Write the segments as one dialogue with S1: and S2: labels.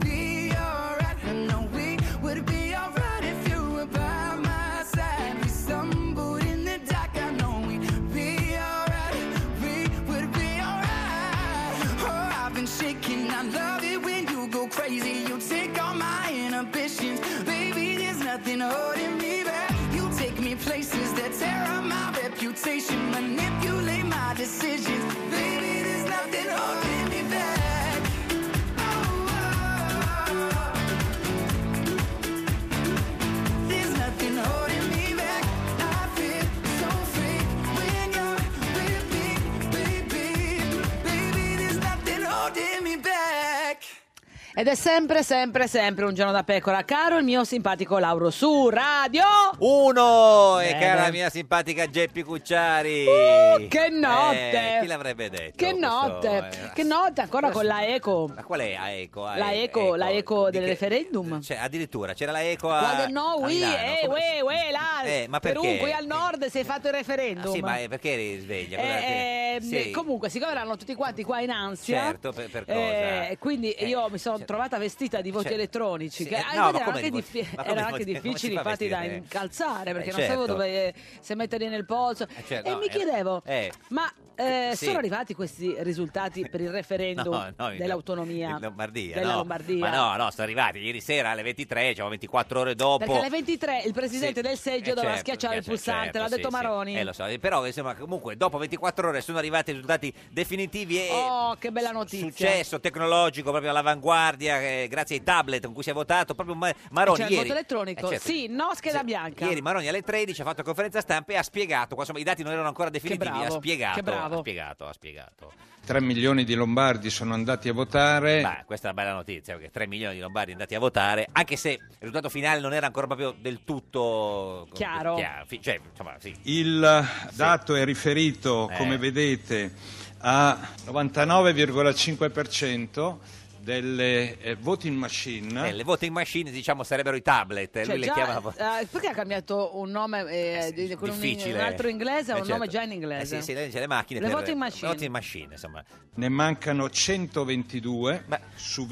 S1: be alright. I know we would be alright if you were by my side. We stumbled in the dark, I know we'd be alright. We would be alright. Oh, I've been shaking. I love it when you go crazy. You take all my inhibitions, baby. There's nothing holding me back. You take me places that tear up my reputation, manipulate my decisions, baby. There's nothing holding me back. Oh, oh, oh. There's nothing holding me back. I feel so free when you're with me, baby. Baby, there's nothing holding me back.
S2: Ed è sempre, sempre, sempre un giorno da pecora, caro il mio simpatico Lauro su Radio. Eh,
S3: Uno! Oh, E
S2: Bene.
S3: cara mia simpatica Geppi Cucciari.
S2: Uh, che notte!
S3: Eh, chi l'avrebbe detto?
S2: Che
S3: questo,
S2: notte,
S3: eh?
S2: che notte ancora con la Eco.
S3: Ma qual è la eco?
S2: La eco, la eco del referendum.
S3: Cioè, addirittura c'era la eco a.
S2: Guarda, no,
S3: a
S2: oui,
S3: Milano.
S2: eh,
S3: Come-
S2: uè, uè, là,
S3: Eh, ma
S2: Perù,
S3: perché?
S2: qui al nord si è fatto il
S3: Ah,
S2: referendum.
S3: sì, ma eh, perché eri sveglia? Cosa-
S2: Eh, ehm,
S3: sì.
S2: Comunque, siccome erano tutti quanti qua in ansia,
S3: Certo, per- per cosa?
S2: eh, quindi
S3: Eh,
S2: io mi sono
S3: cioè,
S2: trovata vestita di voti
S3: Cioè,
S2: elettronici,
S3: sì,
S2: che
S3: eh,
S2: ah,
S3: no,
S2: infatti
S3: ma
S2: era
S3: come
S2: anche,
S3: di voti?
S2: diffi-
S3: Ma come di
S2: era anche
S3: voti? Come si
S2: difficile
S3: fa a
S2: infatti da
S3: vestire?
S2: incalzare perché
S3: Eh,
S2: non sapevo
S3: certo.
S2: dove se metterli nel polso
S3: Eh, cioè,
S2: e
S3: no,
S2: mi
S3: eh,
S2: chiedevo
S3: eh.
S2: ma eh,
S3: Sì.
S2: sono arrivati questi risultati per il referendum
S3: No, no, in-
S2: dell'autonomia
S3: in Lombardia,
S2: della
S3: no.
S2: Lombardia
S3: Ma no, no, sono arrivati ieri sera alle 23, diciamo 24 ore
S2: perché
S3: dopo.
S2: alle 23 il presidente del
S3: Eh,
S2: seggio doveva
S3: certo,
S2: schiacciare il
S3: certo,
S2: pulsante
S3: certo,
S2: l'ha
S3: sì,
S2: detto
S3: sì.
S2: Maroni
S3: Eh, lo so, eh, però insomma, comunque dopo 24 ore sono arrivati i risultati definitivi e
S2: oh certo. che bella notizia
S3: successo tecnologico proprio all'avanguardia, eh, grazie ai tablet con cui si è votato, proprio Ma- Maroni
S2: cioè il
S3: ieri.
S2: voto elettronico
S3: Eh, certo.
S2: sì no scheda bianca
S3: Ieri Maroni alle 13 ha fatto conferenza stampa e ha spiegato, qua, insomma i dati non erano ancora definitivi, ha
S2: bravo,
S3: spiegato,
S2: che bravo.
S3: ha spiegato, ha spiegato.
S4: 3 milioni di lombardi sono andati a
S2: Eh.
S4: votare.
S3: Ma questa è una bella notizia perché 3 milioni di lombardi andati a votare, anche se il risultato finale non era ancora proprio del tutto eh,
S2: Chiaro.
S3: fi- cioè, insomma, sì.
S4: Il dato è riferito,
S3: Eh.
S4: come vedete, a 99,5% delle eh, voting machine.
S3: Eh, le voting machine diciamo sarebbero i tablet, eh,
S2: Cioè,
S3: lui
S2: già,
S3: le chiamava
S2: eh, perché ha cambiato un nome eh, di- con un,
S3: difficile.
S2: un altro inglese a
S3: Eh,
S2: un nome
S3: certo.
S2: già in
S3: Eh,
S2: inglese
S3: sì, sì, lei dice le macchine.
S2: Le
S3: per-
S2: voting machine.
S3: le voting machine, insomma.
S4: Ne mancano 122 su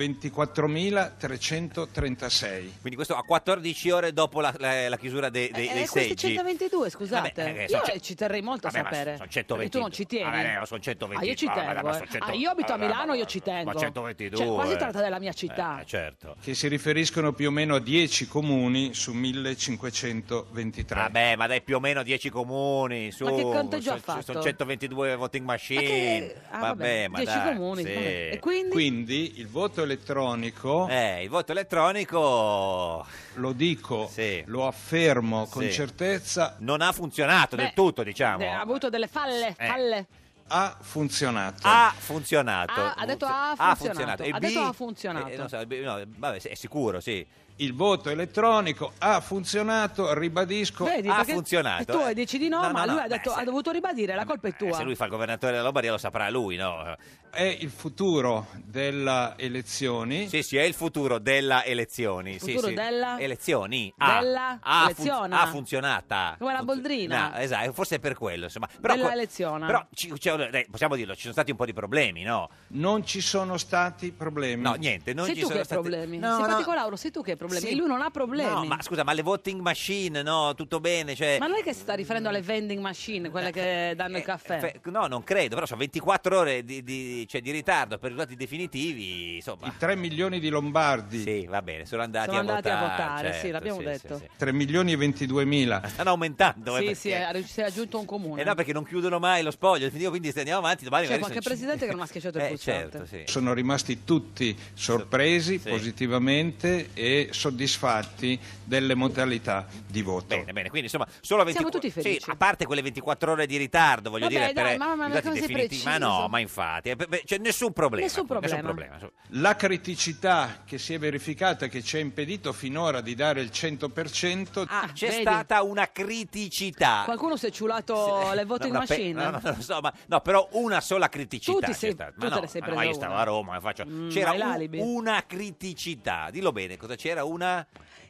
S4: 24.336.
S3: Quindi questo a 14 ore dopo la, la- la chiusura dei, dei,
S2: Eh,
S3: dei
S2: questi
S3: seggi.
S2: 122, scusate,
S3: Vabbè, eh,
S2: io
S3: sono ce-
S2: ci terrei molto a
S3: Vabbè, ma
S2: sapere.
S3: sono 122.
S2: Perché tu non ci tieni.
S3: Vabbè, ma sono 122,
S2: Ah, io ci
S3: vabbè,
S2: tengo.
S3: ma sono
S2: eh.
S3: 100
S2: Ah, io abito a
S3: vabbè,
S2: Milano,
S3: ma-
S2: io ci tengo.
S3: ma 122,
S2: Cioè, qua si
S3: eh.
S2: tratta della mia città.
S3: Eh, certo.
S4: che si riferiscono più o meno a 10 comuni su 1523.
S3: Vabbè, ma dai, più o meno 10 comuni. Su,
S2: Ma che conteggio
S3: so-
S2: ha fatto?
S3: Sono 122 voting machine.
S2: Ma che- ah, vabbè,
S3: ma
S2: 10
S3: dai,
S2: comuni,
S3: sì.
S2: vabbè. E quindi?
S4: Quindi il voto elettronico,
S3: Eh, il voto elettronico
S4: lo dico,
S3: Sì.
S4: lo affermo con
S3: Sì.
S4: certezza,
S3: non ha funzionato del
S2: Beh,
S3: tutto, diciamo.
S2: eh, ha avuto delle falle,
S3: Eh.
S2: falle.
S4: ha funzionato.
S3: ha funzionato.
S2: Ha- ha detto "Ah, ha funzionato.
S3: E
S2: Ha
S3: B?
S2: detto ha funzionato.
S3: Eh, non so, B- no, vabbè, è sicuro, sì.
S4: Il voto elettronico ha funzionato, ribadisco,
S2: Vedi,
S3: ha
S2: perché
S3: funzionato,
S2: Tu
S3: eh.
S2: dici di no,
S3: No, no,
S2: ma lui
S3: no,
S2: ha, detto-
S3: beh, se-
S2: ha dovuto ribadire, la colpa è
S3: Eh,
S2: tua.
S3: se lui fa il governatore della Lombardia lo saprà lui, no?
S4: è il futuro delle elezioni.
S3: Sì, sì, è il futuro della elezioni. sì,
S2: Futuro
S3: sì.
S2: della-
S3: Elezioni. Ha-
S2: Della
S3: ha, fun-
S2: eleziona.
S3: ha funzionata.
S2: Come la
S3: Funzio-
S2: Boldrina.
S3: No, esatto, forse è per quello, insomma. Però,
S2: Della
S3: co-
S2: eleziona.
S3: Però, ci- cioè, dai, possiamo dirlo, ci sono stati un po' di problemi, no?
S4: Non ci sono stati problemi.
S3: No, niente, non
S2: sei
S3: ci
S2: tu
S3: sono
S2: che hai
S3: stati...
S2: problemi.
S3: No,
S2: Simpatico
S3: no.
S2: Lauro, sei tu che hai problemi.
S3: Sì.
S2: Lui non ha problemi.
S3: No, ma scusa, ma le voting machine, no? Tutto bene, cioè...
S2: Ma non è che si sta riferendo alle vending machine, quelle che danno il caffè.
S3: eh, Fe- No, non credo, però sono 24 ore di, di- cioè, di ritardo per i risultati definitivi,
S4: I
S3: insomma.
S4: 3 milioni di lombardi,
S3: Sì, va bene, sono andati,
S2: Sono
S3: a,
S2: andati a
S3: votare,
S2: votare, sì,
S3: certo,
S2: l'abbiamo
S3: sì,
S2: detto.
S3: sì, sì.
S4: 3 milioni e 22 mila.
S3: Stanno aumentando, eh,
S2: sì,
S3: perché-
S2: sì, ha- si è raggiunto un comune.
S3: Eh no, perché non chiudono mai lo spoglio, quindi quindi se andiamo avanti domani...
S2: C'è
S3: magari
S2: qualche
S3: sono-
S2: presidente che non ha schiacciato il
S3: eh,
S2: pulsante.
S3: certo, sì.
S4: Sono rimasti tutti sorpresi
S3: Sì.
S4: positivamente e soddisfatti delle modalità di voto.
S3: Bene, bene, quindi insomma, solo 24
S2: Siamo tutti felici.
S3: Sì, a parte quelle 24 ore di ritardo, voglio
S2: Vabbè,
S3: dire,
S2: dai,
S3: per
S2: mamma mia,
S3: i risultati
S2: come sei
S3: definitivi. Ma
S2: preciso.
S3: no, ma infatti, eh, beh, beh, c'è nessun problema.
S2: Nessun problema.
S3: insomma.
S4: La criticità che si è verificata e che ci ha impedito finora di dare il 100%
S2: Ah,
S3: C'è
S2: vedi?
S3: stata una criticità.
S2: Qualcuno si è ciulato le voting
S3: Ah. No, una pe-
S2: machine.
S3: no, no, non lo so, ma no, però una sola criticità.
S2: Tu ti sei-
S3: c'è stata.
S2: tu
S3: ma
S2: te
S3: no,
S2: ne sei
S3: ma no,
S2: presa
S3: io stavo
S2: una.
S3: a Roma, faccio-
S2: Mm,
S3: c'era
S2: hai
S3: un-
S2: l'alibi.
S3: una criticità. Dillo bene, cosa c'era? Una.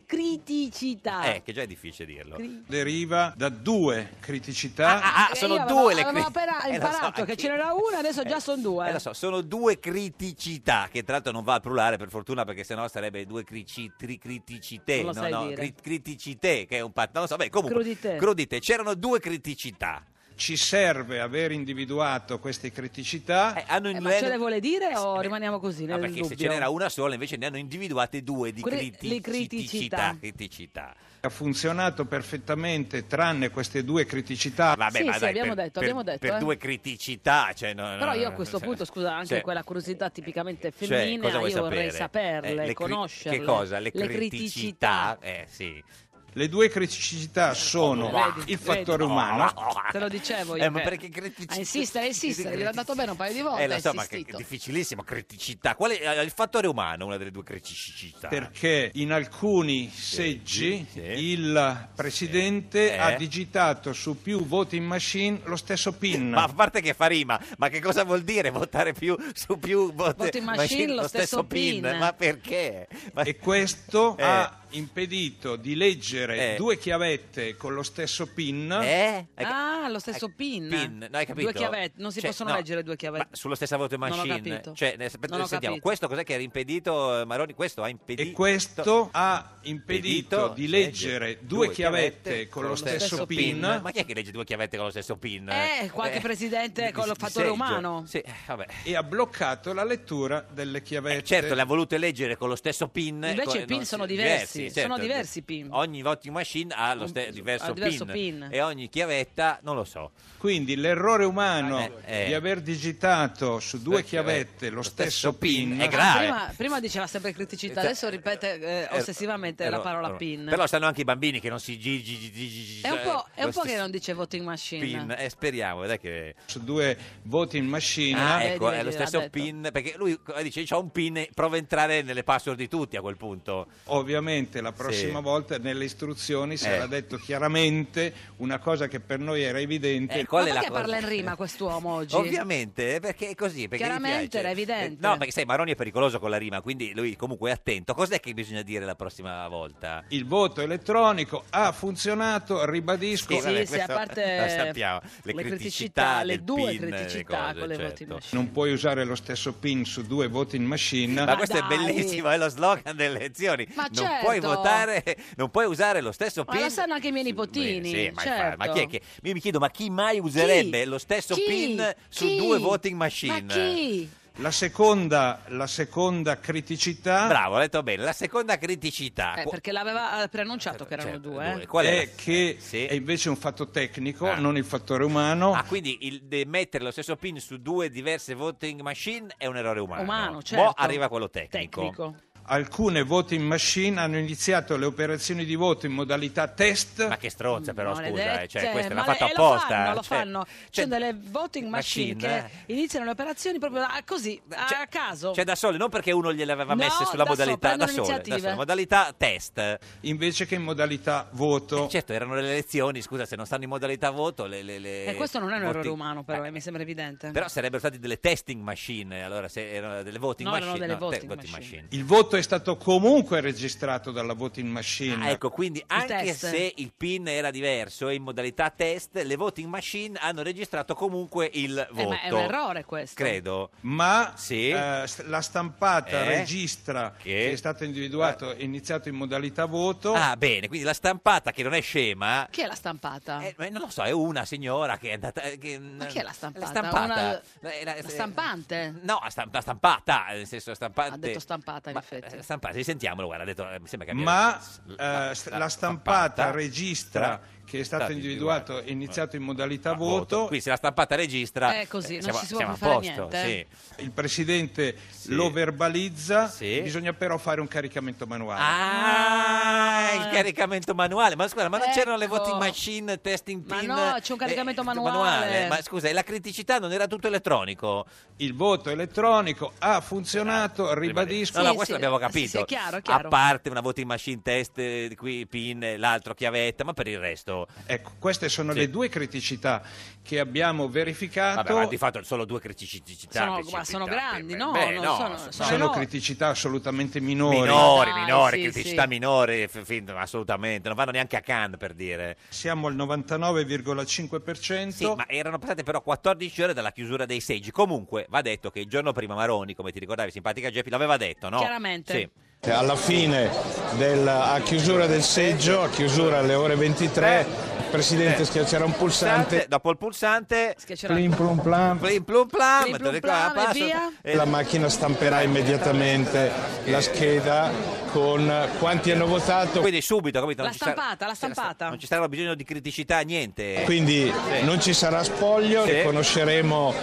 S2: Criticità.
S3: Eh, che già è difficile dirlo.
S4: deriva da due criticità.
S3: Ah, ah,
S2: Eh,
S3: sono
S2: io avevo-
S3: due le
S2: avevo
S3: criti-
S2: appena
S3: Eh, lo so,
S2: imparato che
S3: anch'io.
S2: ce n'era una, adesso già son due.
S3: eh, lo so, sono due criticità, che tra l'altro non va al plurale per fortuna perché sennò sarebbe due crici- tri- criticite,
S2: Non lo
S3: no,
S2: sai
S3: no,
S2: dire.
S3: cri- criticite, che è un pat- non lo so, beh, Eh, comunque,
S2: Crudite.
S3: crudite. C'erano due criticità.
S4: Ci serve aver individuato queste criticità.
S3: Eh, hanno
S2: Eh,
S3: in-
S2: ma ce le vuole dire o
S3: Eh,
S2: rimaniamo così?
S3: No,
S2: Nel
S3: perché se
S2: dubbio?
S3: ce n'era una sola, invece ne hanno individuate due di
S2: Cri-
S3: criti-
S2: le criticità.
S3: criticità. criticità.
S4: Ha funzionato perfettamente tranne queste due criticità.
S3: Vabbè,
S2: Sì,
S3: ma
S2: sì,
S3: dai,
S2: abbiamo
S3: per,
S2: detto,
S3: per-
S2: abbiamo detto,
S3: per
S2: eh.
S3: due criticità. Cioè, no, no,
S2: Però io a
S3: no,
S2: questo
S3: cioè,
S2: punto, scusa, anche
S3: cioè,
S2: quella curiosità tipicamente
S3: cioè,
S2: femminile,
S3: cosa vuoi
S2: io vorrei
S3: sapere?
S2: saperle,
S3: Eh, le cri-
S2: conoscerle.
S3: Che cosa? Le,
S2: criticità.
S3: criticità. Eh, sì.
S4: Le due criticità sono
S2: Eh, Vedi,
S4: il fattore
S2: vedi.
S4: umano.
S2: Te lo dicevo io.
S3: Eh, ma
S2: che-
S3: perché criticità?
S2: A insistere, a insistere, Ah, gli ho dato bene un paio di volte.
S3: Eh, lo so,
S2: ha
S3: ma che
S2: insistito.
S3: è difficilissimo. Criticità. Qual è eh, il fattore umano? Una delle due criticità.
S4: Perché in alcuni seggi
S3: sì.
S4: il presidente
S3: Eh.
S4: ha digitato su più voting machine lo stesso PIN.
S3: Ma a parte che fa rima, ma che cosa vuol dire votare più su più vote-
S2: Voting machine, lo stesso pin?
S3: Ma perché? Ma-
S4: E questo
S3: Eh.
S4: ha impedito di leggere
S3: Eh.
S4: due chiavette con lo stesso PIN.
S3: Eh? Hai ca-
S2: Ah, lo stesso pin.
S3: PIN, no, hai capito?
S2: Due chiavette, non si
S3: Cioè,
S2: possono
S3: no,
S2: leggere due
S3: Ma
S2: chiavette.
S3: sulla stessa voto
S2: Non ho
S3: machine.
S2: capito.
S3: Cioè, ne- aspetta,
S2: Non ho
S3: sentiamo,
S2: capito.
S3: questo cos'è che era impedito eh, Maroni? Questo ha impedito
S4: E questo ha impedito
S3: impedito
S4: di leggere due chiavette con lo stesso PIN.
S3: Ma chi è che legge due chiavette con lo stesso PIN?
S2: Eh, qualche presidente con lo
S3: di
S2: fattore
S3: seggio.
S2: umano.
S3: Sì, eh, vabbè.
S4: e ha bloccato la lettura delle chiavette.
S3: Certo, le ha volute leggere con lo stesso PIN.
S2: Invece
S3: con-
S2: i PIN
S3: non-
S2: sono diversi, sono diversi i PIN.
S3: certo. Ogni voting machine ha lo stesso
S2: Un-
S3: diverso,
S2: ha diverso PIN.
S3: E ogni chiavetta, non lo so.
S4: Quindi l'errore umano
S3: Eh, eh.
S4: di aver digitato su due chiavette lo stesso PIN
S3: è grave.
S2: Prima, prima diceva sempre criticità,
S3: Eh. Cioè,
S2: adesso ripete eh,
S3: eh,
S2: ossessivamente la
S3: però-
S2: parola
S3: però-
S2: pin.
S3: Però stanno anche i bambini che non si gi- gi- gi- gi- gi- cioè,
S2: è un po', è
S3: lo
S2: un po' che
S3: stesso
S2: non dice voting machine.
S3: PIN. Eh, speriamo, dai che...
S4: su due voting machine.
S3: Ah,
S2: Eh, vedi,
S3: ecco, è
S2: vedi,
S3: lo
S2: l'ha
S3: stesso
S2: detto.
S3: PIN, perché lui eh, dice c'ho un PIN, e prova a entrare nelle password di tutti a quel punto.
S4: Ovviamente la prossima
S3: Sì.
S4: volta nelle istruzioni sarà
S3: Eh.
S4: detto chiaramente una cosa che per noi era evidente.
S3: Eh, qual
S2: Ma
S3: è la
S2: perché
S3: cosa?
S2: parla in rima quest'uomo oggi?
S3: Ovviamente, eh, perché è così. Perché gli
S2: Chiaramente,
S3: piace.
S2: era evidente.
S3: Eh, No, perché sai, Maroni è pericoloso con la rima, quindi lui comunque è attento. Cos'è che bisogna dire la prossima volta?
S4: Il voto elettronico ha funzionato, ribadisco.
S2: Sì,
S3: Eh, vabbè,
S2: sì, a
S3: questo
S2: parte
S3: lo sappiamo, le,
S2: le
S3: criticità,
S2: criticità, le
S3: del
S2: due
S3: PIN,
S2: criticità
S3: cose,
S2: con le
S3: certo.
S2: voting machine.
S4: Non puoi usare lo stesso PIN su due voting machine.
S3: Ma
S2: Ma
S3: questo
S2: dai!
S3: è bellissimo, è lo slogan delle elezioni.
S2: Ma
S3: non
S2: certo!
S3: puoi votare, non puoi usare lo stesso
S2: Ma
S3: PIN.
S2: lo sanno anche i miei
S3: Sì,
S2: nipotini,
S3: sì, ma,
S2: certo.
S3: infatti, ma chi è che io mi chiedo ma chi mai userebbe lo stesso
S2: Chi?
S3: PIN su
S2: Chi?
S3: due voting machine?
S2: Ma chi?
S4: La seconda, la seconda criticità
S3: Bravo, ho detto bene. La seconda criticità.
S2: Eh,
S3: Qu-
S2: perché l'aveva eh, preannunciato che erano
S3: Ah, certo,
S2: due. eh.
S3: Qual è,
S4: è
S3: la-
S4: che
S3: Sì.
S4: è invece un fatto tecnico,
S3: Ah.
S4: non il fattore umano.
S3: Ah, quindi il, de- mettere lo stesso PIN su due diverse voting machine è un errore umano.
S2: Umano,
S3: Mo'
S2: certo.
S3: arriva quello tecnico.
S2: Tecnico.
S4: Alcune voting machine hanno iniziato le operazioni di voto in modalità test.
S3: Ma che stronza, però, scusa, eh,
S2: Maledette,
S3: cioè, questa l'ha
S2: male-
S3: fatta
S2: e
S3: apposta.
S2: Lo fanno, lo
S3: cioè-
S2: fanno. Ci
S3: cioè-
S2: sono delle voting machine,
S3: machine,
S2: che iniziano le operazioni proprio a- così, a
S3: Cioè-
S2: caso.
S3: Cioè da sole, non perché uno gliele aveva
S2: No,
S3: messe sulla
S2: da solo,
S3: modalità
S2: prendono
S3: da sole, da
S2: iniziative.
S3: sole, modalità test.
S4: invece che in modalità voto.
S3: Eh, certo, erano le elezioni, scusa, se non stanno in modalità voto, le, le- le-
S2: e Eh, questo non è un errore
S3: eh, voti-
S2: umano, però,
S3: Eh,
S2: eh, mi sembra evidente.
S3: però sarebbero state delle testing machine, allora se erano delle voting
S2: No, erano
S3: machine,
S2: delle
S3: no, te-
S2: voting machine.
S4: Il voto è stato comunque registrato dalla voting machine.
S3: Ah, ecco, quindi anche
S2: test.
S3: se il PIN era diverso e in modalità test, le voting machine hanno registrato comunque il
S2: Eh,
S3: voto.
S2: ma è un errore questo.
S3: Credo.
S4: Ma
S3: Sì.
S4: eh, st- la stampata
S3: Eh?
S4: registra
S3: Che? Eh.
S4: che, è stato individuato e iniziato in modalità voto.
S3: Ah, bene, quindi la stampata che non è scema
S2: Chi è la stampata?
S3: Eh, ma non lo so, è una signora che è andata. eh, Che,
S2: Ma chi è la stampata?
S3: La stampata.
S2: Una-
S3: Eh,
S2: la stampante?
S3: No, la stam- la stampata, nel senso stampante.
S2: Ha detto stampata, in effetti.
S3: eh, Stampata, sentiamolo, guarda, ha detto, eh, mi sembra che abbia-
S4: Ma
S3: s-
S4: eh, st- la stampata registra che è stato individuato e iniziato in modalità
S3: Ah,
S4: voto.
S3: Quindi se la stampata registra.
S2: Eh, così,
S3: eh,
S2: non
S3: siamo-
S2: ci si può
S3: siamo a
S2: fare
S3: posto,
S2: niente, eh.
S3: sì.
S4: Il presidente lo verbalizza,
S3: Sì.
S4: bisogna però fare un caricamento manuale.
S3: Ah, il caricamento manuale. Ma scusa, ma non c'erano le
S2: Ecco.
S3: voting machine, testing
S2: Ma
S3: pin?
S2: no, c'è un caricamento
S3: eh,
S2: manuale.
S3: Ma scusa, e la criticità non era tutto elettronico?
S4: Il voto elettronico ha funzionato,
S3: No,
S4: ribadisco.
S3: no,
S2: Sì,
S3: questo
S2: sì,
S3: l'abbiamo
S2: sì,
S3: capito.
S2: sì, è chiaro, è chiaro.
S3: A parte una voting machine test, eh, di qui pin, eh, l'altro chiavetta, ma per il resto...
S4: Ecco, queste sono
S3: Sì.
S4: le due criticità che abbiamo
S3: Vabbè,
S4: verificato.
S3: ma di fatto sono due criticità.
S2: Sono-
S3: criticità,
S2: ma sono
S3: beh,
S2: grandi,
S3: beh,
S2: no,
S3: beh,
S2: non
S3: no,
S2: sono-
S3: sono-
S2: sono-
S4: sono
S2: no.
S4: criticità assolutamente minori.
S3: Minori,
S2: Dai,
S3: minori,
S2: ah, sì,
S3: criticità
S2: sì.
S3: minori, f- fin- assolutamente, non vanno neanche a Cannes per dire.
S4: Siamo al 99,5%.
S3: Sì, ma erano passate però 14 ore dalla chiusura dei seggi. Comunque, va detto che il giorno prima Maroni, come ti ricordavi, simpatica Geppi, l'aveva detto, no?
S2: Chiaramente.
S3: Sì.
S5: Alla fine, della, a chiusura del seggio, a chiusura alle ore 23, il Presidente schiaccerà un pulsante,
S3: Dopo il pulsante,
S2: Schiaccerà-
S5: plim plum plam,
S3: plim plum plam,
S2: Plim
S3: te
S2: plum
S3: lo ricordi,
S2: plam, e
S3: passo-
S2: via?
S3: eh,
S5: la macchina stamperà immediatamente la scheda con quanti hanno votato,
S3: Quindi subito, capito?
S2: La
S3: Non ci sarà-
S2: stampata, la stampata.
S3: Non ci sarà bisogno di criticità, niente.
S5: quindi non ci sarà spoglio
S3: Sì.
S5: e conosceremo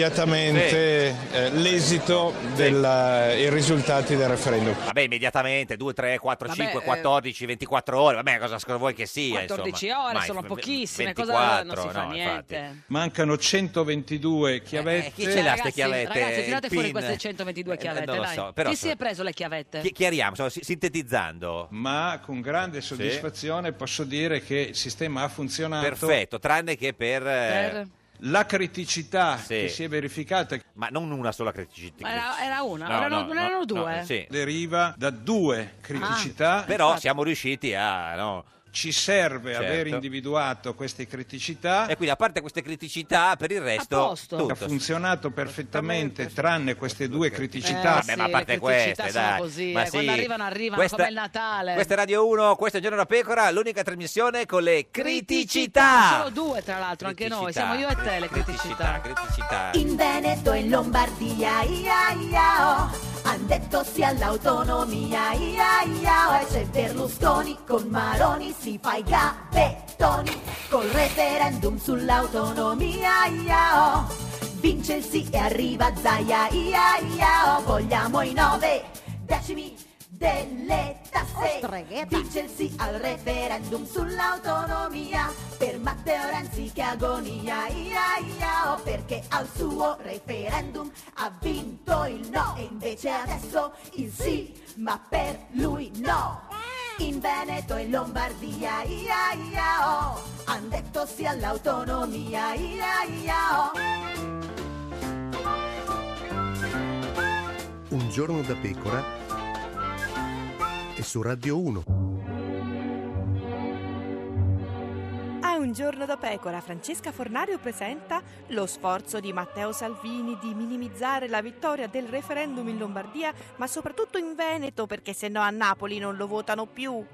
S5: immediatamente eh, l'esito della- e i risultati del referendum.
S3: Vabbè, immediatamente, 2, 3, 4,
S2: Vabbè,
S3: 5,
S2: eh,
S3: 14, 24 ore, vabbè, cosa sc- vuoi che sia?
S2: 14
S3: insomma.
S2: ore
S3: Ma
S2: sono
S3: v-
S2: pochissime,
S3: 24,
S2: cosa non si fa
S3: no,
S2: niente.
S3: infatti.
S4: Mancano 122 chiavette.
S3: Eh, chi ce l'ha ste
S2: Ragazzi,
S3: chiavette?
S2: ragazzi, tirate
S3: Il
S2: fuori
S3: pin?
S2: queste 122
S3: Eh,
S2: chiavette,
S3: non lo
S2: dai.
S3: so, però
S2: Chi
S3: so-
S2: si è preso le chiavette?
S3: Chi- chiariamo, insomma, si- sintetizzando.
S4: Ma con grande soddisfazione posso dire che il sistema ha funzionato.
S3: Perfetto, tranne che per... eh,
S2: Per?
S4: la criticità
S3: Sì.
S4: che si è verificata
S3: Ma non una sola criticità.
S2: Ma era, era una,
S3: No,
S2: erano,
S3: no,
S2: non erano
S3: no,
S2: due. eh. Ah.
S3: no, sì.
S4: deriva da due criticità.
S3: Però siamo riusciti a... no.
S4: Ci serve
S3: Certo.
S4: aver individuato queste criticità.
S3: E quindi a parte queste criticità, per il
S2: A
S3: resto...
S2: posto.
S4: Ha
S3: Tutto.
S4: funzionato perfettamente, tranne queste due
S2: Eh,
S4: criticità.
S3: Vabbè, ma a
S2: sì,
S3: parte
S2: le criticità
S3: queste,
S2: sono
S3: dai.
S2: così,
S3: Ma
S2: eh, quando
S3: sì.
S2: arrivano, arrivano,
S3: Questa-
S2: come il Natale.
S3: Questa è Radio 1, questo è Giorno da Pecora, l'unica trasmissione con le
S2: Criticità,
S3: criticità.
S2: Solo due, tra l'altro, anche noi.
S3: Criticità.
S2: Siamo io e te le
S3: Criticità,
S2: criticità.
S3: criticità.
S6: In Veneto e in Lombardia, ia ia oh, han detto sì all'autonomia, ia ia oh, e c'è Berlusconi con Maroni, si fa i gavettoni, col referendum sull'autonomia, ia oh, vince il sì e arriva Zaia, ia ia oh, vogliamo i nove decimi delle tasse, vince il sì al referendum sull'autonomia, per Matteo Renzi che agonia, ia ia oh, perché al suo referendum ha vinto il no e invece adesso il sì, ma per lui no. In Veneto e Lombardia, ia ia oh, han detto sì all'autonomia, ia ia oh.
S7: Un giorno da pecora e su Radio 1.
S8: A un giorno da pecora, Francesca Fornario presenta lo sforzo di Matteo Salvini di minimizzare la vittoria del referendum in Lombardia, ma soprattutto in Veneto, perché se no a Napoli non lo votano più.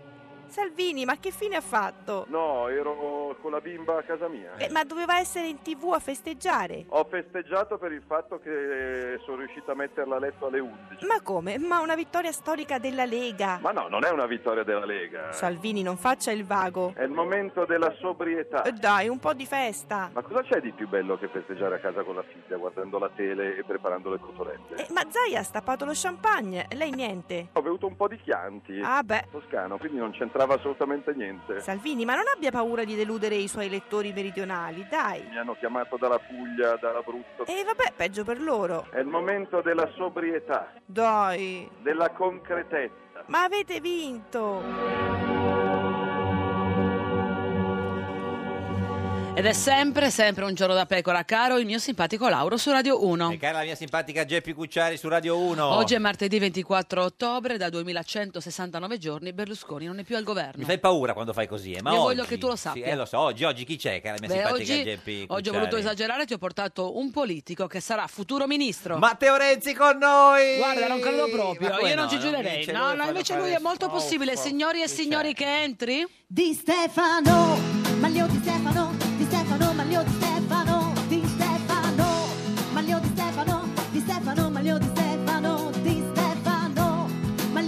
S8: Salvini, ma che fine ha fatto?
S9: No, ero con la bimba a casa mia.
S8: Beh, Eh, ma doveva essere in tv a festeggiare.
S9: Ho festeggiato per il fatto che sono riuscito a metterla a letto alle 11.
S8: Ma come? Ma una vittoria storica della Lega.
S9: Ma no, non è una vittoria della Lega.
S8: Salvini, non faccia il vago.
S9: È il momento della sobrietà.
S8: Eh, Dai, un po' di festa.
S9: Ma cosa c'è di più bello che festeggiare a casa con la figlia, guardando la tele e preparando le cotolette?
S8: Eh, ma Zaia ha stappato lo champagne, lei niente.
S9: Ho bevuto un po' di chianti.
S8: Ah beh.
S9: Toscano, quindi non c'entrava assolutamente niente.
S8: Salvini, ma non abbia paura di deludere i suoi elettori meridionali, dai.
S9: Mi hanno chiamato dalla Puglia, dall'Abruzzo.
S8: E Eh, vabbè, peggio per loro.
S9: È il momento della sobrietà,
S8: Dai.
S9: della concretezza.
S8: Ma avete vinto!
S2: Ed è sempre, sempre un giorno da pecora, caro il mio simpatico Lauro su Radio 1.
S3: E cara la mia simpatica Geppi Cucciari su Radio 1.
S2: Oggi è martedì 24 ottobre, da 2169 giorni Berlusconi non è più al governo.
S3: Mi fai paura quando fai così, eh, ma
S2: Io
S3: oggi-
S2: voglio che tu lo
S3: sì,
S2: sappia.
S3: eh, lo so, oggi, oggi chi c'è, cara mia
S2: Beh,
S3: simpatica Geppi
S2: oggi, oggi ho
S3: Cucciari?
S2: voluto esagerare, ti ho portato un politico che sarà futuro ministro.
S3: Matteo Renzi con noi!
S2: Guarda, non credo
S3: Ma
S2: proprio,
S3: come
S2: io non ci
S3: vince
S2: giurerei.
S3: lui,
S2: No, no,
S3: fanno
S2: invece
S3: fare
S2: lui è molto
S3: schifo.
S2: possibile. Signori e
S3: Chi c'è?
S2: signori
S6: certo.
S2: che entri,
S6: Di Stefano, Maglio di Stefano, di Stefano, Maglio di Stefano, di Stefano, Maglio di Stefano, di Stefano, Maglio di Stefano, di Stefano,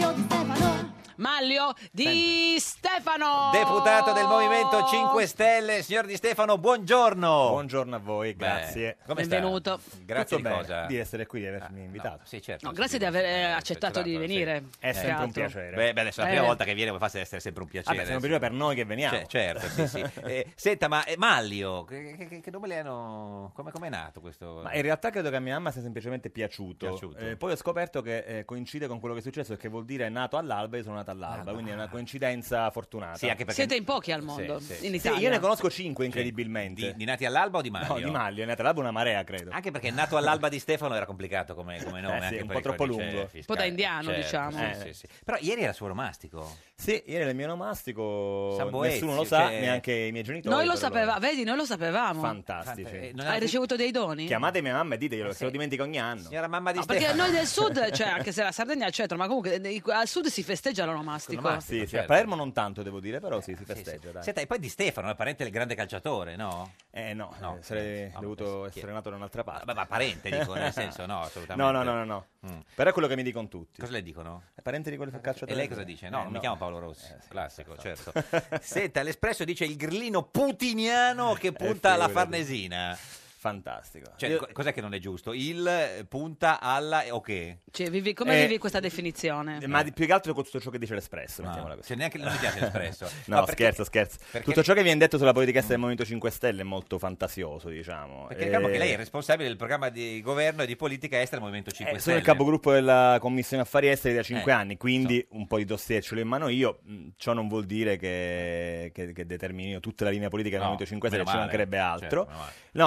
S6: Maglio di Stefano.
S2: Maglio di Stefano.
S3: Deputato del Movimento
S2: Oh!
S3: 5 Stelle, signor Di Stefano, buongiorno!
S10: Buongiorno a voi,
S3: Beh,
S10: grazie.
S3: come sta?
S2: Benvenuto.
S3: Grazie
S10: Tutto
S3: di
S10: bene?
S3: cosa?
S10: Di essere qui, di avermi
S3: Ah,
S10: invitato.
S3: no, sì, certo.
S2: No, grazie di aver eh, accettato di
S3: Esatto, sì.
S2: venire.
S10: È sempre
S2: Tra
S10: un
S2: l'altro.
S10: piacere.
S3: Beh, beh, adesso è la
S2: Esatto. Eh.
S3: prima volta che viene, come fa se essere sempre un piacere.
S10: Vabbè, sono piacere per noi che veniamo.
S3: Cioè, certo, sì, sì. Eh, senta, ma eh, Maglio, che, che- che- che nome le hanno... Come come è nato questo...
S10: Ma in realtà credo che a mia mamma sia semplicemente piaciuto.
S3: Piaciuto.
S10: Eh, poi ho scoperto che eh, coincide con quello che è successo, che vuol dire nato all'alba e io sono nato all'alba, quindi è una coincidenza fortunata.
S3: Sì, anche perché...
S2: Siete in pochi al mondo,
S3: Sì, sì,
S2: in
S3: sì.
S10: Sì,
S2: Italia.
S10: io ne conosco cinque incredibilmente.
S3: Di, di nati all'alba o di Maglio?
S10: No, di Maglio, è nata all'alba una marea, credo.
S3: Anche perché nato all'alba di Stefano era complicato come, come nome,
S10: Eh sì,
S3: anche per
S10: un po'
S3: il
S10: troppo
S3: codice
S10: lungo.
S3: fiscale.
S10: Un
S2: po' da indiano,
S3: Certo,
S2: diciamo.
S3: sì, sì,
S10: Eh.
S3: sì. Però ieri era suo romastico.
S10: Sì, ieri era il mio nomastico,
S3: San Boezio,
S10: nessuno lo sa,
S3: cioè-
S10: neanche i miei genitori.
S2: Noi lo
S10: però loro-
S2: sapevamo, vedi, noi lo sapevamo.
S10: Fantastici.
S3: Eh, non
S2: Hai
S3: era-
S2: ricevuto dei doni?
S10: Chiamate mia mamma e diteglielo,
S3: Eh,
S10: se lo
S3: sì.
S10: dimentico ogni anno.
S3: Signora mamma di
S2: No, perché
S3: Stefano.
S2: noi del sud, cioè anche se la Sardegna è al centro, ma comunque nei- al sud si festeggia l'onomastico.
S3: L'onomastico.
S10: Sì, sì,
S3: certo. Eh,
S10: a Palermo non tanto, devo dire, però sì,
S3: Sì,
S10: si
S3: sì.
S10: festeggia, dai.
S3: Senta, e poi di Stefano, è parente del grande calciatore, no?
S10: Eh no,
S3: No,
S10: eh, sarei
S3: no, no,
S10: dovuto
S3: chi è?
S10: essere nato da un'altra parte.
S3: Ma, ma parente, dico, nel senso, no, assolutamente.
S10: No, no, no, no, no.
S3: Mm.
S10: Però è quello che mi dicono tutti.
S3: Cosa le dicono?
S10: È parente di quello che calcio
S3: E lei cosa dice? No, non mi chiamo Paolo Rossi,
S10: Eh, sì,
S3: classico, certo.
S10: esatto.
S3: Senta, l'Espresso dice il grillino putiniano che punta alla
S10: Eh, figurati.
S3: Farnesina.
S10: Fantastico.
S3: Cioè,
S10: Io-
S3: co- cos'è che non è giusto? Il eh, punta alla... o che?
S2: Cioè, vivi- come
S10: Eh,
S2: vivi questa
S3: eh,
S2: definizione?
S10: Ma di- più che altro con tutto ciò che dice l'Espresso, mettiamola così.
S3: cioè, neanche non mi piace l'Espresso.
S10: No,
S3: Ma perché-
S10: scherzo, scherzo.
S3: perché-
S10: Tutto ciò che viene detto sulla politica estera del Movimento 5 Stelle è molto fantasioso, diciamo.
S3: Perché
S10: Eh,
S3: ricordiamo che lei è responsabile del programma di governo e di politica estera del Movimento 5
S10: eh, sono
S3: Stelle.
S10: il capogruppo della Commissione Affari Esteri da 5
S3: Eh,
S10: anni, quindi un po' di dossier ce l'ho in mano io. Mh, Ciò non vuol dire che, che, che determini io tutta la linea politica del
S3: No,
S10: Movimento 5 Stelle,
S3: meno
S10: ci
S3: male,
S10: mancherebbe altro.
S3: certo, meno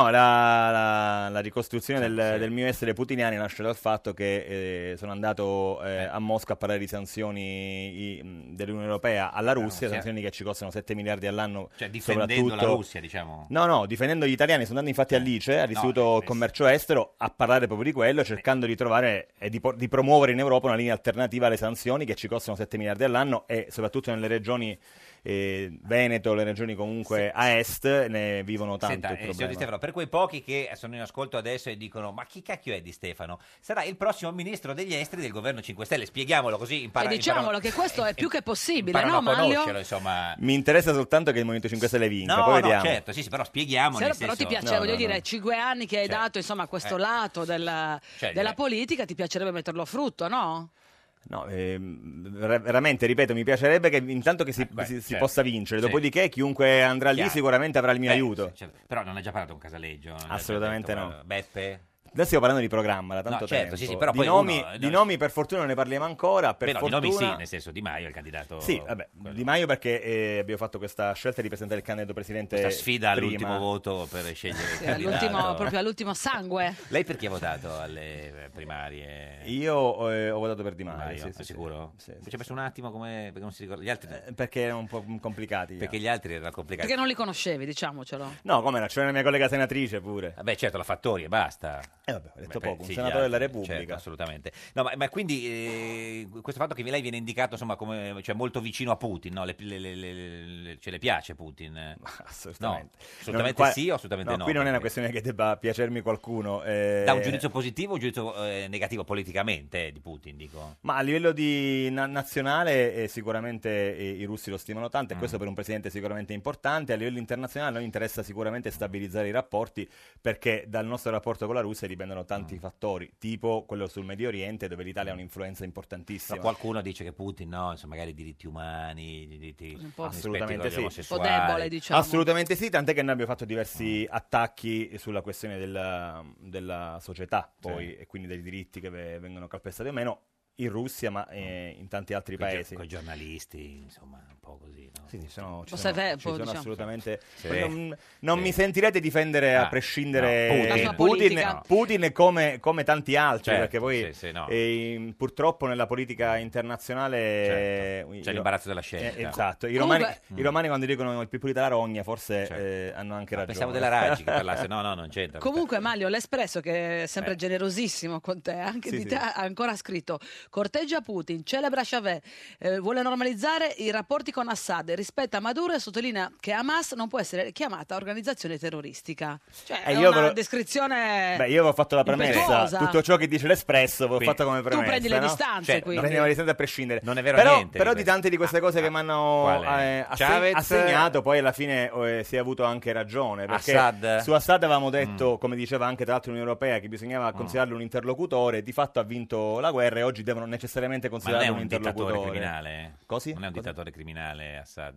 S3: male.
S10: No, la, la, la ricostruzione del, del mio essere putiniano nasce dal fatto che eh, sono andato eh, a Mosca a parlare di sanzioni i- mh, dell'Unione Europea alla Russia,
S3: Russia.
S10: sanzioni che ci costano 7 miliardi all'anno.
S3: Cioè, difendendo la
S10: soprattutto-
S3: Russia, diciamo.
S10: No, no, difendendo gli italiani, sono andando
S3: Eh.
S10: infatti all'ICE, all'Istituto Commercio Estero, a parlare proprio di quello, cercando di trovare e di, por- di promuovere in Europa una linea alternativa alle sanzioni che ci costano 7 miliardi all'anno e soprattutto nelle regioni eh, Veneto, le regioni comunque a est, ne vivono tanto.
S3: Senta,
S10: il
S3: eh, signor
S10: problema.
S3: Di Stefano, per quei pochi che sono in ascolto adesso e dicono ma chi cacchio è Di Stefano? Sarà il prossimo ministro degli esteri del governo 5 Stelle, spieghiamolo così
S2: e
S3: imparano,
S2: Eh, diciamolo che questo è più che possibile, no
S3: a
S2: Mario?
S3: conoscerlo, insomma.
S10: Mi interessa soltanto che il Movimento 5 Stelle vinca,
S3: No,
S10: poi
S3: no,
S10: vediamo.
S3: certo, sì, sì, però spieghiamo
S2: Se
S3: nel
S2: no, però ti
S3: senso-
S2: piace, voglio dire, cinque anni che hai dato insomma a questo
S10: Eh.
S2: lato della,
S10: Cioè,
S2: della
S10: eh.
S2: politica, ti piacerebbe metterlo a frutto, no?
S10: No, ehm, ver- veramente, ripeto, mi piacerebbe che intanto che si, si- si
S3: certo.
S10: possa vincere,
S3: Sì.
S10: dopodiché chiunque andrà lì
S3: Chiaro.
S10: sicuramente avrà il mio
S3: Beh,
S10: aiuto.
S3: sì, certo. Però non ha già parlato con Casaleggio? non ha già
S10: Assolutamente
S3: detto,
S10: no.
S3: guarda, Ah, Beppe?
S10: Adesso stiamo parlando di programma da tanto
S3: No, certo,
S10: tempo.
S3: sì, sì, però
S10: di,
S3: poi
S10: nomi,
S3: uno-
S10: di nomi per fortuna non ne parliamo ancora. Per
S3: Beh, no, di
S10: fortuna...
S3: nomi sì, nel senso Di Maio è il candidato...
S10: Sì, vabbè, Di Maio perché eh, abbiamo fatto questa scelta di presentare il candidato presidente
S3: Questa sfida
S10: eh, prima.
S3: all'ultimo voto per scegliere il
S2: Sì, all'ultimo,
S3: candidato.
S2: proprio all'ultimo sangue.
S3: Lei perché ha votato alle eh, primarie?
S10: Io eh, ho votato per Di Maio.
S3: Mario,
S10: sì, sì,
S3: è sicuro?
S10: Sì,
S3: Ci ha messo un attimo come... perché non si ricorda... Gli altri...
S10: sì. Perché erano un po' complicati. eh.
S3: Perché gli altri erano complicati.
S2: Perché non li conoscevi, diciamocelo.
S10: No, come era? C'era una mia collega senatrice pure.
S3: Vabbè, certo, la Fattori e basta.
S10: Eh vabbè, ho detto
S3: Beh,
S10: poco, un
S3: sì, gli
S10: senatore della
S3: altri,
S10: Repubblica.
S3: certo, assolutamente. No, ma, ma quindi eh, questo fatto che lei viene indicato insomma come cioè, molto vicino a Putin, no? Le, le- le- le- le- ce le piace Putin?
S10: Assolutamente.
S3: No, assolutamente
S10: Non- qua-
S3: sì o assolutamente no?
S10: Qui non è una
S3: perché
S10: questione che debba piacermi qualcuno. eh,
S3: Dà un giudizio positivo o un giudizio eh, negativo politicamente eh, di Putin, dico?
S10: Ma a livello di na- nazionale eh, sicuramente eh, i russi lo stimano
S3: Mm.
S10: tanto e questo per un presidente è sicuramente importante. A livello internazionale a noi interessa sicuramente stabilizzare i rapporti perché dal nostro rapporto con la Russia dipendono
S3: Mm.
S10: tanti fattori, tipo quello sul Medio Oriente dove l'Italia ha un'influenza importantissima.
S3: Ma qualcuno dice che Putin, no, insomma, magari i diritti umani, i diritti
S10: Un
S2: po' diciamo.
S10: Assolutamente sì.
S3: omosessuali. diciamo.
S10: Assolutamente sì, tant'è che noi abbiamo fatto diversi
S3: Mm.
S10: attacchi sulla questione della, della società poi,
S3: Sì.
S10: e quindi dei diritti che ve- vengono calpestati o meno in Russia ma eh, in tanti altri
S3: Coi gio-
S10: paesi.
S3: coi giornalisti, insomma, un po' così, no?
S10: Sì, sì, sono, ci
S2: Lo
S10: sono,
S2: sapete,
S10: ci sono
S2: diciamo.
S10: assolutamente... mm,
S3: Sì.
S10: Poi Non, non
S3: Sì.
S10: mi sentirete difendere
S3: Ah,
S10: a prescindere
S3: no, Putin. La sua
S10: Putin, Putin,
S3: politica.
S10: Putin come, come tanti altri,
S3: Certo,
S10: perché
S3: sì,
S10: poi
S3: sì, no.
S10: eh, purtroppo nella politica internazionale...
S3: Certo.
S10: eh,
S3: C'è
S10: io-
S3: l'imbarazzo della scelta.
S10: Eh, esatto, i
S3: Comunque-
S10: romani, i romani quando dicono il pippoli della rogna forse eh, hanno anche ragione.
S3: Certo. Ah, Pensavo della Raggi che parlasse, no, no, non c'entra.
S2: Comunque Mario, l'Espresso, che è sempre
S3: Eh.
S2: generosissimo con te, anche
S3: Sì,
S2: di
S3: sì.
S2: te, ha ancora scritto Corteggia Putin, celebra Chavez, eh, vuole normalizzare i rapporti con Assad, rispetta Maduro e sottolinea che Hamas non può essere chiamata organizzazione terroristica. Cioè,
S10: Eh,
S2: è una
S10: io ve lo-
S2: descrizione...
S10: Beh, io avevo fatto la premessa,
S2: impetuosa.
S10: tutto ciò che dice l'Espresso avevo fatto come premessa.
S2: prendi le
S10: no?
S2: distanze,
S10: Cioè,
S2: quindi.
S10: prendiamo le distanze a prescindere. Non è
S3: vero
S10: però,
S3: niente di
S10: Però di,
S3: questo.
S10: tante di queste cose che mi hanno
S3: quale?
S10: eh, asse-
S3: ah, Chavez-
S10: assegnato, poi alla fine eh, si è avuto anche ragione. Perché
S3: Assad. Mm.
S10: su Assad avevamo detto, come diceva anche tra l'altro l'Unione Europea, che bisognava considerarlo un interlocutore. Di fatto ha vinto la guerra e oggi devono necessariamente
S3: Ma non è
S10: considerarlo
S3: un
S10: interlocutore.
S3: dittatore criminale? Non è un dittatore criminale Assad?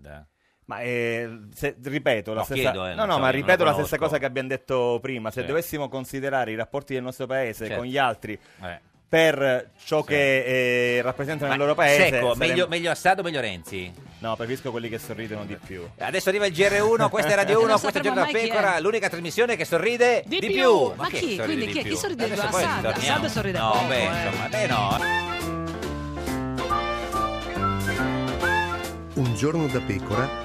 S10: Ma eh, se- ripeto la
S3: No,
S10: stessa,
S3: chiedo, eh, non
S10: no, no,
S3: so,
S10: ma
S3: io non
S10: ripeto
S3: lo
S10: la stessa
S3: conosco.
S10: cosa che abbiamo detto prima. Se
S3: Sì.
S10: dovessimo considerare i rapporti del nostro paese
S3: Certo.
S10: con gli altri
S3: Eh.
S10: per ciò che eh, rappresentano il loro paese,
S3: Secco,
S10: saremmo-
S3: meglio, meglio Assad o meglio Renzi?
S10: no, preferisco quelli che sorridono di più.
S3: Adesso arriva il GR1, questa è
S2: Eh,
S3: Radio 1,
S10: Non
S3: questa è
S10: sapremo
S3: Giorno da
S10: mai chi è.
S3: Pecora, l'unica trasmissione che sorride di,
S2: più. Ma
S3: è
S2: chi?
S3: che sorride
S2: Quindi
S3: di
S2: chi è?
S3: più?
S2: Chi sorride di più?
S3: Adesso poi
S2: Assad?
S3: ritorniamo.
S2: Assad sorride
S3: No,
S2: poco,
S3: beh,
S2: eh.
S3: insomma, beh no.
S11: Un giorno da pecora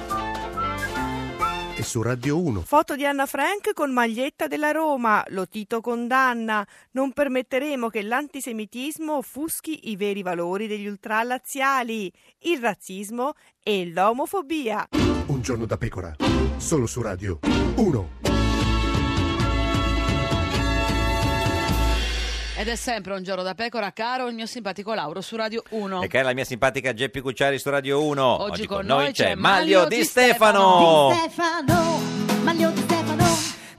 S11: e su Radio 1.
S8: Foto di Anna Frank con maglietta della Roma. Lo Tito condanna. Non permetteremo che l'antisemitismo offuschi i veri valori degli ultralaziali, il razzismo e l'omofobia.
S11: Un giorno da pecora. Solo su Radio 1.
S2: Ed è sempre un giorno da pecora, caro il mio simpatico Lauro su Radio 1.
S3: E cara la mia simpatica Geppi Cucciari su Radio 1. Oggi, con, noi c'è Maglio
S2: Maglio
S3: Di
S2: Di
S3: Stefano.
S6: Stefano, Maglio di Stefano.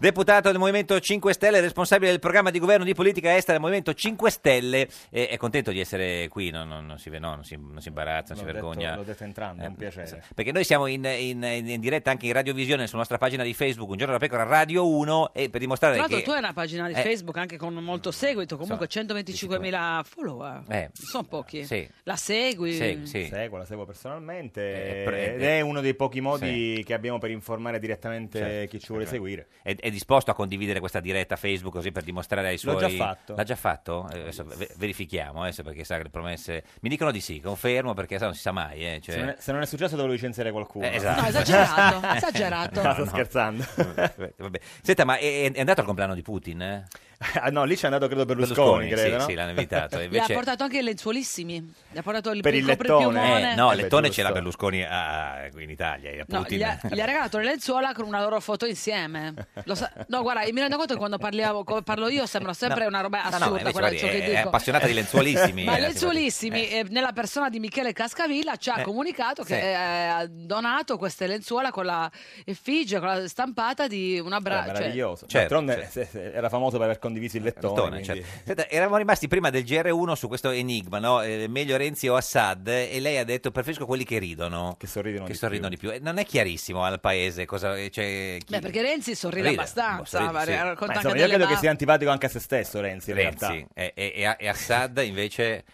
S3: Deputato del Movimento 5 Stelle, responsabile del programma di governo di politica estera del Movimento 5 Stelle, E- è contento di essere qui, non, non- non si, ve- no, non si- non si imbarazza, non
S10: L'ho
S3: si vergogna. Eh,
S10: detto- l'ho detto entrambi, è un piacere.
S3: Perché noi siamo in, in- in diretta anche in radiovisione sulla nostra pagina di Facebook, un giorno alla pecora Radio 1, e per
S2: Tra
S3: dimostrare
S2: l'altro
S3: che...
S2: tu hai una pagina di
S3: Eh.
S2: Facebook anche con molto seguito, comunque 125.000 follower.
S3: Eh.
S2: Sono pochi.
S3: Sì.
S2: La segui?
S10: Seguo, la seguo personalmente
S3: Eh, pre-
S10: ed è uno dei pochi modi che abbiamo per informare direttamente
S3: Certo,
S10: chi ci vuole
S3: certo.
S10: seguire.
S3: Ed, ed è disposto a condividere questa diretta Facebook così per dimostrare ai
S10: L'ho
S3: suoi...
S10: già fatto.
S3: L'ha già fatto? Eh, adesso ve- verifichiamo, adesso perché sa che le promesse... Mi dicono di sì, confermo perché sa, non si sa mai. eh, cioè-
S10: Se, non è, se non è successo dovevo licenziare qualcuno.
S3: Eh, esatto.
S2: No, esagerato, esagerato.
S10: No, sto
S3: No, no.
S10: scherzando.
S3: Vabbè. Senta, ma è, è andato al compleanno di Putin? eh?
S10: Ah, no, lì c'è andato credo Berlusconi, credo,
S3: sì,
S10: no?
S3: sì, l'hanno invitato. e
S2: Gli ha
S3: Invece...
S2: portato anche i lenzuolissimi. Gli ha portato il,
S10: Per il lettone.
S2: copripiumone.
S3: Eh, no,
S10: Eh, beh,
S3: Lettone ce
S10: giusto.
S3: l'ha Berlusconi a- in Italia, e a
S2: No,
S3: Putin.
S2: gli, ha, gli ha regalato le lenzuola con una loro foto insieme. Lo sa- no, guarda, mi rendo conto che quando parliamo, come parlo io sembra sempre
S3: No.
S2: una
S3: No,
S2: roba
S3: no,
S2: assurda
S3: invece,
S2: quella
S3: guardi,
S2: ciò
S3: è,
S2: che
S3: è
S2: dico.
S3: appassionata di lenzuolissimi. eh, la
S2: Ma
S3: signora.
S2: Lenzuolissimi, eh, nella persona di Michele Cascavilla, ci ha
S3: Eh,
S2: comunicato che
S3: sì.
S2: eh, ha donato queste lenzuola con la effigie, con la stampata di una cioè,
S10: Era
S2: braccia.
S10: meraviglioso.
S3: Certo,
S10: D'altronde se- se- era famoso per aver condiviso il lettone.
S3: Lettone,
S10: quindi-
S3: certo. Senta, eravamo rimasti prima del GR1 su questo enigma, no? Eh, meglio Renzi o Assad, e lei ha detto preferisco quelli che ridono, che sorridono,
S10: di
S3: di più. E non è chiarissimo al paese cosa... Cioè, chi-
S2: Beh, perché Renzi sorride
S3: Ride,
S2: abbastanza,
S3: sorride,
S2: ma
S3: sì.
S2: racconta
S3: Ma
S10: Ma,
S2: anche
S10: insomma, io
S2: delle
S10: credo
S2: ma-
S10: che sia antipatico anche a se stesso Renzi, in
S3: Renzi
S10: realtà.
S3: e, e- e Assad invece...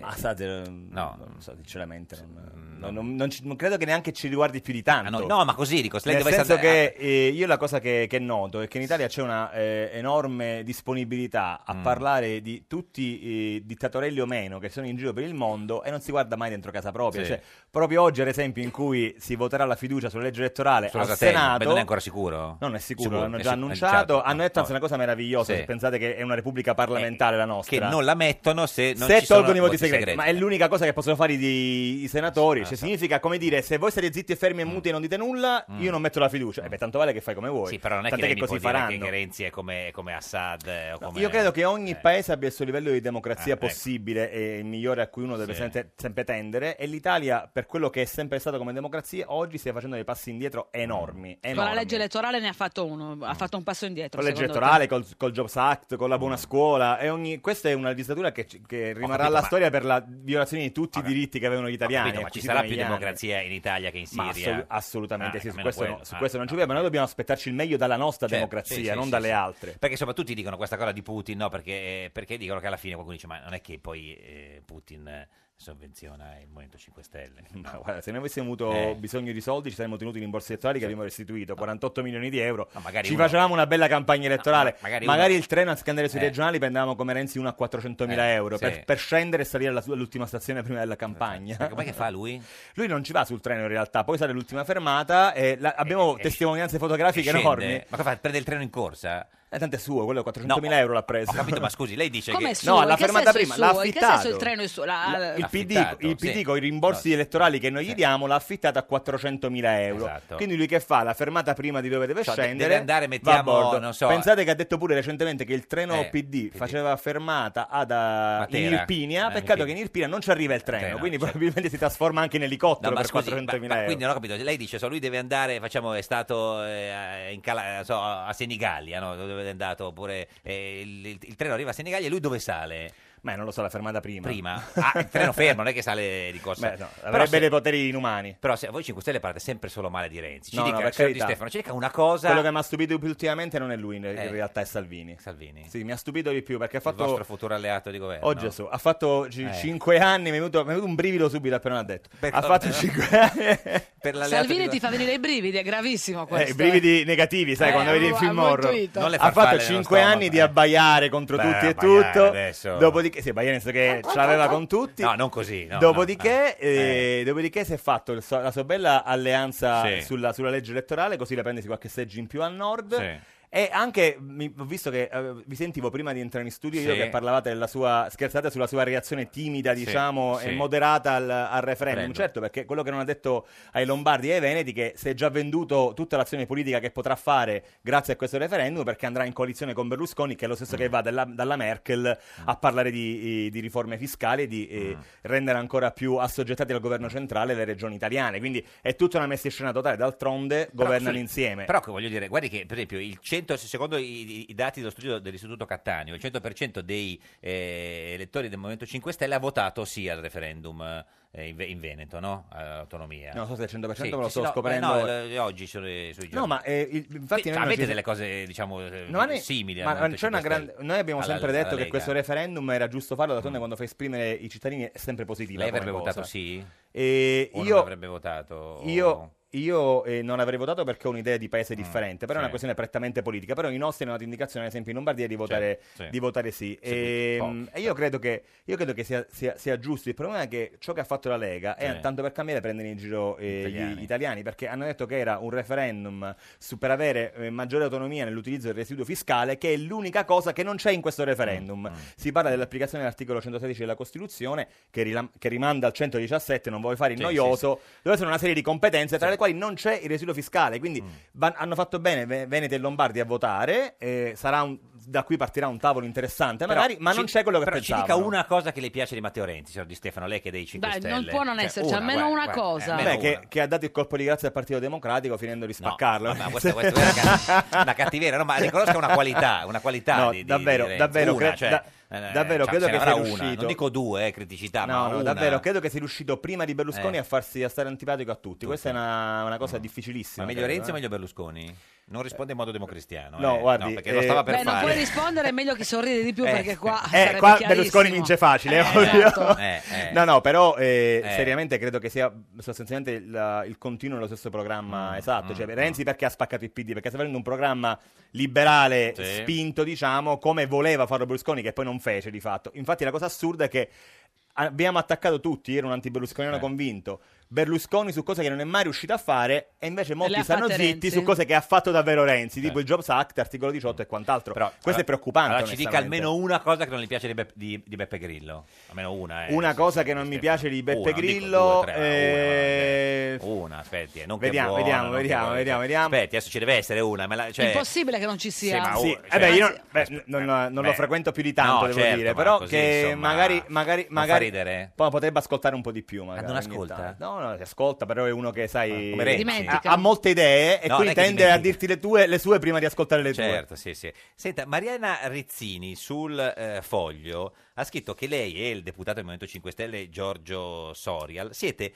S10: Ma Assad, eh, non lo so, sinceramente, non, non- non- non ci- non credo che neanche ci riguardi più di tanto.
S3: Ah, no, no, ma così dico, se lei
S10: Nel
S3: dovesse
S10: senso
S3: andare-
S10: che eh, io la cosa che, che noto è che in Italia c'è una eh, enorme disponibilità a
S3: Mm.
S10: parlare di tutti i dittatorelli o meno che sono in giro per il mondo e non si guarda mai dentro casa propria.
S3: Sì.
S10: Cioè, proprio oggi, ad esempio, in cui si voterà la fiducia sulla legge elettorale
S3: Sulla
S10: al
S3: Satelli,
S10: Senato,
S3: beh, non è ancora sicuro?
S10: Non è sicuro,
S3: Sicuro,
S10: l'hanno
S3: è eh, certo.
S10: già
S3: sic- è
S10: annunciato.
S3: annunciato,
S10: Hanno detto
S3: no.
S10: anzi una cosa meravigliosa.
S3: Sì. Eh,
S10: Se pensate che è una repubblica parlamentare la nostra,
S3: Che non la mettono se non
S10: se
S3: ci sono
S10: tolgono i voti segreti, ma è
S3: eh.
S10: l'unica cosa che possono fare i, i senatori.
S3: Ah,
S10: Cioè, significa come dire: se voi siete zitti e fermi
S3: Mm.
S10: e muti e non dite nulla, io non metto la fiducia. E beh, tanto vale che fai come vuoi.
S3: Sì, però non è
S10: Tant'è
S3: che,
S10: che,
S3: lei mi
S10: così
S3: può dire
S10: faranno.
S3: che Renzi è come, come Assad. eh, o come-
S10: Io credo che ogni paese abbia il suo livello di democrazia
S3: Eh, ecco.
S10: possibile e il migliore a cui uno deve
S3: Sì.
S10: sempre, sempre tendere. E l'Italia, per quello che è sempre stato come democrazia, oggi stia facendo dei passi indietro
S3: Mm.
S10: enormi.
S2: Con la
S10: enormi.
S2: legge elettorale ne ha fatto uno, ha fatto un passo indietro.
S10: Con la legge
S2: secondo
S10: elettorale,
S2: te.
S10: col, col Jobs Act, con la buona scuola. E ogni, questa è una legislatura che, ci- che rimarrà
S3: Mm. capito,
S10: alla
S3: ma-
S10: storia per la violazione di tutti i diritti che avevano gli italiani.
S3: Capito, ma ci
S10: acquisiti
S3: sarà
S10: negli
S3: più
S10: anni.
S3: democrazia in Italia che in
S10: Ma
S3: Siria?
S10: assolu- assolutamente
S3: Ah,
S10: sì, su
S3: almeno
S10: questo, no-
S3: quello.
S10: su
S3: Ah,
S10: questo non ci dubbio, ma noi dobbiamo aspettarci il meglio dalla nostra
S3: certo, sì,
S10: democrazia,
S3: sì,
S10: non
S3: sì,
S10: dalle
S3: sì.
S10: altre.
S3: Perché soprattutto ti dicono questa cosa di Putin, no? Perché, eh, perché dicono che alla fine qualcuno dice: Ma non è che poi eh, Putin eh, sovvenziona il Movimento 5 Stelle.
S10: Ma guarda, se noi avessimo avuto
S3: Eh.
S10: bisogno di soldi, ci saremmo tenuti in borsa elettorali che abbiamo restituito 48 milioni di euro.
S3: magari
S10: ci
S3: uno-
S10: facevamo una bella campagna elettorale.
S3: No, ma- magari
S10: magari
S3: uno-
S10: il treno a scandare sui
S3: Eh.
S10: regionali prendevamo come Renzi 1 a 400 mila
S3: Eh,
S10: euro
S3: sì. Esatto.
S10: per, per scendere e salire alla sua- all'ultima stazione prima della campagna.
S3: Ma com'è che fa lui?
S10: Lui non ci va sul treno in realtà, poi sale l'ultima fermata e la- abbiamo testimonianze fotografiche
S3: Scende?
S10: enormi.
S3: Ma che fa? Prende il treno in corsa?
S10: Eh, tanto è suo, quello 400 mila
S3: No,
S10: euro l'ha preso.
S3: Ho capito, ma scusi, lei dice
S2: Come
S3: che.
S2: è suo?
S10: Cioè No,
S2: In
S10: l'ha
S2: che
S10: fermata
S2: senso è
S10: prima, l'ha
S2: suo? In che
S10: affittato.
S2: senso il treno è suo? La-
S10: il PD,
S3: Affittato,
S10: il PD
S3: sì.
S10: con i rimborsi
S3: No.
S10: elettorali che noi gli diamo l'ha affittata a 400.000 euro.
S3: Esatto.
S10: Quindi lui che fa? La fermata prima di dove deve
S3: Cioè, de-
S10: scendere.
S3: deve andare,
S10: va a
S3: mettiamo,
S10: bordo.
S3: non so,
S10: Pensate che ha detto pure recentemente che il treno
S3: Eh,
S10: PD, faceva fermata ad, a, in
S3: Matera.
S10: Irpinia.
S3: Eh,
S10: Peccato
S3: Irpinia.
S10: che in Irpinia non ci arriva il treno,
S3: treno,
S10: quindi
S3: certo.
S10: probabilmente si trasforma anche in
S3: No,
S10: elicottero
S3: ma
S10: per
S3: scusi,
S10: 400.000
S3: ma- ma
S10: euro.
S3: quindi non ho capito. Lei dice: so, lui deve andare, facciamo, è stato eh, in Cala- non so, a Senigallia, no? dove è andato? Oppure eh, il, il- il treno arriva a Senigallia e lui dove sale?
S10: Ma non lo so, la fermata prima.
S3: Prima? Ah, il treno fermo, non è che sale di corsa.
S10: Beh, no,
S3: Però
S10: avrebbe
S3: se-
S10: dei poteri inumani.
S3: Però se voi 5 Stelle parlate sempre solo male di Renzi, ci
S10: No, no,
S3: dica,
S10: per
S3: signor Di
S10: carità.
S3: Stefano, ci dica una cosa.
S10: Quello che mi ha stupito più ultimamente non è lui, in, in
S3: Eh.
S10: realtà è Salvini.
S3: Salvini.
S10: Sì, mi ha stupito di più perché ha
S3: Il vostro
S10: fatto
S3: futuro alleato di governo.
S10: Oh Gesù, ha fatto
S3: Eh.
S10: 5 anni, mi è, venuto, mi è venuto un brivido subito appena l'ha detto.
S3: Per-
S10: ha fatto 5 anni.
S3: Per l'alleato
S2: Salvini
S3: di-
S2: ti fa venire i brividi, è gravissimo
S10: Eh,
S2: questo.
S10: I brividi negativi, sai,
S2: Eh,
S10: quando vedi il
S2: avevo-
S10: film
S2: avevo
S10: horror.
S2: intuito.
S3: Non le
S10: Ha
S3: farfalle
S10: fatto
S3: nello
S10: 5 anni
S3: stomaco,
S10: di abbaiare contro
S3: Beh,
S10: tutti e
S3: abbaiare
S10: tutto.
S3: adesso.
S10: Dopodiché, sì, abbaiare nel senso
S2: Eh,
S10: che ce l'aveva con tutti.
S3: No, non così. no,
S10: dopodiché,
S3: no, no. Eh.
S10: eh, dopodiché si è fatto il so- la sua bella alleanza
S3: Sì.
S10: sulla, sulla legge elettorale, così da prendersi qualche seggio in più al nord.
S3: Sì.
S10: E anche mi- ho visto che eh, vi sentivo prima di entrare in studio io
S3: Sì.
S10: che parlavate della sua scherzate sulla sua reazione timida,
S3: Sì,
S10: diciamo, e
S3: sì.
S10: moderata al, al referendum.
S3: Referendum.
S10: Certo, perché quello che non ha detto ai Lombardi e ai Veneti che si è già venduto tutta l'azione politica che potrà fare grazie a questo referendum perché andrà in coalizione con Berlusconi, che è lo stesso
S3: Mm.
S10: che va dalla, dalla Merkel a parlare di, di riforme fiscali e di eh,
S3: Mm.
S10: rendere ancora più assoggettate al governo centrale le regioni italiane. Quindi è tutta una messa in scena totale, d'altronde
S3: Però,
S10: governano
S3: scusi,
S10: insieme.
S3: Però che voglio dire, guardi che per esempio il 100, secondo i, i dati dello studio dell'Istituto Cattaneo, il 100% dei eh, elettori del Movimento 5 Stelle ha votato sì al referendum eh, in, Ve- in Veneto, no? All'autonomia.
S10: Non so se il 100%
S3: Sì,
S10: me lo
S3: sì,
S10: sto
S3: sì, no,
S10: scoprendo.
S3: eh, no, eh, oggi sui, sui giornali.
S10: No, ma eh, il- infatti
S3: Beh,
S10: noi non
S3: avete
S10: ci-
S3: delle cose, diciamo, eh,
S10: No, ma noi-
S3: simili. al
S10: ma
S3: Movimento
S10: c'è una
S3: 5 Stelle.
S10: grande- Noi abbiamo
S3: Alla-
S10: sempre
S3: alla
S10: detto che
S3: Lega. Mm.
S10: questo referendum era giusto farlo, d'altronde quando fai esprimere i cittadini è sempre positiva.
S3: Lei
S10: come
S3: avrebbe
S10: cosa.
S3: votato sì?
S10: E
S3: O non
S10: Eh, io,
S3: avrebbe votato?
S10: io Io eh, non avrei votato perché ho un'idea di paese differente,
S3: Mm, sì.
S10: però è una questione prettamente politica. Però i nostri hanno dato indicazione, ad esempio, in Lombardia di votare
S3: Sì, sì.
S10: di votare sì.
S3: Sì,
S10: E,
S3: poco.
S10: mm, e io credo che, io credo che sia, sia- sia giusto. Il problema è che ciò che ha fatto la Lega è
S3: Sì.
S10: tanto per cambiare prendere in giro eh, gli
S3: Italiani.
S10: italiani, perché hanno detto che era un referendum su, per avere eh, maggiore autonomia nell'utilizzo del residuo fiscale, che è l'unica cosa che non c'è in questo referendum.
S3: Mm,
S10: Si parla dell'applicazione dell'articolo 116 della Costituzione, che, rilam- che rimanda al 117, non vuoi fare il
S3: Sì,
S10: noioso, dove sono una serie di competenze, tra le quali non c'è il residuo fiscale.
S3: Mm.
S10: Quindi van- hanno fatto bene Ve- Veneto e Lombardi a votare, eh, sarà un- da qui partirà un tavolo interessante
S3: Però
S10: magari, ma
S3: ci-
S10: non c'è quello che
S3: però
S10: pensavano.
S3: ci dica una cosa che le piace di Matteo Renzi, signor Di Stefano, lei che è dei 5
S2: Dai,
S3: Stelle.
S2: non può non
S3: Cioè,
S2: esserci, almeno una
S3: guarda,
S2: cosa.
S3: eh,
S10: Beh,
S3: almeno
S10: che,
S3: una.
S10: che ha dato il colpo di grazia al Partito Democratico finendo di spaccarlo.
S3: ma questa- questa è una ca- una cattiveria, no, ma riconosca una qualità, una qualità
S10: No,
S3: di- di-
S10: davvero,
S3: di Renzi.
S10: davvero,
S3: Una,
S10: cre-
S3: cioè,
S10: da-
S3: eh,
S10: davvero
S3: cioè,
S10: credo
S3: ce
S10: che
S3: n'avrà
S10: sia
S3: una,
S10: riuscito.
S3: non dico due, eh, criticità,
S10: No,
S3: ma
S10: no,
S3: una.
S10: davvero, credo che sia riuscito prima di Berlusconi
S3: Eh. Mm.
S10: a farsi a stare antipatico a tutti. Questa è una, una cosa difficilissima.
S3: Ma meglio
S10: credo,
S3: Renzi o
S10: eh.
S3: meglio Berlusconi? Non risponde in modo democristiano.
S10: No,
S3: eh.
S10: guardi,
S3: perché lo
S10: eh,
S3: stava per
S2: Beh, non
S3: fare.
S2: puoi rispondere, è meglio chi sorride di più
S10: Eh,
S2: perché qua
S10: eh,
S2: sarebbe
S10: qua
S2: chiarissimo.
S10: Berlusconi vince facile,
S2: Eh,
S10: ovvio.
S2: esatto.
S3: Eh, eh.
S10: No, no, però eh,
S3: Eh.
S10: seriamente credo che sia sostanzialmente il, il continuo dello stesso
S3: Mm,
S10: programma esatto. Cioè, Renzi perché ha spaccato il PD? Perché sta facendo un programma liberale
S3: Sì.
S10: spinto, diciamo, come voleva farlo Berlusconi, che poi non fece di fatto. Infatti la cosa assurda è che abbiamo attaccato tutti, io ero un
S3: Eh.
S10: anti-berlusconiano convinto, Berlusconi su cose che non è mai riuscito a fare e invece
S2: le
S10: molti
S2: ha
S10: stanno
S2: fatte
S10: zitti
S2: Renzi.
S10: su cose che ha fatto davvero Renzi, tipo il Jobs Act, articolo 18 e quant'altro. Questo
S3: Allora-
S10: è preoccupante.
S3: Allora ci dica
S10: onestamente.
S3: almeno una cosa che non le piace di, Beppe- di- di Beppe Grillo. Almeno una. eh.
S10: Una
S3: Sì,
S10: cosa
S3: sì,
S10: che non mi piace di
S3: Una,
S10: Beppe
S3: non dico
S10: Grillo
S3: due, tre, ma
S10: eh,
S3: una, una, aspetti, eh, non
S10: Vediamo,
S3: che buona,
S10: vediamo,
S3: non che
S10: vediamo,
S3: buona.
S10: vediamo, vediamo.
S3: Aspetti, adesso ci deve essere una. me la- cioè-
S2: Impossibile che non ci
S3: Sì,
S2: sia.
S3: ma-
S10: sì,
S3: oh,
S10: eh beh,
S3: cioè-
S10: io non- beh, non, non lo
S3: beh.
S10: frequento più di tanto,
S3: No,
S10: devo
S3: certo,
S10: dire,
S3: ma
S10: però
S3: così,
S10: che
S3: insomma,
S10: magari, magari,
S3: non fa
S10: magari
S3: ridere? Ah,
S10: poi potrebbe ascoltare un po' di più. Magari,
S3: non
S10: ogni
S3: ascolta? Ah,
S10: tanto. No, no, si ascolta, però è uno che sai
S3: come Renzi.
S10: ha,
S3: Dimentica.
S10: ha molte idee e
S3: No, non
S10: quindi
S3: è che
S10: tende a
S3: dimentica.
S10: dirti le tue, le sue prima di ascoltare le
S3: Certo, sì, sì. Senta, Mariana Rizzini sul eh, foglio ha scritto che lei e il deputato del Movimento 5 Stelle Giorgio Sorial siete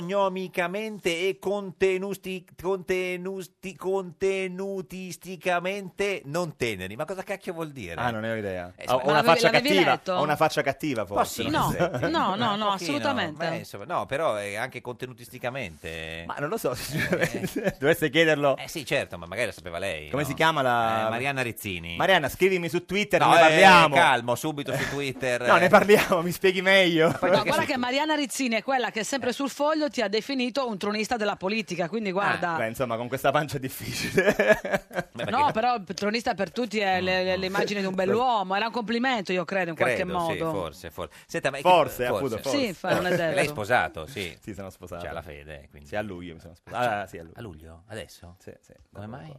S3: fisionomicamente e contenusti, contenusti, contenutisticamente non teneri. Ma cosa cacchio vuol dire?
S10: tue. Ah, non ne ho idea.
S3: Eh,
S10: Ho, ho
S3: ma
S10: una
S3: l'avevi-
S10: faccia
S3: l'avevi
S10: cattiva,
S3: letto?
S10: ho una faccia cattiva forse.
S3: Possibile.
S10: non so.
S2: no, no,
S3: Un
S2: no,
S3: pochino,
S2: assolutamente.
S3: beh, insomma, no, però eh, anche contenutisticamente.
S10: Ma non lo so, sinceramente. dovreste chiederlo.
S3: Eh sì, certo, ma magari lo sapeva lei.
S10: Come
S3: no?
S10: si chiama la-
S3: Eh, Mariana Rizzini.
S10: Mariana, scrivimi su Twitter,
S3: No,
S10: ne
S3: eh,
S10: parliamo.
S3: calmo, subito su Twitter.
S10: No, ne
S3: eh.
S10: parliamo, mi spieghi meglio.
S2: No, guarda che Mariana Rizzini è quella che sempre sul foglio ti ha definito un tronista della politica, quindi guarda...
S10: Eh, Beh, insomma, con questa pancia è difficile.
S2: No, però il tronista per tutti è le- le- l'immagine di un bell'uomo, era un complimento io credo in qualche
S3: Credo,
S2: modo.
S3: sì, forse, forse. Senta, ma-
S10: Forse, appunto, forse.
S2: Sì, fa- non è detto.
S3: Lei è sposato, sì. Cioè,
S10: Sì, sono sposato.
S3: C'ha la fede, quindi.
S10: Sì, a luglio mi sono sposato.
S3: Ah,
S10: Ah, sì, a luglio.
S3: a luglio? Adesso?
S10: Sì, sì.
S3: Come mai?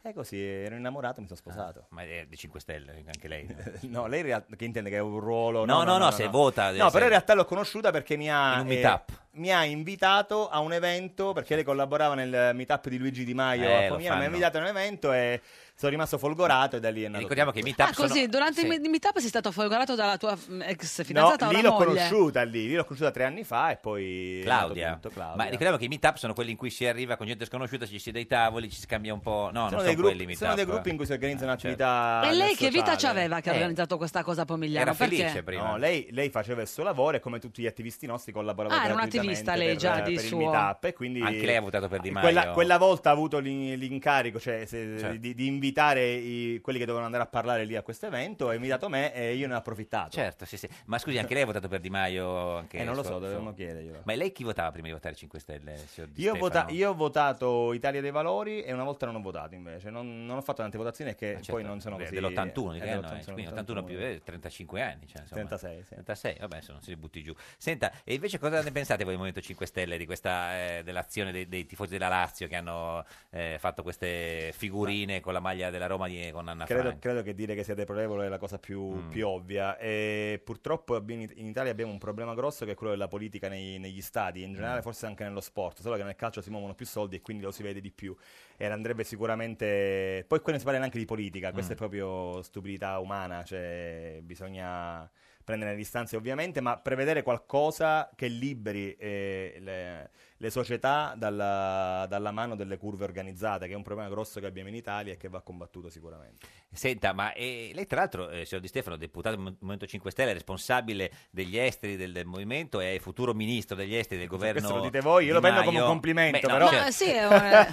S10: È così, ero innamorato e mi sono sposato.
S3: Ma è di 5 Stelle, anche lei.
S10: No, lei in realtà- che intende che è un ruolo...
S3: No, no, no, se vota deve
S10: No, però
S3: essere-
S10: in realtà l'ho conosciuta perché mi ha...
S3: In un
S10: eh,
S3: meetup.
S10: mi ha invitato a un evento perché lei collaborava nel meetup di Luigi Di Maio
S3: Eh,
S10: a
S3: lo
S10: Pomigliano, mi ha
S3: fanno.
S10: invitato a un evento e sono rimasto folgorato e da lì è nato
S3: Ricordiamo che i meetup
S2: Ah, così,
S3: sono...
S2: durante
S3: sì.
S2: il mi- meetup sei stato folgorato dalla tua mm, ex
S10: No,
S2: fidanzata o
S10: lì
S2: la
S10: l'ho
S2: moglie?
S10: conosciuta lì, lì l'ho conosciuta tre anni fa e poi è nato
S3: Claudia.
S10: tutto, Claudia.
S3: ma ricordiamo che i meetup sono quelli in cui si arriva con gente sconosciuta, ci si dà i tavoli, ci si cambia un po'. No,
S10: sono,
S3: non sono
S10: dei gruppi,
S3: quelli i meetup. eh.
S10: sono dei gruppi in cui si organizza un'attività
S2: E lei che vita
S10: sociale.
S2: ci aveva che ha
S10: Eh,
S2: organizzato questa cosa a Pomigliano?
S3: Era
S2: Perché?
S3: felice prima.
S10: No, lei, lei faceva il suo lavoro e come tutti gli attivisti nostri collaborava
S2: Ah, era un
S10: gratuitamente
S2: attivista lei
S10: per,
S2: già di
S10: per il
S2: suo.
S10: meetup e quindi
S3: Anche lei ha votato per Di Maio.
S10: quella, quella volta ha avuto l'in- l'incarico cioè, se-
S3: Certo.
S10: di, di invitare i- quelli che dovevano andare a parlare lì a questo evento e ha invitato me e io ne ho approfittato.
S3: Certo, sì, sì. Ma scusi, anche lei ha votato per Di Maio? Anche
S10: Eh, non lo so,
S3: su-
S10: dovremmo
S3: su-
S10: chiederglielo.
S3: Ma lei chi votava prima di votare 5 Stelle? signor Di
S10: Io,
S3: Stefano?
S10: vota- io ho votato Italia dei Valori e una volta non ho votato invece, non, non ho fatto tante votazioni che
S3: Ah, certo,
S10: poi non sono
S3: de-
S10: così...
S3: Dell'81,
S10: eh,
S3: di che anno è?
S10: dell'81,
S3: Quindi 81 più eh, 35 anni. Cioè, insomma.
S10: 36, sì.
S3: 36, vabbè, se non si butti giù. Senta, e invece cosa ne pensate voi del Movimento 5 Stelle di questa, eh, dell'azione dei, dei tifosi della Lazio che hanno eh, fatto queste figurine con la maglia della Roma di- con Anna
S10: Credo,
S3: Frank? Mm.
S10: credo che dire che sia deplorevole è la cosa più, più ovvia. E purtroppo abbiamo- in Italia abbiamo un problema grosso che è quello della politica nei- negli stadi, in generale
S3: Mm.
S10: forse anche nello sport, solo che nel calcio si muovono più soldi e quindi lo si vede di più. E andrebbe sicuramente... Poi qui non si parla neanche di politica, questa
S3: Mm.
S10: è proprio stupidità umana, cioè bisogna prendere le distanze ovviamente, ma prevedere qualcosa che liberi eh, le- le società dalla, dalla mano delle curve organizzate, che è un problema grosso che abbiamo in Italia e che va combattuto sicuramente.
S3: Senta, ma eh, lei tra l'altro, eh, signor Di Stefano, deputato del Mo- Movimento 5 Stelle, responsabile degli esteri del, del movimento e futuro ministro degli esteri del governo
S10: questo lo dite voi, io lo
S3: Di
S10: prendo
S3: Maio.
S10: come un complimento,
S3: Beh, no,
S10: però.
S3: certo.
S2: Eh, sì, è una-
S3: Non so,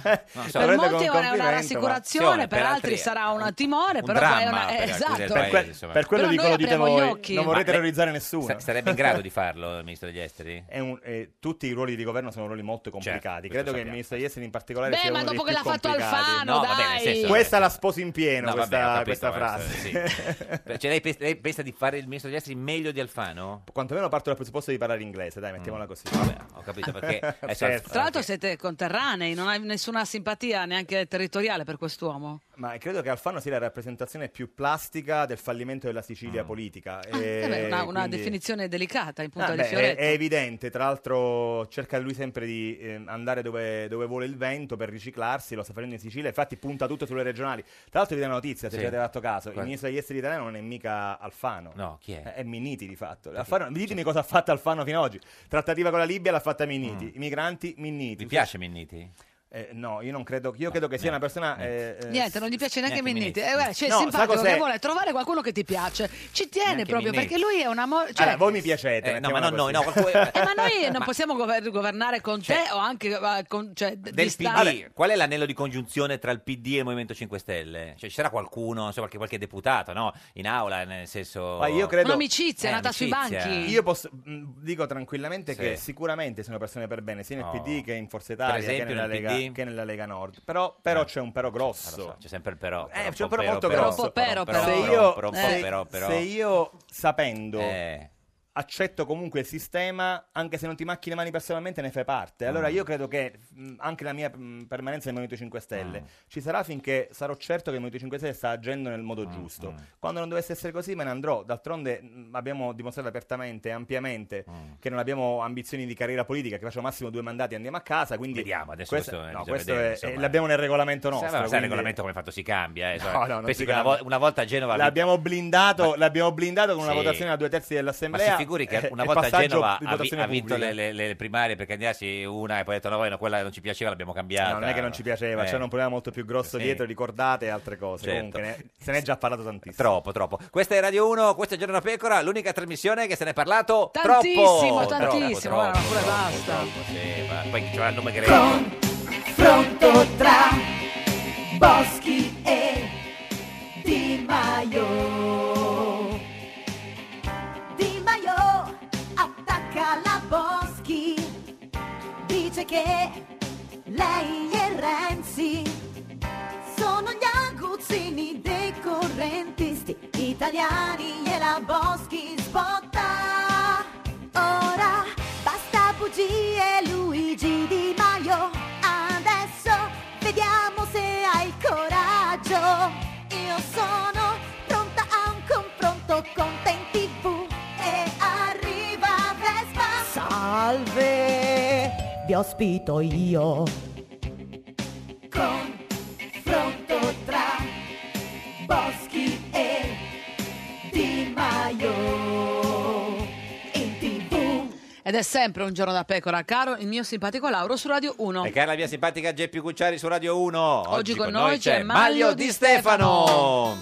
S3: prendo
S2: per molti
S3: con
S2: è una- una
S3: complimento, ma-
S2: rassicurazione, per altri
S3: è-
S2: sarà un timore,
S3: un
S2: però poi è una-
S3: dramma
S2: eh,
S3: per alcuni del
S2: esatto.
S3: paese,
S10: Per que-
S3: insomma.
S10: per quello Però dico noi lo dite apriamo gli voi, occhi. non vorrei
S3: Ma lei
S10: terrorizzare nessuno.
S3: sa- sarebbe in grado di farlo il ministro degli esteri?
S10: È un- eh, tutti i ruoli di governo sono ruoli molto complicati.
S3: Certo, questo
S10: Credo che il
S3: sappiamo.
S10: ministro degli esteri in particolare
S2: Beh,
S10: sia
S2: ma
S10: uno
S2: dopo
S10: dei
S2: che l'ha
S10: più
S2: fatto
S10: complicati.
S2: Alfano,
S3: No, vabbè, nel senso- eh,
S10: questa la sposi in pieno,
S3: No, vabbè,
S10: questa,
S3: ho capito,
S10: questa
S3: ma-
S10: frase.
S3: sì. Beh, cioè, lei, pens- lei pensa di fare il ministro degli esteri meglio di Alfano?
S10: Quantomeno parto dal presupposto di parlare inglese, dai, mettiamola così.
S3: Mm. ho capito, perché adesso-
S2: Tra l'altro siete conterranei, non hai nessuna simpatia neanche territoriale per quest'uomo.
S10: Ma credo che Alfano sia la rappresentazione più plastica del fallimento della Sicilia
S3: Mm.
S10: politica. E
S2: Eh beh, una, una
S10: quindi-
S2: definizione delicata in punto
S10: Ah,
S2: di
S10: beh, è,
S2: fioretto.
S10: è evidente, tra l'altro cerca lui sempre di ehm, andare dove, dove vuole il vento per riciclarsi, lo sta facendo in Sicilia, infatti punta tutto sulle regionali. Tra l'altro vi do una notizia, se
S3: Sì.
S10: ci avete fatto caso, il
S3: Qual-
S10: ministro degli esteri italiano non è mica Alfano.
S3: No, chi è?
S10: Eh, È Miniti di fatto. Alfano- ditemi cosa ha fatto Alfano fino ad oggi. Trattativa con la Libia l'ha fatta Miniti. I migranti Minniti.
S3: Mi Mm. piace Minniti?
S10: Eh, no, io non credo. Io credo che sia una persona. eh, eh,
S2: Niente, non gli piace neanche,
S10: neanche
S2: Minniti.
S10: Minniti.
S2: Eh, guarda, cioè,
S10: No,
S2: è
S10: sa
S2: simpatico
S10: cos'è?
S2: che vuole trovare qualcuno che ti piace. Ci tiene
S10: Neanche
S2: proprio
S10: Minniti.
S2: perché lui è un amore. Cioè,
S10: Allora, voi mi piacete.
S3: Eh, no, ma
S10: mettiamola
S3: non noi, no,
S10: così.
S3: qualcuno-
S2: eh, ma noi non
S3: Ma-
S2: possiamo gover- governare con te o anche eh, con, cioè, d-
S3: Del
S2: distare-
S3: PD, qual è l'anello di congiunzione tra il PD e il Movimento 5 Stelle? Cioè, ci sarà qualcuno, insomma, qualche, qualche deputato, no? In aula, nel senso...
S10: Ma io credo- Eh,
S2: Un'amicizia, è nata sui banchi.
S10: Io posso, mh, dico tranquillamente
S3: Sì.
S10: che sicuramente sono persone per bene, sia nel
S3: Oh.
S10: PD che in Forza
S3: Per
S10: Italia
S3: esempio
S10: che, nella
S3: nel
S10: Lega,
S3: PD?
S10: che nella Lega Nord. Però, però
S3: Eh.
S10: c'è un però grosso.
S3: C'è sempre il però.
S10: Eh,
S3: cioè, però,
S10: c'è un
S3: po'
S10: però molto
S3: però,
S10: grosso.
S3: però, però,
S10: se,
S3: però,
S10: io,
S3: però, eh.
S10: se-
S3: però, però.
S10: se io, sapendo,
S3: Eh.
S10: accetto comunque il sistema, anche se non ti macchi le mani personalmente, ne fai parte. Allora
S3: Mm.
S10: io credo che mh, anche la mia mh, permanenza nel Movimento 5
S3: Ah.
S10: Stelle ci sarà finché sarò certo che il Movimento 5 Stelle sta agendo nel
S3: Mm,
S10: modo giusto. Quando non dovesse essere così, me ne andrò. D'altronde mh, abbiamo dimostrato apertamente e ampiamente
S3: Mm.
S10: che non abbiamo ambizioni di carriera politica, che facciamo massimo due mandati e andiamo a casa. Quindi
S3: Vediamo, adesso
S10: questo,
S3: questo,
S10: no,
S3: bisogna
S10: questo
S3: vedere,
S10: è-
S3: insomma.
S10: eh, l'abbiamo nel regolamento nostro.
S3: Sai, ma sai il
S10: quindi-
S3: regolamento come fatto si cambia? eh,
S10: No,
S3: insomma,
S10: no, non
S3: pensi
S10: si
S3: che una,
S10: cambia.
S3: vo- una volta a Genova...
S10: L'abbiamo blindato, l'abbiamo blindato con una
S3: Sì.
S10: votazione a due terzi dell'assemblea.
S3: Ma si figuri che
S10: eh,
S3: una
S10: e
S3: volta
S10: passaggio
S3: Genova
S10: di
S3: ha, vi-
S10: votazione
S3: ha vinto
S10: pubblica.
S3: le, le- le- le primarie per candidarsi una e poi ha detto no, voi no, quella non ci piaceva, l'abbiamo cambiata.
S10: No, non è che non ci piaceva,
S3: Eh.
S10: c'era un problema molto più grosso
S3: Sì.
S10: dietro, ricordate altre cose.
S3: Certo.
S10: Comunque, ne- se ne è già parlato tantissimo.
S3: Troppo, troppo. Questa è Radio 1, questo è Giorno da Pecora, l'unica trasmissione che se ne è parlato troppo.
S2: Tantissimo, tantissimo,
S3: Troppo,
S2: guarda,
S3: troppo,
S2: pure
S3: troppo,
S2: basta.
S3: troppo, sì, ma poi c'era il nome greco.
S6: Confronto tra Boschi e Di Maio. Di Maio attacca la Boschi, dice che lei e Renzi sono gli aguzzini dei correntisti italiani e la Boschi sbotta. Ora basta bugie Luigi Di Maio, adesso vediamo se hai coraggio. Io sono pronta a un confronto con te in tv e arriva Vespa. Salve, vi ospito io. Confronto tra Boschi e Di Maio in tv.
S2: Ed è sempre un giorno da pecora, caro il mio simpatico Lauro su Radio 1.
S3: E cara la mia simpatica Geppi Cucciari su Radio 1. Oggi,
S2: con noi c'è
S3: Maglio Di Stefano.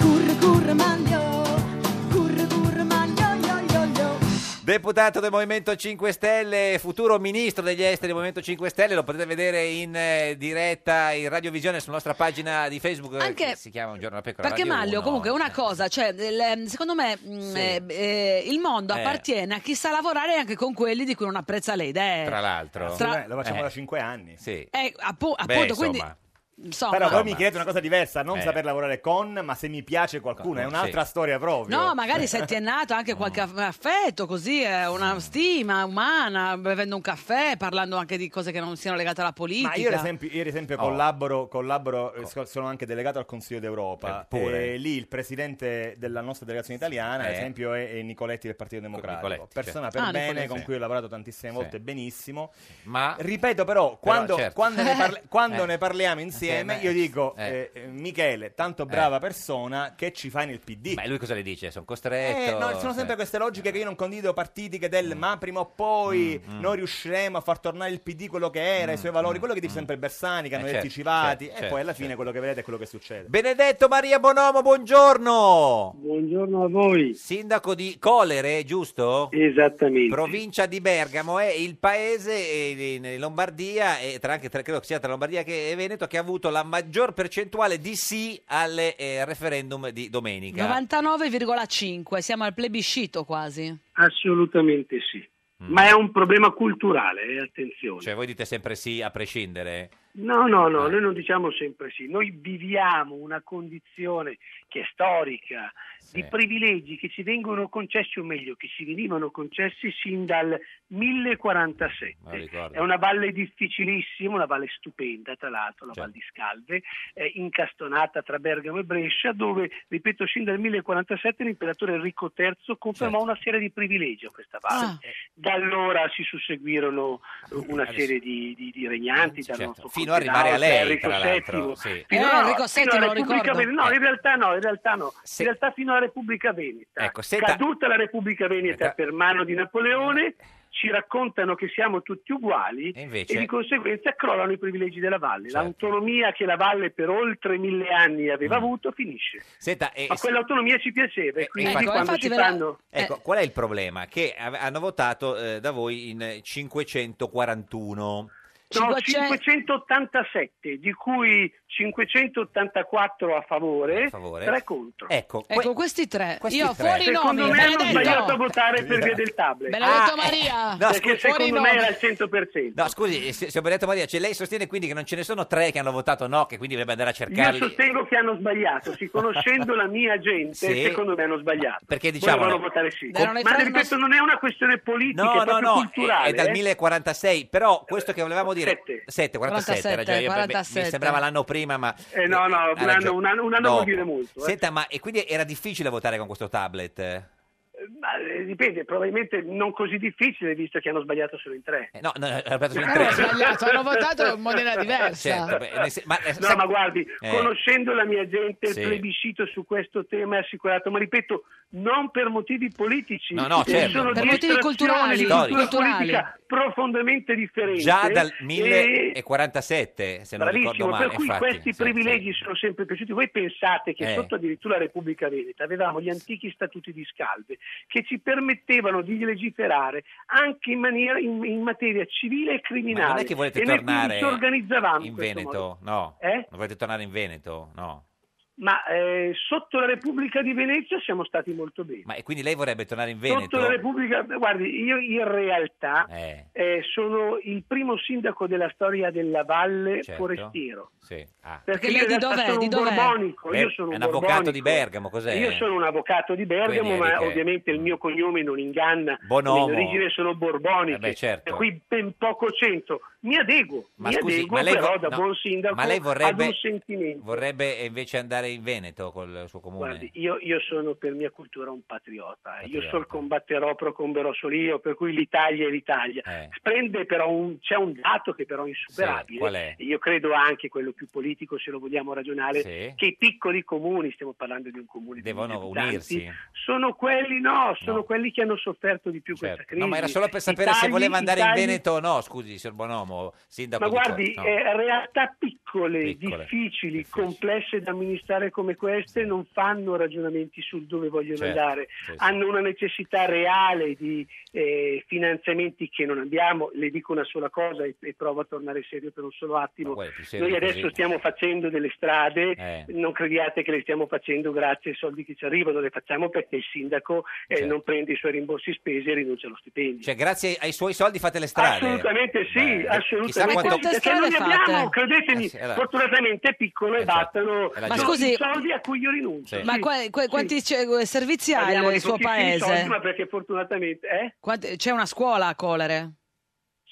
S3: Deputato del Movimento 5 Stelle, futuro ministro degli esteri del Movimento 5 Stelle, lo potete vedere in eh, diretta in radiovisione sulla nostra pagina di Facebook eh,
S2: Anche-
S3: che si chiama Un giorno da pecora.
S2: Perché
S3: Radio
S2: Maglio,
S3: 1.
S2: comunque, una cosa, cioè, il- secondo me mh, eh, eh, il mondo
S3: Eh.
S2: appartiene a chi sa lavorare anche con quelli di cui non apprezza l'idea. eh.
S3: Tra l'altro,
S2: Tra-
S10: Lo facciamo
S3: Eh.
S10: da 5 anni.
S3: Sì.
S2: Eh, appu-
S3: Beh,
S2: appunto, quindi,
S3: insomma.
S2: insomma.
S10: Però voi mi chiedete una cosa diversa, non
S3: Eh.
S10: saper lavorare con, ma se mi piace qualcuno, è
S3: Sì.
S10: un'altra storia proprio.
S2: No, magari se ti è nato anche qualche aff- affetto, così, eh, una stima umana, bevendo un caffè, parlando anche di cose che non siano legate alla politica.
S10: Ma io, ad esempio, io ad esempio
S3: Oh.
S10: collaboro, collaboro, eh, so- sono anche delegato al Consiglio d'Europa.
S3: Eh, pure.
S10: E lì il presidente della nostra delegazione italiana, ad
S3: Eh.
S10: esempio, è, è Nicoletti del Partito Democratico.
S3: Nicoletti,
S10: persona
S3: certo.
S10: per
S3: Ah,
S10: bene,
S3: Nicoletti.
S10: con cui ho lavorato tantissime
S3: Sì.
S10: volte benissimo.
S3: Ma
S10: Ripeto, però, quando,
S3: certo.
S10: quando ne, parla- quando
S3: Eh.
S10: ne parliamo insieme, io dico, eh, eh, Michele, tanto brava
S3: Eh.
S10: persona, che ci fai nel PD?
S3: Ma lui cosa le dice? Sono
S10: Eh,
S3: costretto.
S10: no, sono sempre
S3: eh.
S10: queste logiche che io non condivido partitiche
S3: Mm.
S10: del ma prima o poi noi riusciremo a far tornare il PD quello che era, i suoi valori, quello che dice sempre Bersani, che hanno
S3: Mm, Eh,
S10: detto i
S3: certo, certo,
S10: civati, e
S3: certo,
S10: poi alla fine quello che vedete è quello che succede.
S3: Benedetto Maria Bonomo, buongiorno.
S12: Buongiorno a voi.
S3: Sindaco di Colere, giusto?
S12: Esattamente.
S3: Provincia di Bergamo è il paese eh, in Lombardia, e tra, anche tra, credo sia tra Lombardia che e Veneto, che ha avuto la maggior percentuale di sì al referendum di domenica.
S2: 99,5, siamo al plebiscito quasi.
S12: Assolutamente sì. Ma è un problema culturale, eh, attenzione.
S3: Cioè voi dite sempre sì a prescindere?
S12: No, no, no, noi non diciamo sempre sì, noi viviamo una condizione che è storica di privilegi che ci vengono concessi, o meglio, che ci venivano concessi sin dal 1047.
S3: Non ricordo.
S12: Eh, È una valle difficilissima, una valle stupenda, tra l'altro, la Val di Scalve, eh, incastonata tra Bergamo e Brescia, dove, ripeto, sin dal 1047 l'imperatore Enrico III confermò una serie di privilegi a questa valle.
S3: Ah.
S12: Eh, Da allora si susseguirono eh, una
S3: Adesso-
S12: serie di, di- di regnanti, dal
S3: Certo,
S12: nostro
S3: fino a arrivare a
S12: Conte d'Austria,
S3: lei, tra
S12: Enrico VII,
S3: l'altro. Sì.
S12: Fino,
S2: Eh,
S12: no,
S2: Enrico
S12: fino
S2: VII
S12: alla
S2: lo
S12: Repubblica
S2: ricordo.
S12: Veneta. No, in realtà no, in realtà no. In realtà fino alla Repubblica Veneta.
S3: Ecco, senta-
S12: Caduta la Repubblica Veneta per mano di
S3: Eh.
S12: Napoleone, ci raccontano che siamo tutti uguali e,
S3: invece- Certo.
S12: di conseguenza crollano i privilegi della Valle. L'autonomia che la Valle per oltre mille anni aveva avuto finisce.
S3: Mm. Senta, e- Eh,
S12: Ma quell'autonomia ci piaceva e quindi
S3: Ecco, infatti-
S12: quando ci fanno...
S3: Ecco, qual è il problema? Che av- hanno votato eh, da voi in 541.
S12: No, 587, di cui 584 a favore,
S3: favore.
S12: 3 contro.
S3: Ecco,
S2: Ecco, questi tre.
S12: tre.
S2: Io fuori i
S12: Secondo me
S2: nomi, me l'ha
S12: hanno
S2: detto.
S12: sbagliato a votare per via del tablet.
S2: Me l'ha detto Maria.
S3: No,
S12: perché
S3: scusi, Ah, fuori
S12: secondo
S3: no.
S12: me era il 100%.
S3: No, scusi, eh, si- signor Benedetto Maria, cioè lei sostiene quindi che non ce ne sono tre che hanno votato no, che quindi dovrebbe andare a cercarli.
S12: Io sostengo che hanno sbagliato, si conoscendo la mia gente,
S3: Sì.
S12: secondo me hanno sbagliato.
S3: Perché, diciamo,
S12: Volevano
S3: no.
S12: votare sì.
S3: Beh, non è
S12: Ma
S3: fra-
S12: ripeto, non è una questione politica,
S3: No,
S12: è
S3: no,
S12: proprio
S3: no,
S12: culturale.
S3: è, è dal
S12: eh.
S3: 1046, però questo che volevamo dire...
S12: Sette.
S3: 7, 47, hai ragione, io per-
S12: 47.
S3: mi sembrava l'anno prima, ma...
S12: Eh, no, no,
S3: ha
S12: un anno-
S3: ragione.
S12: un anno- un anno
S3: Dopo.
S12: vuol dire molto, eh.
S3: Senta, ma e quindi era difficile votare con questo tablet? Eh,
S12: Ma, eh, dipende, probabilmente non così difficile, visto che hanno sbagliato solo in tre.
S3: No, no, era per solo in
S12: Eh,
S3: tre.
S12: ho sbagliato, hanno votato
S2: in maniera diversa.
S3: Certo, beh, nel sen- ma, eh,
S12: No,
S3: sa-
S12: ma guardi,
S3: Eh.
S12: conoscendo la mia gente,
S3: Sì.
S12: il plebiscito su questo tema è assicurato, ma ripeto, non per motivi politici,
S3: No, no,
S12: ci
S3: certo.
S12: sono
S3: Per
S12: di
S3: motivi
S12: estrazione, di
S3: culturali.
S12: cultura
S3: Storici.
S12: politica profondamente differente.
S3: Già dal
S12: e-
S3: 1047, se non ricordo
S12: Bravissimo,
S3: male,
S12: per cui
S3: infatti.
S12: questi privilegi sono sempre piaciuti. Voi pensate che
S3: Eh.
S12: sotto addirittura la Repubblica Veneta avevamo gli antichi statuti di Scalve che ci permettevano di legiferare anche in, maniera, in, in materia civile e criminale.
S3: Ma non è che volete
S12: e noi quindi
S3: tornare
S12: ci organizzavamo
S3: in
S12: questo modo.
S3: Veneto? No.
S12: Eh?
S3: Non volete tornare in Veneto? No.
S12: Ma eh, sotto la Repubblica di Venezia siamo stati molto bene.
S3: Ma e quindi lei vorrebbe tornare in
S12: Sotto
S3: Veneto?
S12: la Repubblica, guardi, io in realtà
S3: Eh,
S12: eh, sono il primo sindaco della storia della Valle
S3: certo.
S12: Forestiero.
S3: Sì. Ah.
S12: Perché,
S2: Perché lei
S12: io in
S2: di
S12: realtà
S2: dov'è?
S12: sono
S2: Di
S12: un
S2: dov'è?
S12: borbonico, Ecco, io
S3: Beh, è
S12: sono un
S3: un avvocato
S12: borbonico.
S3: di Bergamo, cos'è?
S12: Io sono un avvocato di Bergamo,
S3: Quindi,
S12: ma
S3: Enrico, è-
S12: ovviamente il mio cognome non inganna.
S3: Bonomo.
S12: Le mie origini sono borboniche,
S3: Eh beh, certo.
S12: per cui ben poco c'entro. Mi adeguo,
S3: Ma
S12: mi
S3: scusi,
S12: adeguo
S3: ma lei vo-
S12: però da
S3: no,
S12: buon sindaco
S3: ma lei
S12: ad
S3: vorrebbe-
S12: un sentimento.
S3: Vorrebbe invece andare in Veneto col suo comune?
S12: Guardi, io, io sono per mia cultura un patriota, eh. io
S3: Patriota.
S12: sol combatterò, procomberò solo io, per cui l'Italia è l'Italia.
S3: Eh.
S12: Prende però un, c'è un dato che però è insuperabile,
S3: Sì, qual è?
S12: e io credo anche quello più politico, se lo vogliamo ragionare,
S3: Sì.
S12: che i piccoli comuni, stiamo parlando di un comune di
S3: Devono
S12: mille abitanti,
S3: unirsi?
S12: sono quelli no, sono quelli che hanno sofferto di più questa crisi.
S3: Certo. No, ma era solo per sapere
S12: I
S3: se
S12: tagli-
S3: voleva
S12: i
S3: andare
S12: tagli-
S3: in Veneto o no, scusi, signor Bonomo, sindaco
S12: Ma
S3: di Cor-
S12: guardi,
S3: no.
S12: eh, ecco realtà piccole,
S3: Piccole,
S12: difficili, complesse da amministrare come queste non fanno ragionamenti sul dove vogliono
S3: Certo,
S12: andare,
S3: sì, sì.
S12: hanno una necessità reale di eh, finanziamenti che non abbiamo. Le dico una sola cosa e, e provo a tornare serio per un solo attimo.
S3: Guardi, più serio
S12: Noi
S3: di
S12: adesso
S3: così.
S12: stiamo facendo delle strade,
S3: Eh.
S12: non crediate che le stiamo facendo grazie ai soldi che ci arrivano, le facciamo perché il sindaco eh,
S3: Certo.
S12: non prende i suoi rimborsi spese e rinuncia allo stipendio.
S3: Cioè, grazie ai suoi soldi fate le strade?
S12: Assolutamente sì,
S3: Beh, chissà
S12: assolutamente
S3: quanto-
S12: sì, perché non ne abbiamo, credetemi,
S3: Eh sì, allora.
S12: fortunatamente è piccolo e bastano
S3: è la
S12: sono
S2: gente.
S12: i soldi a cui io rinuncio.
S2: Ma
S12: Sì,
S2: que- que-
S12: sì.
S2: quanti ce- servizi ha
S12: Parliamo
S2: il
S12: di
S2: suo
S12: pochissimi
S2: paese?
S12: soldi, ma perché fortunatamente eh?
S2: Quanti- c'è una scuola a Colere?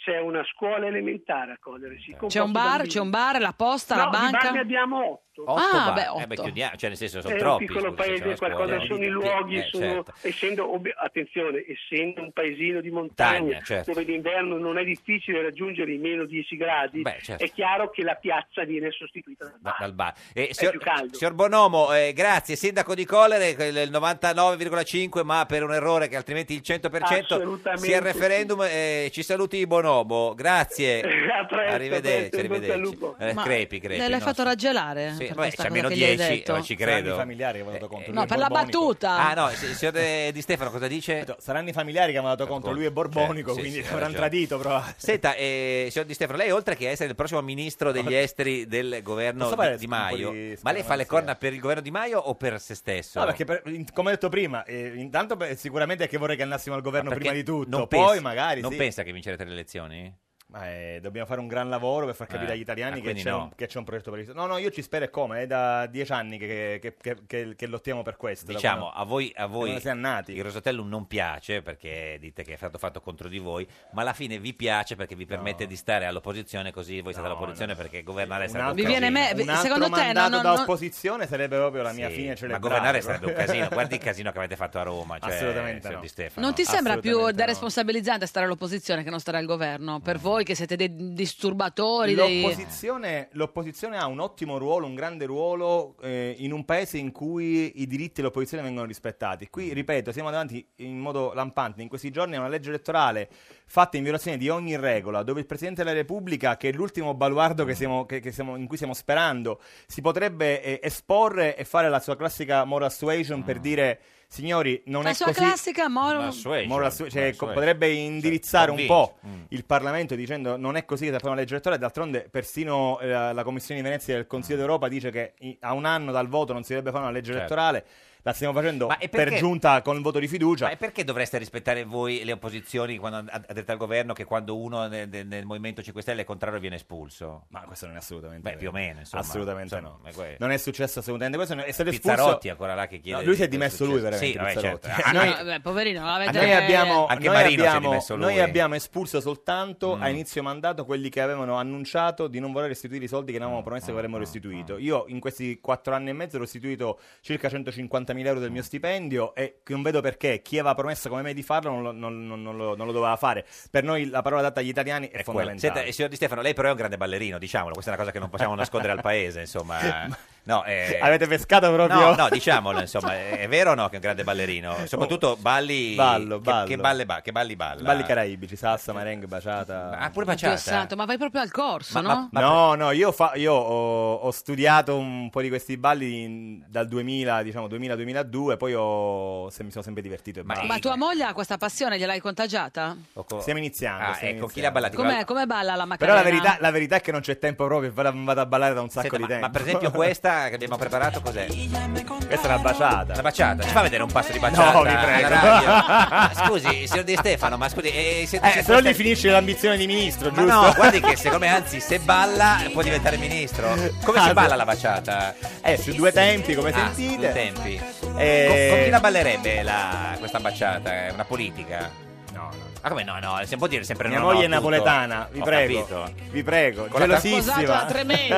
S12: c'è una scuola elementare a Colle.
S2: C'è un bar, c'è un bar, la posta,
S12: no,
S2: la
S12: di
S2: banca.
S12: bar ne abbiamo otto.
S3: Otto
S2: ah,
S3: bar.
S2: beh,
S3: Eh, beh,
S2: otto.
S3: chiudiamo, cioè nel senso sono
S12: è un
S3: troppi.
S12: piccolo
S3: scusa, c'è
S12: paese,
S3: una
S12: qualcosa
S3: scuola.
S12: sono i luoghi,
S3: Eh,
S12: sono-
S3: certo.
S12: essendo, ob- attenzione, essendo un paesino di montagna
S3: Montagna, certo.
S12: dove d'inverno non è difficile raggiungere i meno 10 gradi,
S3: Beh, certo.
S12: è chiaro che la piazza viene sostituita dal
S3: Da-
S12: bar.
S3: dal bar. Eh,
S12: È
S3: signor,
S12: più caldo.
S3: signor Bonomo, eh, grazie. Sindaco di Collere, il 99,5, ma per un errore che altrimenti il 100%
S12: Assolutamente
S3: sia il referendum. eh, ci saluti Bonomo, grazie.
S2: A presto,
S3: arrivederci,
S2: presto, in bocca al
S3: arrivederci.
S2: lupo.
S3: Eh,
S2: Ma
S3: crepi, crepi.
S2: L'hai
S3: no,
S2: fatto raggelare?
S3: sì,
S2: Ah, per
S3: vabbè,
S2: questa
S3: c'è meno
S2: cosa che gli hai
S3: 10,
S2: detto?
S3: non ci credo. Eh,
S10: Saranno i familiari che hanno votato contro.
S2: No, per la battuta.
S3: Ah, no, il signor eh, Di Stefano cosa dice?
S10: Saranno i familiari che hanno votato contro. Lui è borbonico,
S3: Certo, sì,
S10: quindi
S3: sì, ha
S10: avranno
S3: ragione.
S10: tradito, però.
S3: Senta, eh, signor Di Stefano, lei oltre che essere il prossimo ministro degli esteri del governo
S10: Posso
S3: di,
S10: fare
S3: Di
S10: un po'
S3: Maio,
S10: di
S3: ma lei fa le
S10: scaramanzia?
S3: corna per il governo Di Maio o per se stesso?
S10: No, perché per- in- come ho detto prima, eh, intanto beh, sicuramente è che vorrei che andassimo al governo
S3: Perché
S10: prima di tutto,
S3: non
S10: poi
S3: pensa-
S10: magari
S3: Non
S10: sì.
S3: pensa che vincerete le elezioni?
S10: Ma eh, dobbiamo fare un gran lavoro per far capire
S3: Eh,
S10: agli italiani
S3: ah,
S10: che
S3: quindi
S10: c'è,
S3: no.
S10: un, che c'è un progetto per il No, no, io ci spero e come, è da dieci anni che, che- che- che- che lottiamo per questo. da
S3: Diciamo,
S10: quando-
S3: a voi, a
S10: da
S3: voi
S10: quando siamo nati.
S3: il Rosatellum non piace perché dite che è stato fatto contro di voi, ma alla fine vi piace perché vi permette di stare all'opposizione così voi siete all'opposizione perché governare sarebbe un
S2: Vi viene
S3: casino.
S2: me- vi-
S10: un altro
S2: secondo te
S10: mandato
S2: non-
S10: da
S2: non-
S10: opposizione sarebbe proprio la mia
S3: Sì,
S10: fine
S3: ma
S10: celebrale.
S3: governare sarebbe un casino,
S10: proprio.
S3: guardi il casino che avete fatto a Roma, cioè,
S10: Assolutamente
S3: signor
S10: no.
S3: Di Stefano.
S2: Non ti sembra più
S10: Assolutamente no.
S2: deresponsabilizzante stare all'opposizione che non stare al governo? Per voi che siete dei disturbatori, dei...
S10: L'opposizione, l'opposizione ha un ottimo ruolo, un grande ruolo eh, in un paese in cui i diritti dell'opposizione vengono rispettati.
S3: Mm.
S10: Qui, ripeto, siamo davanti in modo lampante in questi giorni a una legge elettorale fatta in violazione di ogni regola, dove il Presidente della Repubblica, che è l'ultimo baluardo che siamo- che- che siamo- in cui stiamo sperando, si potrebbe eh, esporre e fare la sua classica moral suasion
S3: Ah.
S10: per dire... Signori, non
S2: La
S10: è
S2: sua
S10: così.
S2: classica
S3: eh,
S2: moral-
S10: Moral assu- cioè,
S3: moral
S10: co-
S3: suasion.
S10: potrebbe indirizzare un
S3: Cioè, convince. Mm.
S10: po' il Parlamento dicendo non è così che si approva una legge elettorale, d'altronde persino eh, la Commissione di Venezia del Consiglio d'Europa dice che i- a un anno dal voto non si dovrebbe fare una legge
S3: Mm. Certo.
S10: elettorale, la stiamo facendo
S3: Ma e perché-
S10: per giunta con il voto di fiducia.
S3: Ma e perché dovreste rispettare voi le opposizioni quando ad- aderite al governo che quando uno nel, nel- nel Movimento 5 Stelle è contrario viene espulso?
S10: Ma questo non è assolutamente
S3: Beh, più o meno, insomma.
S10: Eh, Assolutamente
S3: Insomma,
S10: no.
S3: è que-
S10: Non è successo assolutamente questo, è stato espulso...
S3: Pizzarotti è ancora là che chiede
S10: No, lui si è
S3: di-
S10: dimesso lui, veramente,
S3: Sì, vabbè,
S10: Pizzarotti.
S3: certo.
S2: Ah,
S10: Noi-
S2: no, beh, poverino, avete...
S10: Noi abbiamo,
S3: Anche
S10: noi
S3: Marino si è
S10: abbiamo-
S3: dimesso lui.
S10: noi abbiamo espulso soltanto
S3: Mm.
S10: a inizio mandato quelli che avevano annunciato di non voler restituire i soldi che ne
S3: Mm,
S10: avevamo promesso che avremmo restituito. Io in questi quattro anni e mezzo ho restituito circa 150.000 euro del
S3: Mm.
S10: mio stipendio e non vedo perché chi aveva promesso come me di farlo non lo, non- non- non lo- non lo doveva fare. Per noi la parola data agli italiani
S3: È
S10: è,
S3: quello.
S10: fondamentale.
S3: Senta, eh, signor Di Stefano, lei però è un grande ballerino, diciamolo, questa è una cosa che non possiamo nascondere al paese, insomma. No, eh,
S10: Avete pescato proprio...
S3: No, diciamo no, diciamolo, insomma, è è vero o no che è un grande ballerino? Eh, Soprattutto balli...
S10: Ballo,
S3: che-
S10: Oh, ballo.
S3: Che, balle ba- che balli balla?
S10: Balli caraibici, salsa, merengue, baciata.
S3: Ah, pure
S2: Dio
S3: baciata?
S2: santo, ma vai proprio al corso, no?
S10: no, no, io, fa- io ho, ho studiato un po' di questi balli in- dal 2000, diciamo 2000-2002, poi ho- se- mi sono sempre divertito. E basta.
S2: Ma tua moglie ha questa passione, gliel'hai contagiata?
S10: Stiamo iniziando.
S3: Ah,
S10: stiamo
S3: ecco, chi
S10: iniziando.
S3: l'ha ballata?
S2: Com'è- come balla la
S10: Però
S2: Macarena? Eh,
S10: la verità, la verità è che non c'è tempo proprio, vado vado a ballare da un sacco
S3: Senta,
S10: Ecco di
S3: ma,
S10: tempo.
S3: ma per esempio questa che abbiamo preparato cos'è?
S10: Questa è una baciata.
S3: La baciata, ci fa vedere un passo di baciata
S10: No, vi
S3: alla
S10: prego.
S3: radio? Ma scusi, signor Di Stefano, ma scusi, eh, se,
S10: Eh,
S3: se-
S10: se no gli finisce l'ambizione di ministro,
S3: Ma
S10: giusto?
S3: no, guardi che secondo me anzi se balla può diventare ministro. Come si balla la baciata?
S10: Ah, Eh, su due tempi, come
S3: Ah,
S10: sentite.
S3: due tempi.
S10: Eh,
S3: Con, con chi la ballerebbe la- questa baciata? È una politica?
S10: No,
S3: no. Ah, come no, no? Si può dire sempre
S10: Mia
S3: no,
S10: moglie
S3: no,
S10: è
S3: tutto.
S10: napoletana, vi
S3: Ho
S10: prego.
S3: capito.
S10: Vi prego,
S3: Con la ta-
S10: gelosissima.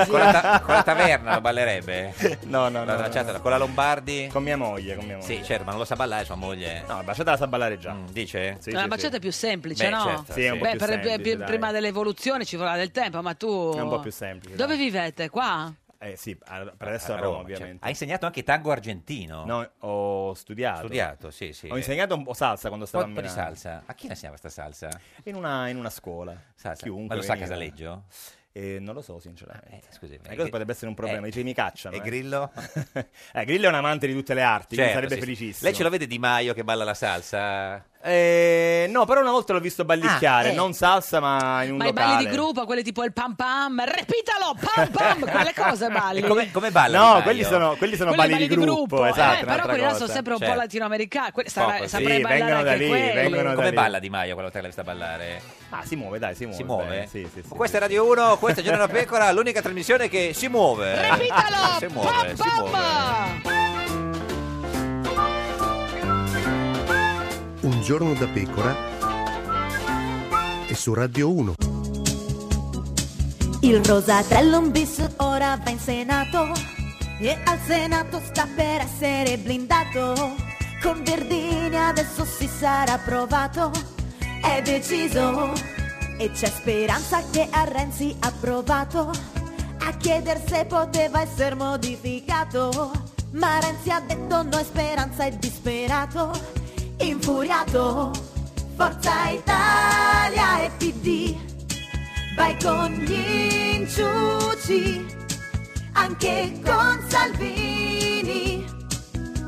S3: con, la ta- con la taverna la ballerebbe?
S10: No, no, no,
S3: La
S10: no,
S3: baciata
S10: no.
S3: con la Lombardi?
S10: Con mia moglie, con mia moglie.
S3: Sì, certo, ma non lo sa ballare sua moglie. Mm,
S10: No, la baciata la sa ballare già.
S3: dice?
S10: Sì,
S2: La baciata è più semplice,
S3: Beh,
S2: no?
S3: certo, Sì, è un sì. po'
S2: Beh,
S3: più
S2: per-
S3: semplice,
S2: per-
S3: dai.
S2: prima dell'evoluzione ci vorrà del tempo, ma tu...
S10: È un po' più semplice,
S2: Dove vivete? Qua?
S10: Eh sì, a- per adesso
S3: A
S10: a Roma,
S3: Roma,
S10: ovviamente.
S3: certo. Ha insegnato anche tango argentino.
S10: No, ho studiato.
S3: Studiato, sì, sì.
S10: Ho insegnato un po' salsa quando stavo
S3: Un po'
S10: a
S3: di
S10: Milano.
S3: salsa. A chi la insegnava sta salsa?
S10: In una, in una scuola.
S3: Salsa.
S10: Chiunque
S3: Ma lo sa
S10: veniva.
S3: Casaleggio?
S10: Eh, non lo so, sinceramente.
S3: scusi,
S10: Eh, questo potrebbe essere un problema.
S3: eh,
S10: Dice, mi cacciano.
S3: e
S10: eh.
S3: Grillo?
S10: eh, Grillo è un amante di tutte le arti, quindi
S3: Certo,
S10: sarebbe
S3: sì, sì.
S10: felicissimo.
S3: Lei ce lo vede Di Maio che balla la salsa?
S10: Eh, no, però una volta l'ho visto ballicchiare,
S2: Ah, eh.
S10: non salsa, ma in un
S2: Ma i
S10: locale.
S2: balli di gruppo, quelli tipo il pam pam, repitalo, pam pam, quelle cose balli.
S10: E
S2: Quelli
S3: balla Di
S10: eh. No,
S3: Maio?
S10: quelli sono, quelli sono balli, di gruppo, esatto.
S2: eh, però quelli là sono sempre un po'
S10: latino
S2: latinoamericani, que-
S3: Poco,
S2: saprei,
S3: sì.
S2: saprei ballare anche quelli.
S3: Come balla Di Maio quella volta che l'ha vista ballare?
S10: Ah, si muove, dai, si muove.
S3: Si muove?
S10: bene, sì, sì, sì,
S3: Questa è
S10: sì.
S3: Radio 1, questa è Giorno da Pecora, l'unica trasmissione che si muove.
S2: Repitalo!
S3: Si muove, si muove.
S7: Un giorno da pecora e
S11: e su Radio 1.
S6: Il Rosatellum bis ora va in Senato e al Senato sta per essere blindato. Con Verdini adesso si sarà approvato, è deciso e c'è speranza che a Renzi ha provato a chieder se poteva essere modificato. Ma Renzi ha detto no e speranza è disperato, infuriato. Forza Italia e PD, vai con gli inciuci, anche con Salvini,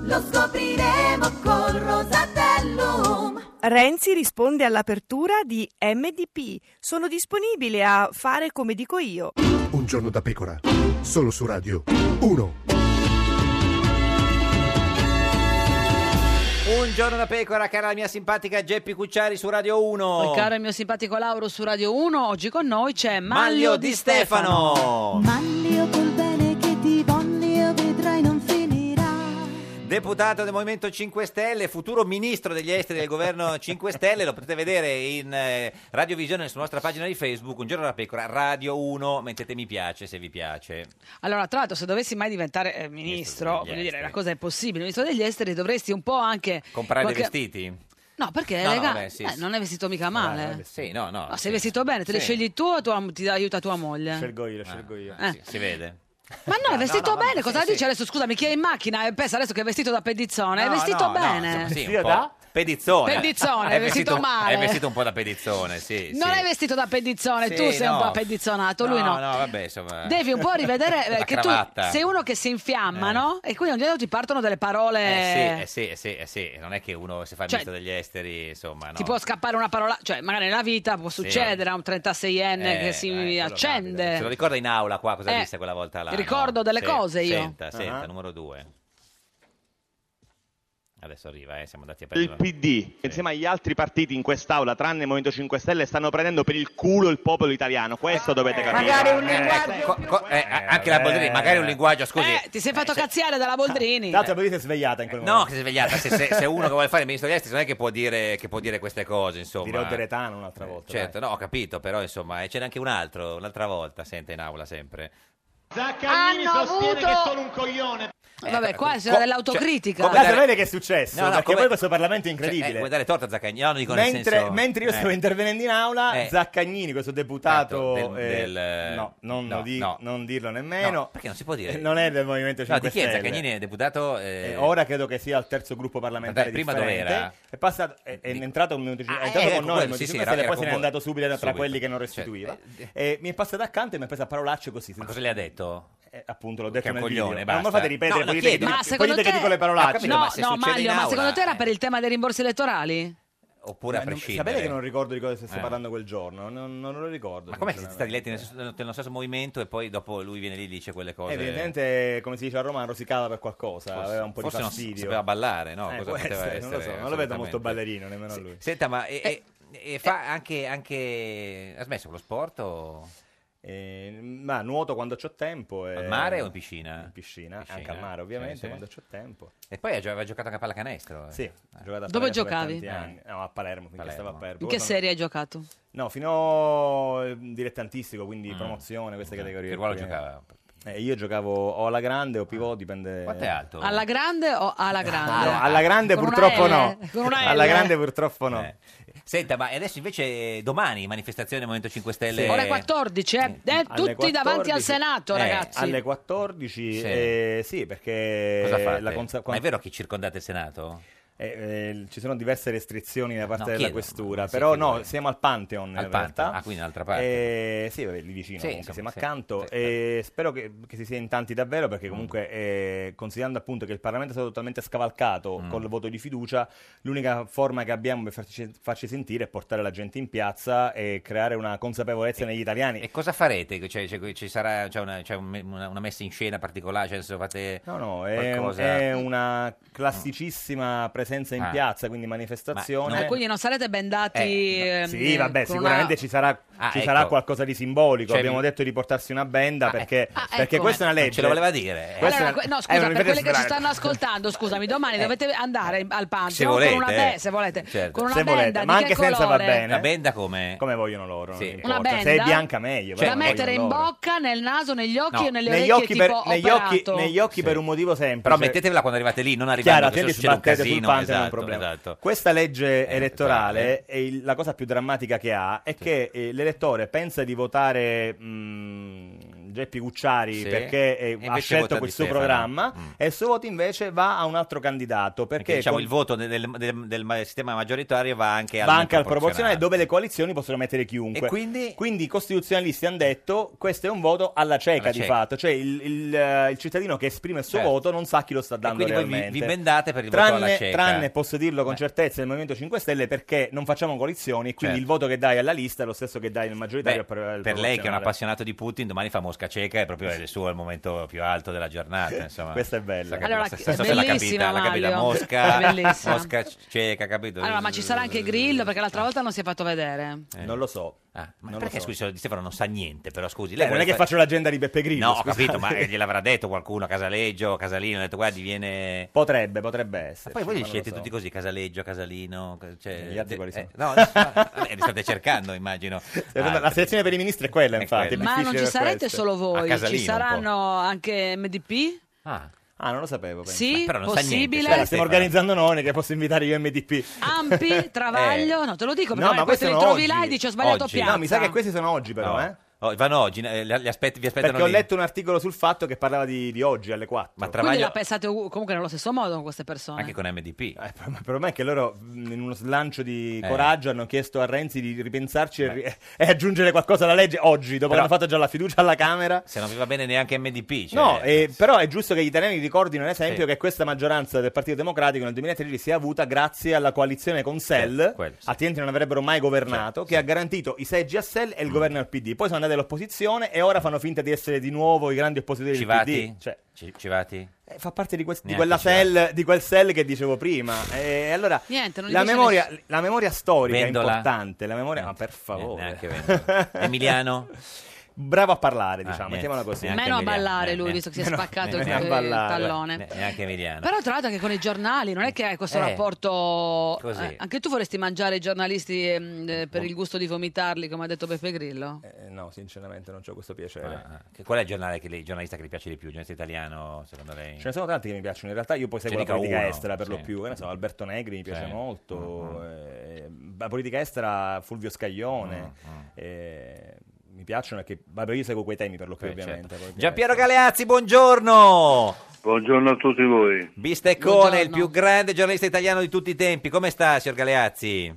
S6: lo scopriremo col Rosatellum.
S8: Renzi risponde all'apertura di MDP. Sono disponibile a fare come dico io.
S11: Un giorno da pecora, solo su Radio 1.
S3: Un giorno da pecora, cara la mia simpatica Geppi Cucciari su Radio 1.
S2: Il caro e il mio simpatico Lauro su Radio 1, oggi con noi c'è Maglio,
S3: Maglio di Stefano.
S6: Maglio col bene che ti voglio vedrai non finirà.
S3: Deputato del Movimento 5 Stelle, futuro ministro degli esteri del governo 5 Stelle, lo potete vedere in eh, radiovisione sulla nostra pagina di Facebook, Un giorno da pecora, Radio 1, mettete mi piace se vi piace.
S2: Allora, tra l'altro, se dovessi mai diventare eh, ministro, voglio dire, la cosa è possibile, ministro degli esteri, dovresti un po' anche...
S3: Comprare
S2: qualche-
S3: dei vestiti?
S2: No, perché è
S3: No, no,
S2: elegante.
S3: vabbè, sì,
S2: Eh,
S3: sì.
S2: Non è vestito mica
S3: Ah,
S2: male.
S3: vabbè, Sì, no, no.
S2: Ma
S3: sì.
S2: sei vestito bene, te li
S3: Sì.
S2: scegli tu o tua- ti aiuta tua moglie?
S10: Scelgo io, scelgo io.
S2: Eh.
S3: Ah, Sì, si vede.
S2: Ma no, è vestito
S3: no, vabbè,
S2: bene, cosa
S3: sì,
S2: la dici
S3: sì.
S2: adesso? Scusami, chi è in macchina e pensa adesso che è vestito da pedizzone? è
S3: No,
S2: vestito
S3: no, no,
S2: bene.
S3: insomma, sì, un
S10: Vestito
S3: po'.
S10: da?
S3: Pedizzone.
S2: Pedizzone, è vestito male.
S3: È vestito un po' da pedizzone, sì.
S2: non
S3: sì.
S2: è vestito da pedizzone,
S3: Sì,
S2: tu sei un
S3: no.
S2: po' pedizzonato, lui no.
S3: No, vabbè, insomma.
S2: Devi un po' rivedere eh,
S3: La
S2: che tu
S3: cravatta.
S2: sei uno che si infiamma, no? E quindi ogni tanto ti partono delle parole.
S3: Eh sì, eh sì, eh sì, eh sì, non è che uno si fa il
S2: Cioè,
S3: ministro degli esteri, insomma, Ah, no.
S2: Ti può scappare una parola, cioè magari nella vita può succedere a un 36enne
S3: Eh,
S2: che si
S3: quello
S2: accende.
S3: Se lo ricorda in aula qua cosa
S2: Eh,
S3: disse quella volta là.
S2: ti ricordo delle
S3: Se-
S2: cose io.
S3: Senta, senta,
S13: Ah.
S3: numero
S10: Eh.
S3: due. Adesso arriva, eh, siamo andati a
S13: Il
S3: prendere.
S13: PD, insieme agli altri partiti in quest'aula, tranne il Movimento 5 Stelle, stanno prendendo per il culo il popolo italiano. Questo dovete capire.
S3: magari
S10: Eh,
S3: un linguaggio anche la Boldrini, magari un linguaggio, scusi.
S2: Ti sei fatto cazziare dalla Boldrini.
S10: L'altra volta si è svegliata in quel
S3: Eh, No, che si è svegliata. Se, se, se uno che vuole fare il ministro degli esteri non è che può dire, che può dire queste cose, insomma.
S10: Direi a Deretano un'altra volta.
S3: Certo, no, ho capito, però insomma, e ce n'è anche un altro, un'altra volta, sente in aula sempre.
S9: Zaccagnini
S2: Hanno
S9: sostiene
S2: avuto-
S9: che è solo un coglione.
S6: Eh,
S2: Vabbè,
S10: Eh,
S2: qua
S10: cioè,
S2: c'era dell'autocritica.
S10: Guarda, sapete che è successo?
S3: No, no,
S10: perché
S3: come-
S10: poi questo Parlamento è incredibile.
S3: Cioè, eh, vuoi dare torta a Zaccagnini? No, non dico nel
S10: mentre,
S3: senso-
S10: mentre io
S3: eh.
S10: stavo intervenendo in aula,
S3: Eh.
S10: Zaccagnini, questo deputato,
S3: Tanto del-
S10: eh,
S3: del-
S10: no, non,
S3: no,
S10: lo di-
S3: no.
S10: non dirlo nemmeno.
S3: No, perché non si può dire?
S10: Eh, Non è del Movimento 5
S3: No, di chi è
S10: Stelle.
S3: Zaccagnini? È deputato... eh,
S10: Eh, ora credo che sia al terzo gruppo parlamentare.
S3: Ma dai, prima
S10: differente.
S3: dov'era?
S10: È, passato, è, è entrato un minuto, è
S3: eh, ecco,
S10: entrato con noi.
S3: quello,
S10: il Movimento
S3: sì, sì,
S10: 5
S3: era-
S10: Stelle,
S3: era
S10: poi
S3: con
S10: se n'è
S3: voi.
S10: andato subito tra
S3: Subito.
S10: quelli che non
S3: Cioè,
S10: restituiva. Eh, mi è passato accanto e mi ha preso a parolacce così. Ma
S3: cosa le ha detto?
S10: Eh, appunto, l'ho
S3: Che
S10: detto
S3: è un
S10: nel
S3: coglione,
S10: video. Ma
S3: basta.
S10: Non me lo fate ripetere,
S3: No, lo
S10: poi dite che
S3: chiedo.
S10: dico-
S3: Ma
S10: poi
S3: secondo
S10: dite che
S3: te-
S10: dico le
S3: Ho
S10: parolacce.
S3: capito, ma se
S2: no,
S3: succede
S2: Maglio,
S3: in
S2: ma
S3: aula, eh.
S2: secondo te era per il tema dei rimborsi elettorali?
S3: Oppure a
S10: Ma non-
S3: prescindere.
S10: Sapete che non ricordo di cosa stesse
S3: Eh.
S10: parlando quel giorno? Non, non lo ricordo.
S3: Ma com'è che siete stati
S10: sinceramente.
S3: letti nel, stesso- nello stesso movimento e poi dopo lui viene lì e dice quelle cose?
S10: Evidentemente, come si dice a Roma, rosicava per qualcosa,
S3: Forse-
S10: aveva un po' di
S3: forse non
S10: fastidio.
S3: sapeva ballare, no?
S10: Eh,
S3: Cosa
S10: può
S3: poteva
S10: essere, non lo so,
S3: essere,
S10: non lo vedo molto
S3: assolutamente.
S10: ballerino nemmeno a lui. Eh,
S3: Senta, ma e, e- e fa anche, anche... Ha smesso con lo sport o...
S10: Eh, ma nuoto quando c'ho tempo. e-
S3: Al mare o in piscina?
S10: Eh, In piscina,
S3: Piscina,
S10: anche al mare ovviamente,
S3: sì, sì.
S10: quando c'ho tempo.
S3: E poi aveva giocato anche a pallacanestro. eh.
S10: Sì, ho giocato a
S2: Dove
S10: Palermo per
S2: giocavi?
S10: tanti anni. No, a Palermo, finché
S3: Palermo.
S10: stavo a Palermo.
S2: In che
S10: Poi
S2: serie hai giocato?
S10: No, fino eh, dilettantistico, quindi
S3: Mm.
S10: promozione, queste
S3: Ok.
S10: categorie.
S3: Che ruolo
S10: qui.
S3: giocava?
S10: Eh, io giocavo o alla grande o pivot, dipende.
S3: Quanto è alto?
S2: Alla grande o
S3: Eh,
S2: alla grande?
S10: Eh. No, alla grande
S2: Con una
S10: purtroppo
S2: L?
S10: no.
S2: Con una L?
S10: Alla grande purtroppo
S3: Eh.
S10: no.
S3: Senta, ma adesso invece eh, domani manifestazione Movimento 5 Stelle...
S2: Ore 14, eh? Eh, tutti
S10: Alle
S2: davanti al
S10: 14.
S2: Senato,
S10: Eh,
S2: ragazzi.
S10: Alle 14,
S3: Sì.
S10: eh, sì, perché
S3: Cosa fate?
S10: la consa-
S3: Ma è vero che circondate il Senato?
S10: eh, eh, ci sono diverse restrizioni da parte
S3: No,
S10: della
S3: chiedo,
S10: questura,
S3: ma- sì,
S10: però no,
S3: figurati.
S10: siamo al Pantheon
S3: Al
S10: in
S3: Pantheon,
S10: realtà.
S3: ah, quindi un'altra parte.
S10: Eh, sì, vabbè, lì vicino,
S3: Sì,
S10: comunque,
S3: insomma,
S10: siamo
S3: sì,
S10: accanto
S3: sì, Mm.
S10: e spero che, che si sia in tanti davvero perché comunque eh, considerando appunto che il Parlamento è stato totalmente scavalcato
S3: Mm.
S10: col voto di fiducia, l'unica forma che abbiamo per farci, farci sentire è portare la gente in piazza e creare una consapevolezza negli italiani.
S3: E cosa farete? Cioè, cioè, ci sarà c'è una, c'è un- una- una messa in scena particolare? Cioè, adesso fate
S10: No, no, Eh, è,
S3: qualcosa...
S10: è una classicissima presenza in
S3: Ah.
S10: piazza, quindi manifestazione.
S3: Eh.
S2: Ah, quindi non sarete bendati. ehm,
S10: Eh, Sì, vabbè,
S2: con
S10: sicuramente
S2: una-
S10: ci sarà,
S3: Ah,
S10: ci
S3: ecco.
S10: sarà qualcosa di simbolico.
S3: Cioè, Ah,
S10: Abbiamo
S3: mi-
S10: detto di portarsi una benda perché,
S2: ecco.
S10: perché questa è una
S3: Non ce
S10: legge.
S3: lo voleva dire.
S10: Questa
S2: Allora,
S10: è una- Eh.
S2: que- no,
S10: è
S2: scusa,
S10: una
S2: per quelli che ci
S10: libertà-
S2: stanno ascoltando, scusami, domani dovete andare in- al Pantheon
S3: Se
S2: con una
S3: volete,
S2: be-
S3: eh.
S2: se volete,
S3: Certo.
S2: con una
S10: Se
S2: benda
S10: volete,
S2: di
S10: ma
S2: che
S10: anche senza va
S2: colore?
S10: bene.
S3: La benda come?
S10: Come vogliono loro. non
S3: Sì.
S10: importa.
S2: Una benda?
S10: Se è bianca, meglio.
S2: da
S10: però
S2: mettere in
S10: vogliono loro.
S2: bocca, nel naso, negli occhi
S10: No,
S2: e nelle
S10: negli
S2: orecchie
S10: occhi, per,
S2: tipo
S10: negli occhi,
S2: operato.
S10: negli occhi per un motivo semplice.
S3: Però mettetevela quando arrivate lì, non arrivando
S10: Chiara,
S3: che
S10: te
S3: se
S10: li
S3: succede un
S10: sbattete sul
S3: casino.
S10: Pantheon, è un
S3: Esatto,
S10: problema.
S3: esatto.
S10: Questa legge elettorale, è il- la cosa più drammatica che ha è che eh, l'elettore pensa di votare mh, Geppi Cucciari
S3: Sì.
S10: perché eh,
S3: E
S10: ha
S3: invece
S10: scelto
S3: vota
S10: questo
S3: Di Stefano. Mm.
S10: programma e il suo voto invece va a un altro candidato perché,
S3: Perché diciamo
S10: con-
S3: il voto del, del- del- del sistema maggioritario va anche al
S10: va anche al
S3: proporzionale.
S10: proporzionale dove le coalizioni possono mettere chiunque.
S3: E quindi?
S10: i costituzionalisti hanno detto questo è un voto alla cieca
S3: Alla
S10: di
S3: cieca.
S10: fatto, cioè il, il, eh, il cittadino che esprime il suo
S3: Certo.
S10: voto non sa chi lo sta dando
S3: quindi voi vi-
S10: realmente.
S3: vi bendate per il voto
S10: tranne,
S3: alla cieca. Eh.
S10: Tranne, posso dirlo con certezza, il Movimento 5 Stelle perché non facciamo coalizioni, quindi
S3: Certo.
S10: il voto che dai alla lista è lo stesso che dai nel maggioritario
S3: Beh,
S10: al pro- al
S3: per lei che è un
S10: proporzionale.
S3: appassionato di Putin, domani fa Mosca cieca, è proprio il suo il momento più alto della giornata. Insomma.
S10: Questa è bella.
S3: Sa che-
S2: Allora,
S3: sa- sa- se l'ha
S2: bellissima,
S3: capita, l'ha capita
S2: Mario. È
S3: Mosca,
S2: bellissima.
S3: Mosca cieca, capito?
S2: Allora, ma ci sarà anche il Grillo perché l'altra volta non si è fatto vedere.
S10: Non lo so.
S3: Eh. Ah, ma
S10: Non lo
S3: perché
S10: so.
S3: scusi, Di Stefano non sa niente, però scusi.
S10: Eh,
S3: lei
S10: non
S3: vuole
S10: è che
S3: fa-
S10: faccio l'agenda di Beppe Grillo.
S3: No, ho
S10: scusate.
S3: capito, ma eh, gliel'avrà detto qualcuno, Casaleggio, Casalino, ha detto guarda, diviene...
S10: Potrebbe, potrebbe essere.
S3: Ma poi voi li
S10: non lo
S3: scegliete
S10: so.
S3: tutti così, Casaleggio, Casalino... ca- Cioè,
S10: Gli
S3: de-
S10: altri quali sono?
S3: eh, no, adesso- vabbè, li state cercando, immagino. Ah,
S10: La selezione per i ministri è quella,
S3: È
S10: infatti. è
S3: quella.
S2: Ma non
S10: difficile
S2: ci
S10: per
S2: sarete
S10: questo.
S2: solo voi, ci
S10: un po'.
S2: saranno anche MDP?
S3: Ah,
S10: non lo sapevo. penso.
S2: Sì, Però non sa niente, possibile? cioè,
S10: Cioè, la stiamo
S2: Stefano.
S10: organizzando noi, che posso invitare io MDP.
S2: Ampi, Eh. Travaglio, no, te lo dico perché
S10: No,
S2: magari poi
S10: ma
S2: te
S10: questi
S2: li
S10: sono
S2: trovi
S10: oggi.
S2: là e dici ho sbagliato
S10: Oggi.
S2: piazza.
S10: No, mi sa che questi sono oggi, però,
S3: No.
S10: eh.
S3: Oh, vanno oggi, eh, li li aspetti, vi aspettano
S10: Perché ho
S3: lì.
S10: letto un articolo sul fatto che parlava di, di oggi alle 4. Ma
S2: Quindi la pensate u- comunque nello stesso modo con queste persone.
S3: Anche con MDP.
S10: il problema è che loro, mh, in uno slancio di
S3: Eh.
S10: coraggio, hanno chiesto a Renzi di ripensarci e, ri- e aggiungere qualcosa alla legge oggi,
S3: Però-
S10: dopo che hanno fatto già la fiducia alla Camera.
S3: Se non vi va bene neanche MDP. Cioè,
S10: No, eh, però è giusto che gli italiani ricordino, ad esempio,
S3: Sì.
S10: che questa maggioranza del Partito Democratico nel 2013 si è avuta grazie alla coalizione con
S3: cioè,
S10: SEL, altrimenti non avrebbero mai governato, che ha garantito i seggi a SEL
S3: Mm.
S10: e il governo al PD. Poi sono andati all'opposizione e ora fanno finta di essere di nuovo i grandi oppositori del
S3: Civati?
S10: PD. Cioè,
S3: Ci- Civati?
S10: eh, fa parte di, quest- di
S3: Neanche
S10: quella
S3: Civati.
S10: SEL, di quel SEL che dicevo prima. E allora,
S2: Niente, non gli
S10: la
S2: dice
S10: memoria,
S2: nessuno.
S10: la memoria storica
S3: Vendola?
S10: è importante, la memoria... Ma per favore.
S3: neanche Vendola. Emiliano? Ah,
S10: Bravo a parlare, diciamo,
S3: niente,
S10: mettiamola così.
S3: neanche
S2: Meno a
S3: Emiliano,
S2: ballare lui,
S3: eh,
S2: visto che si è
S10: meno-
S2: spaccato il,
S10: meno a
S2: il
S10: ballare.
S2: tallone.
S3: Ne- neanche Emiliano.
S2: Però tra l'altro anche con i giornali, non è che hai questo
S3: Eh,
S2: rapporto...
S3: così.
S2: eh, anche tu vorresti mangiare i giornalisti ehm, eh, per il gusto di vomitarli, come ha detto Beppe Grillo?
S10: Eh, no, sinceramente non ho questo piacere.
S3: Ah, ah. Che- Qual è il giornale che le- il giornalista che le piace di più? Il giornalista italiano, secondo lei?
S10: Ce ne sono tanti che mi piacciono, in realtà io poi seguo
S3: Ce
S10: la
S3: ne dica
S10: politica
S3: uno,
S10: estera per lo
S3: sì.
S10: più, che ne so, Alberto Negri mi piace
S3: Sì. Mm-hmm.
S10: molto, eh, la politica estera Fulvio Scaglione,
S3: Mm-hmm.
S10: eh, mi piacciono perché, vabbè io seguo quei temi per lo più
S3: Beh,
S10: ovviamente.
S3: certo.
S10: politica
S3: Giampiero Galeazzi, buongiorno!
S9: Buongiorno a tutti voi.
S3: Bisteccone, il più grande giornalista italiano di tutti i tempi. Come sta, signor Galeazzi?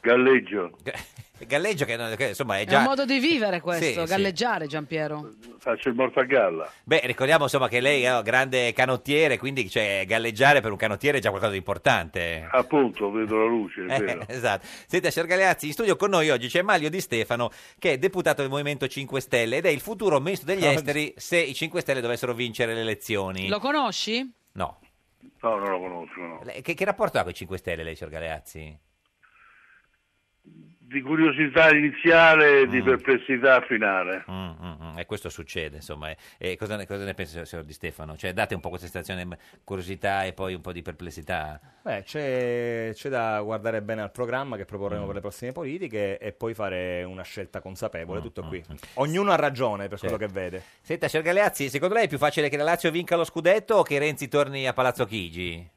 S9: Galleggio.
S3: Galleggio che, non- che, insomma è
S2: È un
S3: già...
S2: modo di vivere questo,
S3: Sì, sì.
S2: galleggiare Giampiero.
S9: Faccio il mortagalla.
S3: Beh, ricordiamo insomma che lei è un grande canottiere, quindi cioè, galleggiare per un canottiere è già qualcosa di importante.
S9: Appunto, vedo la luce, è
S3: Eh,
S9: vero.
S3: esatto. Senta, signor Galeazzi, in studio con noi oggi c'è Mario Di Stefano, che è deputato del Movimento 5 Stelle ed è il futuro ministro degli
S2: Ah,
S3: esteri se i 5 Stelle dovessero vincere le elezioni.
S2: Lo conosci?
S3: No.
S9: No, non lo conosco, no.
S3: Lei- Che, che rapporto ha con i 5 Stelle lei, signor Galeazzi?
S9: Di curiosità iniziale e di perplessità finale.
S3: Mm, mm, mm. E questo succede, insomma. E, e cosa, ne, cosa ne pensa, signor Di Stefano? Cioè, date un po' questa sensazione di curiosità e poi un po' di perplessità.
S10: Beh, c'è, c'è da guardare bene al programma che
S3: Mm.
S10: proporremo per le prossime politiche e poi fare una scelta
S3: Ah,
S10: consapevole, tutto qui. Ognuno ha ragione per quello che vede.
S3: Senta, signor Galeazzi, secondo lei è più facile che la Lazio vinca lo scudetto o che Renzi torni a Palazzo Chigi?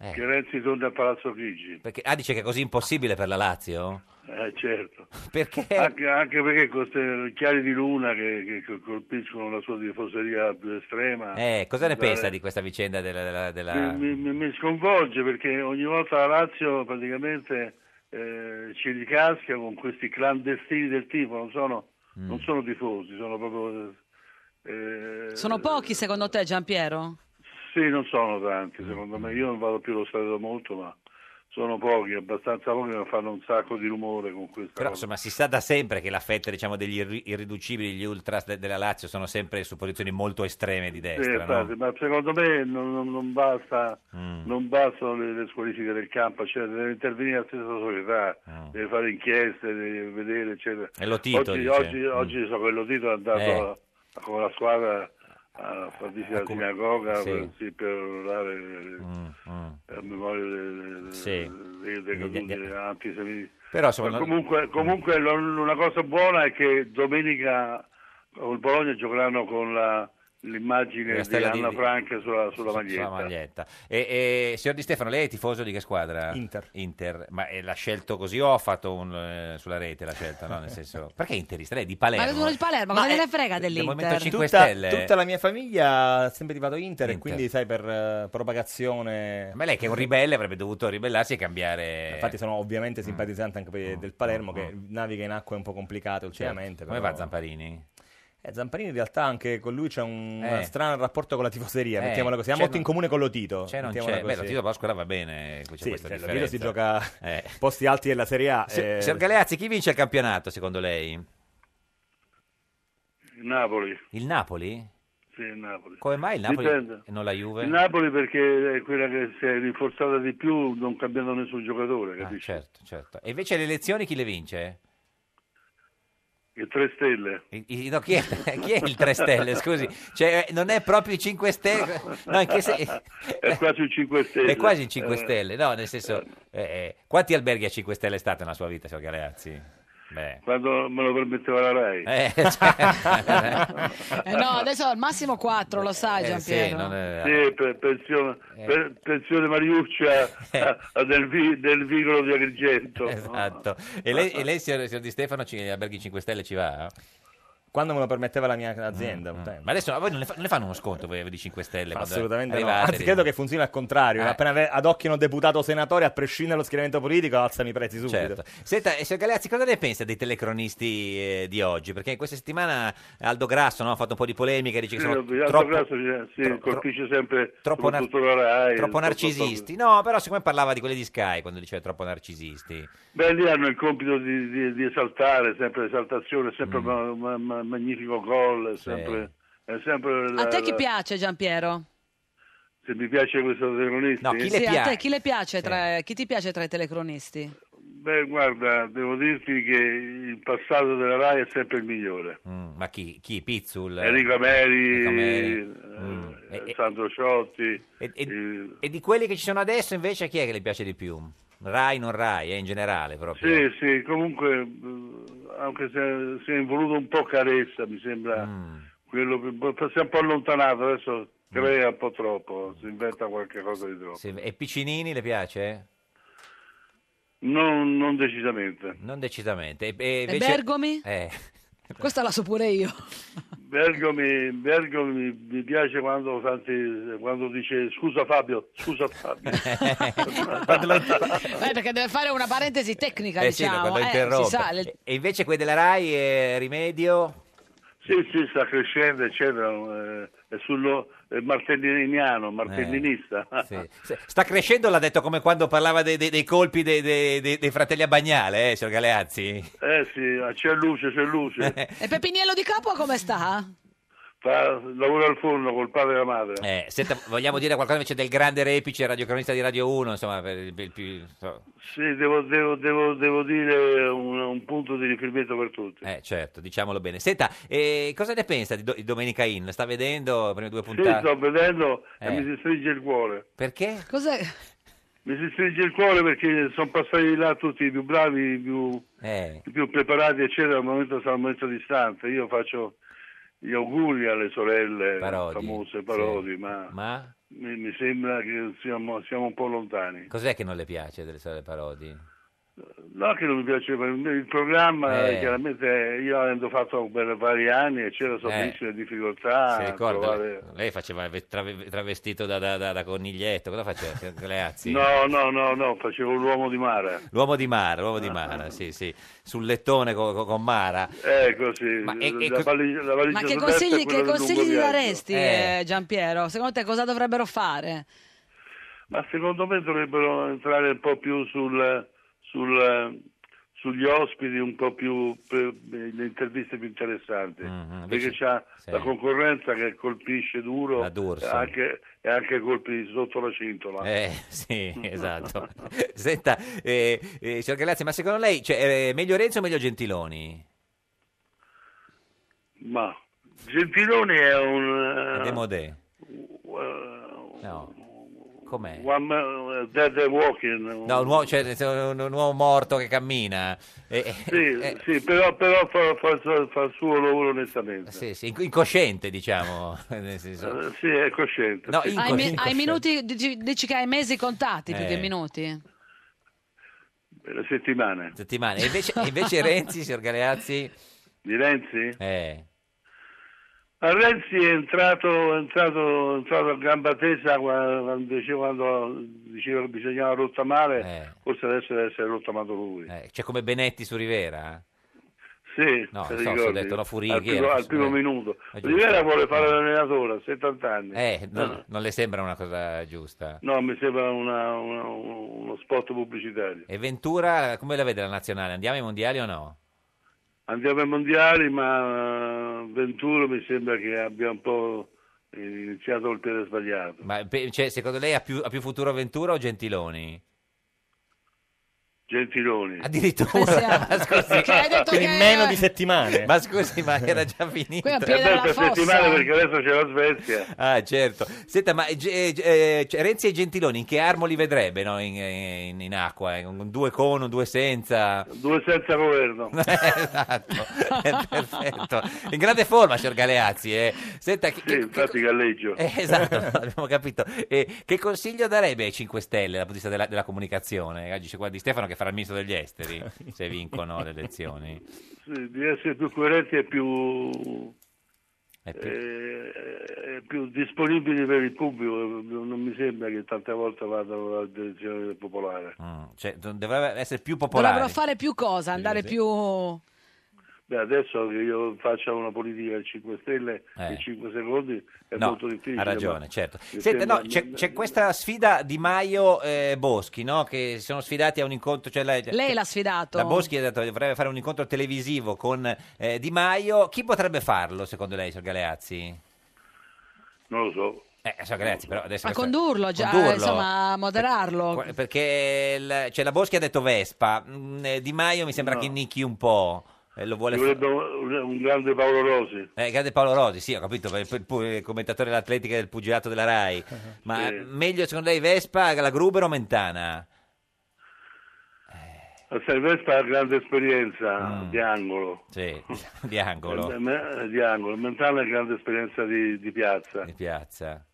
S3: Eh.
S9: Che Renzi torna a Palazzo Chigi.
S3: Perché, ah, dice che è così impossibile per la Lazio?
S9: Eh, certo.
S3: Perché?
S9: Anche, anche perché con questi chiari di luna che, che- che colpiscono la sua tifoseria più estrema.
S3: Eh, cosa ne
S9: Guarda,
S3: pensa di questa vicenda della... della- della-
S9: Mi, mi- mi sconvolge perché ogni volta la Lazio praticamente eh, ci ricasca con questi clandestini del tipo, non sono,
S3: Mm.
S9: non sono tifosi, sono proprio... eh,
S2: Sono pochi secondo te Giampiero?
S3: Mm,
S9: Sì, non sono tanti, secondo me. Io non vado più allo stadio da molto, ma sono pochi, abbastanza pochi, ma fanno un sacco di rumore con questa cosa.
S3: Però insomma si sa da sempre che la fetta diciamo, degli irri- irriducibili, gli ultras de- della Lazio sono sempre su posizioni molto estreme
S9: Sì,
S3: di destra. no?
S9: Eh,
S3: Mm.
S9: infatti, ma secondo me non, non- non basta, non bastano le, le squalifiche del campo, cioè deve intervenire la stessa società, deve fare inchieste, deve vedere, eccetera.
S3: E Mm. lo Tito,
S9: oggi,
S3: dice.
S9: oggi,
S3: Mm.
S9: oggi so che lo Tito è andato
S3: Eh.
S9: a- con la squadra a farsi la sinagoga
S3: sì. Mm,
S9: per, sì, per onorare le- la memoria delle, delle-
S3: Sì.
S9: delle cadute antisemite.
S3: Però, secondo-
S9: Ma comunque, comunque lo- una cosa buona è che domenica col Bologna giocheranno con la-
S3: La
S9: l'immagine di
S3: stella di-
S9: Anna Franca sulla, sulla
S3: Su-
S9: maglietta.
S3: sulla maglietta. E, e, signor Di Stefano, lei è tifoso di che squadra?
S10: Inter.
S3: Ma eh, l'ha scelto così o ha fatto un, eh, sulla rete la scelta? No? Nel senso, perché è interista? Lei è di Palermo?
S2: Ma che sono di Palermo, cosa gliene frega dell'Inter?
S3: Movimento 5
S10: tutta,
S3: Stelle.
S10: tutta la mia famiglia ha sempre tifato Inter, e
S3: Inter.
S10: quindi sai per eh, propagazione... Eh,
S3: Ma lei che è un ribelle Mm. avrebbe dovuto ribellarsi e cambiare... Cioè,
S10: Infatti sono ovviamente simpatizzante anche per- del Palermo che naviga in acque un po' complicate ultimamente.
S3: mm, Certo. Come
S10: però-
S3: va Zamparini?
S10: Eh, Zamparini in realtà anche con lui c'è un
S3: Eh.
S10: strano rapporto con la tifoseria,
S3: Eh,
S10: mettiamola così. Ha
S3: c'è
S10: molto
S3: non-
S10: in comune con Lotito.
S3: Cioè, non
S10: mettiamola
S3: c'è... Beh,
S10: così.
S3: la Tito Pasquale va bene. C'è
S10: Sì,
S3: questa
S10: cioè, Lotito
S3: differenza.
S10: si gioca
S3: Eh.
S10: posti alti della Serie A.
S3: Si-
S10: eh.
S3: Signor Galeazzi, chi vince il campionato secondo lei?
S9: Il Napoli,
S3: Il Napoli?
S9: sì, il Napoli.
S3: Come mai il Napoli
S9: Dipende.
S3: e non la Juve?
S9: Il Napoli perché è quella che si è rinforzata di più non cambiando nessun giocatore,
S3: Ah,
S9: capisci?
S3: certo, certo. E invece le elezioni chi le vince?
S9: E tre stelle.
S3: I- i- no, chi, è, chi è il 3 Stelle? Scusi, Cioè, eh, non è proprio i 5 Stelle. No, in che se-
S9: È quasi un 5 stelle.
S3: È quasi il 5
S9: Eh,
S3: Stelle, no? Nel senso, eh, eh, quanti alberghi a 5 Stelle è stato nella sua vita, signor Galeazzi? Beh.
S9: Quando me lo permetteva la RAI.
S3: Eh, cioè-
S2: Eh no, adesso al massimo 4, lo sai Giampiero.
S9: Sì, per- pensione,
S3: Eh.
S9: per- pensione Mariucci a- a- a del, vi- del vicolo di Agrigento.
S3: Esatto. E lei, e lei, signor, signor Di Stefano, ci- agli alberghi 5 Stelle ci va?
S10: Quando me lo permetteva la
S3: Mm.
S10: mia azienda. un tempo.
S3: Ma adesso a voi non le, fa- non le fanno uno sconto voi di 5 Stelle? quando
S10: Assolutamente no.
S3: arrivate,
S10: Anzi, credo che funzioni al contrario.
S3: Eh.
S10: Appena ve- adocchiano deputato o senatore, a prescindere dallo schieramento politico, alzano i prezzi subito.
S3: Certo. Senta, eh, signor Galeazzi, cosa ne pensa dei telecronisti eh, di oggi? Perché questa settimana Aldo Grasso no, ha fatto un po' di polemica, dice
S9: Sì,
S3: che sono
S9: Aldo
S3: troppo,
S9: Grasso, eh, sì, colpisce sempre
S3: troppo nar-
S9: soprattutto la RAI,
S3: troppo
S9: soprattutto-
S3: narcisisti. No, però siccome parlava di quelli di Sky quando diceva troppo narcisisti.
S9: Beh, lì hanno il compito di, di- di esaltare, sempre esaltazione,
S3: Mm.
S9: sempre ma- ma- ma- magnifico gol, è sempre... è sempre la-
S2: A te chi
S9: la-
S2: piace Giampiero?
S9: Se mi piace questo telecronista?
S2: sì, a te chi le piace tra- chi ti piace tra i telecronisti?
S9: Beh, guarda, devo dirti che il passato della RAI è sempre il migliore.
S3: Mm, ma chi? Chi? Pizzul?
S9: Enrico Ameri,
S3: Enrico Ameri. Mm.
S9: eh, Sandro Ciotti, eh,
S3: E di quelli che ci sono adesso invece chi è che le piace di più? Rai, non Rai, eh, in generale proprio.
S9: Sì, sì, comunque, eh, anche se si è involuto un po' Caressa, mi sembra,
S3: Mm.
S9: quello che- si è un po' allontanato, adesso crea un po' troppo, si inventa qualche cosa di troppo.
S3: Sì, E Piccinini le piace?
S9: Non, non decisamente.
S3: Non decisamente. E, e invece-
S2: Bergomi?
S3: Eh,
S2: Questa la so pure io.
S9: Bergomi, Bergomi mi piace quando, tanti- quando dice scusa Fabio, scusa Fabio.
S2: Beh, perché deve fare una parentesi tecnica,
S3: eh sì,
S2: diciamo.
S3: quando
S2: Eh,
S3: interrompe.
S2: si sa, le-
S3: E invece quelli della Rai, eh, Rimedio?
S9: Sì, sì, sta crescendo, eccetera. eh, È sullo è
S3: Eh,
S9: martelliniano, martellinista.
S3: Se- Sta crescendo, l'ha detto come quando parlava dei, dei- dei colpi dei, dei- dei- dei fratelli a Bagnale, eh, signor Galeazzi?
S9: Eh sì, c'è luce, c'è luce.
S2: E Pepiniello di Capua come sta?
S9: Fa- lavora al forno col padre e la madre.
S3: Eh, senta, vogliamo dire qualcosa invece del grande repice, radiocronista di Radio 1, insomma, per il, per il più... so-
S9: Sì, devo, devo- devo- devo dire un, un punto di riferimento per tutti.
S3: eh, certo, diciamolo bene. Senta, eh, cosa ne pensa di, Do- di Domenica In? La sta vedendo, le prime due
S9: Sì,
S3: puntate?
S9: sto vedendo
S3: Eh.
S9: e mi si stringe il cuore.
S3: Perché?
S2: Cos'è?
S9: Mi si stringe il cuore perché sono passati di là tutti i più bravi, i più,
S3: Eh,
S9: i più preparati, eccetera, al momento sono al momento distante. Io faccio gli auguri alle sorelle
S3: Parodi,
S9: famose Parodi, ma,
S3: ma
S9: mi, mi sembra che siamo, siamo un po' lontani.
S3: cos'è che non le piace delle sorelle Parodi?
S9: No, che non mi piaceva il programma,
S3: Eh.
S9: chiaramente io avendo fatto per vari anni e c'era so
S3: Eh.
S9: benissimo le difficoltà.
S3: Si
S9: a
S3: ricorda?
S9: trovare-
S3: Lei faceva ve- trave- travestito da, da- da- da coniglietto, cosa faceva? signor Galeazzi?
S9: No, no, no, no, facevo l'uomo di mare.
S3: L'uomo di Mara, l'uomo di Mara, sì, sì, sul lettone co- co- con, Mara.
S9: Eh, così. la, valigia, la valigia
S2: Ma che
S9: sud-est è
S2: consigli,
S9: quella
S2: eh, che
S9: del lungo
S3: Eh.
S2: consigli gli
S9: viaggio.
S2: daresti, eh, Giampiero? Secondo te cosa dovrebbero fare?
S9: ma secondo me dovrebbero entrare un po' più sul, sul, sugli ospiti, un po' più per- per le interviste più interessanti, perché c'è
S3: Mm-hmm. sì.
S9: la concorrenza che colpisce duro
S3: La D'Urso.
S9: anche- e anche colpi sotto la cintola.
S3: Eh, sì, esatto. Senta, eh, eh, signor Gallazzi, ma secondo lei cioè, eh, meglio Renzi o meglio Gentiloni?
S9: Ma Gentiloni è un... eh,
S3: Demodè?
S9: eh,
S3: No. Com'è?
S9: One man- eh, dead and walking.
S3: No, un uomo, cioè, nel senso, un, un uomo morto che cammina. Eh, eh,
S9: Sì, sì, però, però fa, fa- fa- fa il suo lavoro onestamente.
S3: sì, sì, inc- incosciente, diciamo. nel senso.
S9: Eh, sì, è cosciente.
S3: No,
S9: sì.
S3: in-
S2: Hai, mi-
S3: Incosciente.
S2: hai minuti, dici, dici che hai mesi contati più
S3: Eh.
S2: che minuti.
S9: Le settimane.
S3: Settimane. E invece, e invece Renzi, signor Galeazzi?
S9: Di Renzi?
S3: Eh,
S9: Ma Renzi è entrato, è entrato, è entrato a gamba tesa qua- quando diceva, quando diceva che bisognava rottamare,
S3: Eh.
S9: forse adesso deve essere rottamato lui.
S3: cioè come Benetti su Rivera?
S9: Sì,
S3: No,
S9: te
S3: non so,
S9: ricordi?
S3: ho detto, no, Furighi
S9: al primo,
S3: era-
S9: al primo
S3: eh,
S9: minuto.
S3: è giusto.
S9: Rivera vuole fare l'allenatore a 70 anni.
S3: Eh,
S9: No,
S3: non, non le sembra una cosa giusta.
S9: no, mi sembra una- una- uno spot pubblicitario.
S3: E Ventura, come la vede la nazionale? Andiamo ai mondiali o no?
S9: Andiamo ai mondiali, ma eh, Ventura mi sembra che abbia un po' iniziato il piede sbagliato.
S3: Ma pe- cioè, secondo lei ha più, ha più futuro Ventura o Gentiloni?
S9: Gentiloni.
S3: Addirittura, ma scusi,
S9: Che Cioè, hai detto
S10: In
S9: che-
S10: meno di settimane.
S3: ma scusi, ma era già finito.
S2: Qui è un
S9: Eh, beh, per settimane perché adesso c'è la Svezia.
S3: Ah, certo. Senta, ma eh, eh, eh, cioè, Renzi e Gentiloni in che armo li vedrebbe no? in, in- in acqua? eh? Con due con, un due senza?
S9: Due senza governo.
S3: esatto, è perfetto. In grande forma, signor Galeazzi. eh. Senta, che- che-
S9: Infatti galleggio.
S3: eh, esatto, abbiamo capito. Eh, che consiglio darebbe ai 5 Stelle dal punto di vista della, della comunicazione? Oggi c'è qua Di Stefano che farà il ministro degli esteri se vincono le elezioni.
S9: Sì, Di essere più coerenti e più,
S3: più-
S9: eh, e più disponibili per il pubblico. Non mi sembra che tante volte vadano alla direzione del popolare.
S3: Cioè, do- dovrebbe essere più
S2: Dovrebbero
S3: popolare.
S2: fare più cosa, andare
S9: sì.
S2: più...
S9: Beh, adesso che io faccia una politica del 5 Stelle
S3: Eh.
S9: in 5 secondi è
S3: No,
S9: molto difficile.
S3: ha ragione,
S9: ma-
S3: certo.
S9: mi
S3: Senta,
S9: sembra-
S3: no, c'è, c'è questa sfida di Maio eh, Boschi, no? Che si sono sfidati a un incontro. Cioè lei,
S2: Lei l'ha sfidato.
S3: La Boschi ha detto che dovrebbe fare un incontro televisivo con eh, Di Maio. Chi potrebbe farlo, secondo lei, signor Galeazzi?
S9: Non lo so.
S3: Eh, signor Galeazzi, però adesso...
S2: A
S3: questa-
S2: condurlo, già,
S3: condurlo.
S2: insomma, a moderarlo.
S3: Qua- Perché il- cioè, la Boschi ha detto Vespa. Mm, eh, Di Maio mi sembra
S9: No.
S3: che nicchi un po'. Eh, lo vuole
S9: Ci
S3: fare.
S9: vorrebbe un, un grande Paolo Rosi.
S3: Eh, grande Paolo Rosi, sì, ho capito, per- per- pu- eh, commentatore dell'atletica e del pugilato della RAI. Ma
S9: Sì.
S3: meglio secondo lei Vespa, la Gruber o Mentana?
S9: A Servesta ha grande esperienza di angolo.
S3: Mm. Sì, di angolo,
S9: Eh, me- eh, Di angolo. Mentale ha grande esperienza di, di piazza.
S3: di piazza.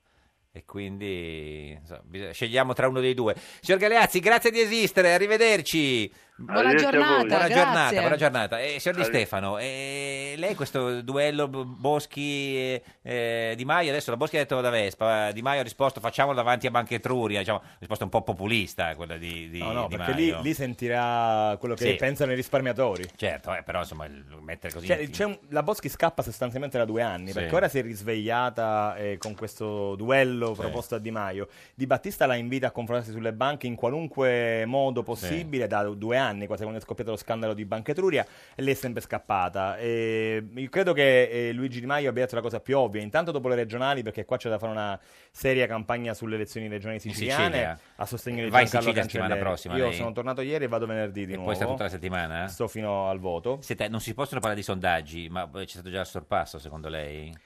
S3: E quindi insomma, bisogna- scegliamo tra uno dei due. Signor Galeazzi, grazie di esistere, arrivederci.
S2: Buona Arrivederci a giornata, voi.
S3: Buona
S2: grazie.
S3: giornata, buona giornata. Eh, signor Di
S9: Arrive-
S3: Stefano, eh, lei questo duello B- Boschi eh, eh, Di Maio, adesso la Boschi ha detto da Vespa, Di Maio ha risposto facciamolo davanti a Banca Etruria, diciamo, risposta un po' populista quella di, di,
S10: No, no,
S3: Di
S10: perché
S3: Maio.
S10: lì, lì sentirà quello che
S3: Sì.
S10: pensano i risparmiatori.
S3: Certo, eh, però insomma, il- mettere così...
S10: Cioè, c'è un- la Boschi scappa sostanzialmente da due anni,
S3: Sì.
S10: perché ora si è risvegliata eh, con questo duello
S3: Sì.
S10: proposto a Di Maio. Di Battista la invita a confrontarsi sulle banche in qualunque modo possibile, da due anni, quasi quando è scoppiato lo scandalo di Banca Etruria, e lei è sempre scappata. E io credo che eh, Luigi Di Maio abbia detto la cosa più ovvia, intanto dopo le regionali, perché qua c'è da fare una seria campagna sulle elezioni regionali siciliane,
S3: Sicilia.
S10: a sostegno di
S3: Vai in
S10: Giancarlo
S3: Sicilia settimana
S10: Cancelleri.
S3: prossima,
S10: Io
S3: lei?
S10: sono tornato ieri e vado venerdì di
S3: E
S10: nuovo.
S3: poi sta tutta la settimana?
S10: Sto fino al voto.
S3: Senta, non si possono parlare di sondaggi, ma eh, c'è stato già il sorpasso secondo lei?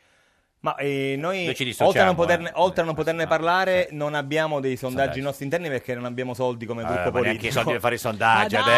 S10: Ma eh, noi,
S3: Noi ci dissociamo,
S10: oltre a non
S3: eh.
S10: poterne, oltre a non poterne parlare, non abbiamo dei sondaggi,
S3: Sondaggi.
S10: nostri interni perché non abbiamo soldi come
S3: Eh,
S10: gruppo
S3: ma neanche
S10: politico.
S3: i soldi per fare i
S2: Ah,
S3: sondaggi
S10: Ma dai!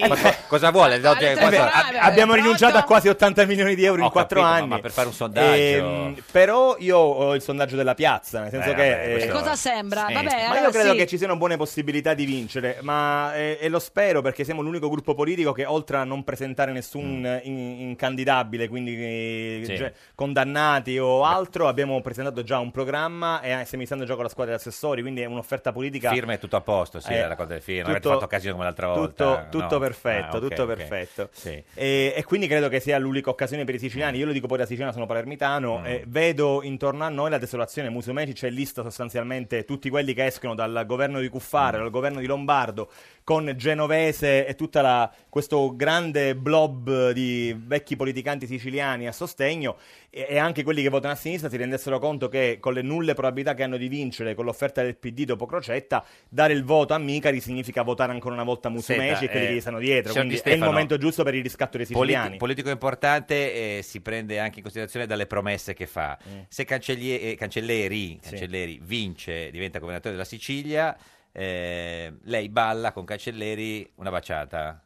S3: Ah, adesso. Ma co- cosa vuole?
S10: Eh, beh, a- abbiamo rinunciato a quasi 80 milioni di euro
S3: Ho
S10: in
S3: capito,
S10: 4
S3: ma-
S10: anni. Ehm,
S3: ma per fare un sondaggio-
S10: però io ho il sondaggio della piazza, nel senso
S3: Beh,
S10: che.
S3: Eh,
S10: eh,
S3: vabbè, questo-
S2: Cosa sembra? Vabbè,
S10: ma
S2: allora
S10: io credo
S2: sì.
S10: che ci siano buone possibilità di vincere, ma eh, e lo spero perché siamo l'unico gruppo politico che oltre a non presentare nessun eh, in- incandidabile, quindi eh,
S3: Mm. Sì.
S10: cioè, condannati locali o altro, abbiamo presentato già un programma e eh, stiamo iniziando già con la squadra di assessori, quindi è un'offerta politica.
S3: Firme è tutto a posto, sì,
S10: Eh,
S3: la raccolta delle firme. Avete
S10: tutto-
S3: fatto casino come l'altra
S10: tutto-
S3: volta.
S10: tutto
S3: no?
S10: perfetto,
S3: Ah, ok,
S10: tutto
S3: ok.
S10: perfetto.
S3: Sì.
S10: E, e quindi credo che sia l'unica occasione per i siciliani. Io lo dico poi da siciliano, sono palermitano.
S3: Mm.
S10: e vedo intorno a noi la desolazione. Musumeci c'è lista sostanzialmente tutti quelli che escono dal governo di
S3: Mm.
S10: Cuffaro, dal governo di Lombardo, con Genovese e tutta la- questo grande blob di vecchi politicanti siciliani a sostegno. E, e anche quelli che votano a sinistra si rendessero conto che con le nulle probabilità che hanno di vincere con l'offerta del PD dopo Crocetta, dare il voto a Micari significa votare ancora una volta Musumeci
S3: Senta,
S10: e quelli
S3: eh,
S10: che gli stanno dietro.
S3: signor
S10: Quindi
S3: Di
S10: è il
S3: Stefano,
S10: momento giusto per il riscatto dei
S3: Politi-
S10: siciliani.
S3: politico importante eh, si prende anche in considerazione dalle promesse che fa.
S10: Mm.
S3: Se Cancellie- eh, Cancelleri, Cancelleri vince, diventa governatore della Sicilia, eh, lei balla con Cancelleri una baciata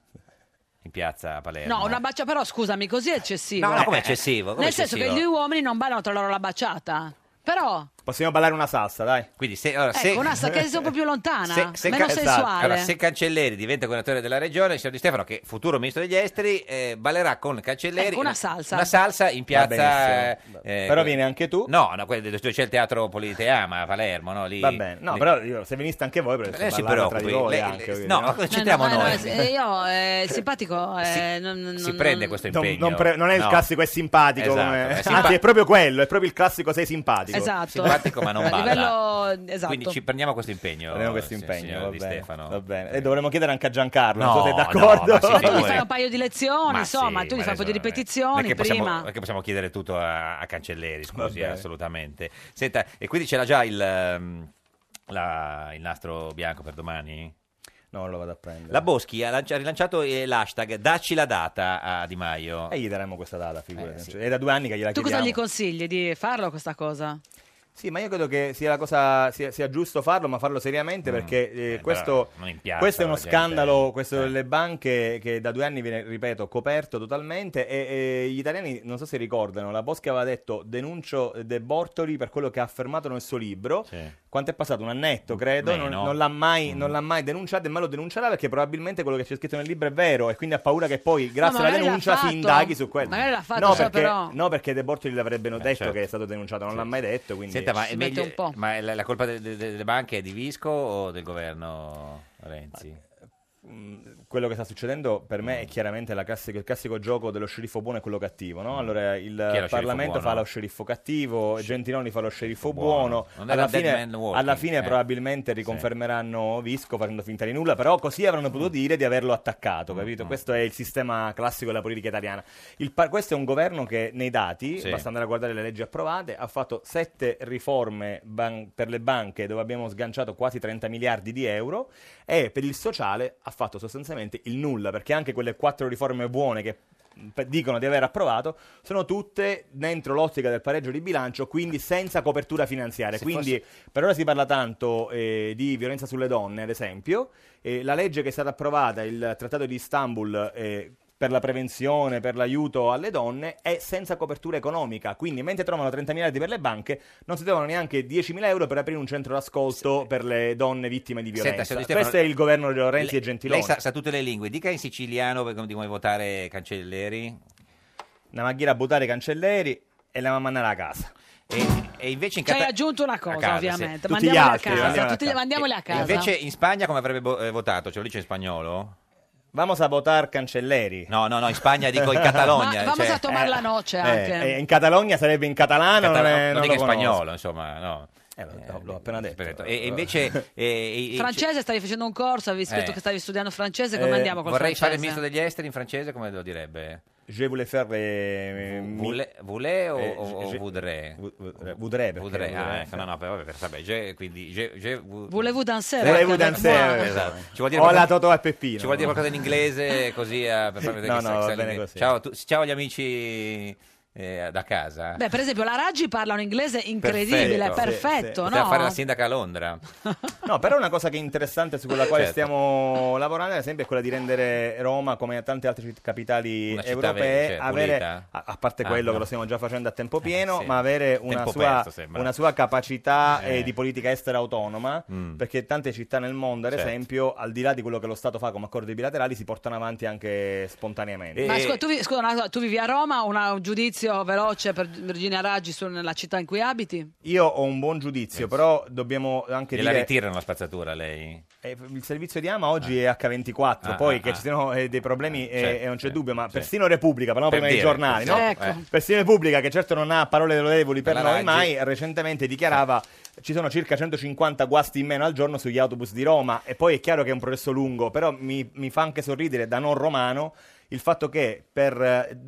S3: in piazza a Palermo.
S2: No, una bacia però, scusami, così è eccessivo.
S3: No, no, com'è eccessivo? Com'è
S2: Nel senso che
S3: eccessivo?
S2: gli uomini non ballano tra loro la baciata. Però,
S10: Possiamo ballare una salsa, dai.
S3: Quindi se, allora, se-
S2: ecco, una sta che è un po' più lontana,
S3: se- se
S2: meno
S3: Ca- esatto.
S2: sensuale.
S3: Allora, se Cancelleri diventa governatore della regione, il signor Di Stefano, che è futuro ministro degli esteri, eh, ballerà con Cancelleri
S2: Ecco, una salsa.
S3: una salsa in piazza.
S10: Va benissimo. Però
S3: vieni
S10: anche tu?
S3: No, no, quello dello- c'è il teatro Politeama a Palermo, no? Lì,
S10: Va bene, no,
S3: lì-
S10: però io- se veniste anche voi, potete
S3: Lei si
S10: ballare tra di
S3: preoccupi,
S10: voi
S3: lei-
S10: anche,
S3: lei-
S10: voglio
S3: no,
S10: dire,
S3: non c'entriamo
S2: No, no,
S3: noi.
S2: eh, eh, io, eh, il simpatico, eh, non, non-
S3: si
S2: non-
S3: prende questo
S10: Non-
S3: impegno.
S10: non, pre- non è il
S3: No.
S10: classico è simpatico
S3: Esatto,
S10: come-
S3: è
S10: anzi
S3: simpa-
S10: è proprio quello è proprio il classico sei simpatico
S2: Esatto.
S3: Simpatico ma non
S2: A
S3: balla.
S2: livello- esatto.
S3: Quindi ci prendiamo questo impegno.
S10: Prendiamo questo
S3: sì,
S10: impegno,
S3: signor
S10: va
S3: Di
S10: bene,
S3: Stefano.
S10: va bene. e dovremmo chiedere anche a Giancarlo non
S3: No,
S10: so se è
S3: no, ma
S10: d'accordo
S3: sì,
S2: Ma tu gli
S3: figurati.
S2: fai un paio di lezioni,
S3: Ma
S2: insomma,
S3: sì,
S2: tu gli
S3: ma
S2: fai un po' di
S3: adesso- eh,
S2: ripetizioni
S3: perché
S2: prima.
S3: possiamo, eh, perché possiamo chiedere tutto a, a Cancelleri, scusi,
S10: bene.
S3: assolutamente. Senta, e quindi c'era già il, ehm, la- il nastro bianco per domani?
S10: No, lo vado a prendere.
S3: La Boschi ha, lancia- ha rilanciato eh, l'hashtag Dacci la data a Di Maio. Eh,
S10: E gli daremo questa data, figurati. Eh, cioè, è da due anni che gliela
S2: Tu cosa
S10: chiediamo
S2: gli consigli di farlo questa cosa?
S10: sì ma io credo che sia, la cosa, sia, sia giusto farlo ma farlo seriamente perché eh, questo,
S3: Mm. non in piazza,
S10: questo è uno
S3: la gente. eh.
S10: scandalo questo delle banche che da due anni viene ripeto coperto totalmente e, e gli italiani non so se ricordano la Boschi aveva detto denuncio De Bortoli per quello che ha affermato nel suo libro Quanto è passato? Un annetto, credo. Non,
S3: Meno. Mm.
S10: non l'ha mai, non l'ha mai denunciato e mai lo denuncerà perché probabilmente quello che c'è scritto nel libro è vero e quindi ha paura che poi, grazie
S2: No, magari
S10: alla
S2: l'ha
S10: denuncia, si
S2: fatto.
S10: indaghi su quello.
S2: Magari l'ha fatto,
S10: no,
S2: cioè,
S10: perché,
S2: però-
S10: no, perché De Bortoli l'avrebbero detto
S3: certo.
S10: che è stato denunciato, non l'ha mai detto. Quindi...
S3: Senta, ma, è meglio-
S10: un po'.
S3: ma è la, la colpa de- de- delle banche è di Visco o del governo Renzi?
S10: mm, Quello che sta succedendo per
S3: Mm.
S10: me è chiaramente la classico- il classico gioco dello sceriffo buono e quello cattivo.
S3: Mm.
S10: No? Allora il
S3: sceriffo
S10: Parlamento fa
S3: buono?
S10: lo sceriffo cattivo, Gentiloni fa lo sceriffo
S3: buono.
S10: buono.
S3: Non era
S10: Alla
S3: Dead
S10: fine,
S3: Man Walking,
S10: alla fine
S3: eh.
S10: probabilmente riconfermeranno Visco facendo finta di nulla, però così avranno
S3: Mm.
S10: potuto dire di averlo attaccato. Capito? Questo è il sistema classico della politica italiana. Il par- questo è un governo che nei dati,
S3: Sì.
S10: basta andare a guardare le leggi approvate, ha fatto sette riforme ban- per le banche dove abbiamo sganciato quasi 30 miliardi di euro e per il sociale ha fatto sostanzialmente il nulla, perché anche quelle quattro riforme buone che mm, pe- dicono di aver approvato sono tutte dentro l'ottica del pareggio di bilancio quindi senza copertura finanziaria
S3: Se
S10: quindi per ora si parla tanto eh, di violenza sulle donne ad esempio Eh, la legge che è stata approvata il trattato di Istanbul eh, per la prevenzione, per l'aiuto alle donne è senza copertura economica, quindi mentre trovano 30 miliardi per le banche non si trovano neanche 10.000 euro per aprire un centro d'ascolto per le donne vittime di
S3: Senta,
S10: violenza.
S3: signor Di Stefano,
S10: Questo è il governo di Renzi
S3: lei-
S10: e Gentiloni.
S3: Lei sa, sa tutte le lingue, dica in siciliano come come vuoi votare Cancelleri.
S10: Una maghiera a buttare i cancelleri e la mamma nella casa.
S3: E, e invece in
S2: Ci Cioè, hai
S3: cata-
S2: aggiunto una cosa,
S3: a casa, sì.
S2: ovviamente.
S3: Tutti
S2: Mandiamoli
S3: gli
S2: a
S3: altri,
S2: casa,
S3: mandiamoli a
S2: tutti- mandiamoli
S10: Eh,
S2: a casa.
S3: Invece in Spagna come avrebbe bo- eh, votato? Ce lo dice in spagnolo?
S10: Vamos a votar cancelleri.
S3: No, no, no, in Spagna dico in Catalogna.
S2: Ma- vamos
S3: cioè-
S2: a tomar la noche anche.
S10: Eh, in Catalogna sarebbe in catalano,
S3: Catala-
S10: non, è,
S3: cioè. non
S10: non
S3: dico
S10: lo
S3: in
S10: conosco. Eh,
S3: spagnolo, insomma, no. l'ho appena detto. E, e invece... eh, e-
S2: Francese, stavi facendo un corso, avevi scritto
S3: Eh.
S2: che stavi studiando francese, come
S3: eh,
S2: andiamo col
S3: Vorrei fare il
S2: francese?
S3: ministro degli esteri in francese, come lo direbbe?
S10: Je voulais faire... eh, mi-
S3: Voulez voulez o,
S10: Eh,
S3: o- o
S10: je- eh,
S3: voudrais?
S10: Voudrais, perché
S3: Voudrais, ah,
S10: voudrais.
S3: ecco, no, no, però, per- vabbè, je- quindi... Je, je, vou-
S2: Voulez-vous danser?
S10: Volevo
S2: Anche-
S10: danzare.
S2: Buona.
S3: Esatto. Ci vuol dire
S10: Hola
S3: qualcosa-
S10: Totò e Peppino.
S3: Ci vuole dire qualcosa in inglese così eh, per far vedere
S10: No,
S3: che
S10: no,
S3: sa-
S10: va
S3: sa
S10: bene
S3: l'inglese.
S10: così.
S3: Ciao, a tu- ciao agli amici eh, da casa.
S2: Beh, per esempio, la Raggi parla un inglese incredibile, è perfetto,
S3: Poteva
S2: no?
S3: fare la sindaca a Londra.
S10: No, però una cosa che è interessante su quella quale
S3: Certo.
S10: stiamo lavorando, ad esempio, è quella di rendere Roma, come tante altre citt- capitali
S3: Una città
S10: europee,
S3: ve- cioè,
S10: avere,
S3: pulita?
S10: a, a parte
S3: Ah,
S10: quello
S3: no. Eh,
S10: che lo stiamo già facendo a tempo pieno,
S3: sì.
S10: ma avere una
S3: Tempo
S10: sua,
S3: perso, sembra.
S10: una sua capacità eh,
S3: Eh.
S10: di politica estera autonoma,
S3: Mm.
S10: perché tante città nel mondo, ad
S3: Certo.
S10: esempio, al di là di quello che lo Stato fa come accordi bilaterali, si portano avanti anche spontaneamente.
S2: Ma scusa, tu, vi- scusa, una cosa, tu vivi a Roma, una- un giudizio giudizio veloce per Virginia Raggi sulla città in cui abiti?
S10: Io ho un buon giudizio, però dobbiamo anche
S3: Gliela
S10: dire...
S3: ritirano la spazzatura lei?
S10: Eh, Il servizio di Ama oggi è H24,
S3: Ah,
S10: poi
S3: ah,
S10: che
S3: ah.
S10: ci siano eh, dei problemi eh,
S3: certo,
S10: eh, non c'è dubbio, ma persino Repubblica, parliamo
S3: Per
S10: prima dei
S3: dire,
S10: giornali, no?
S3: certo, Ecco. eh.
S10: Persino Repubblica, che certo non ha parole lodevoli per
S3: Per la Eh.
S10: noi
S3: Raggi.
S10: mai, recentemente dichiarava ci sono circa 150 guasti in meno al giorno sugli autobus di Roma e poi è chiaro che è un processo lungo, però mi, mi fa anche sorridere da non romano il fatto che per... eh,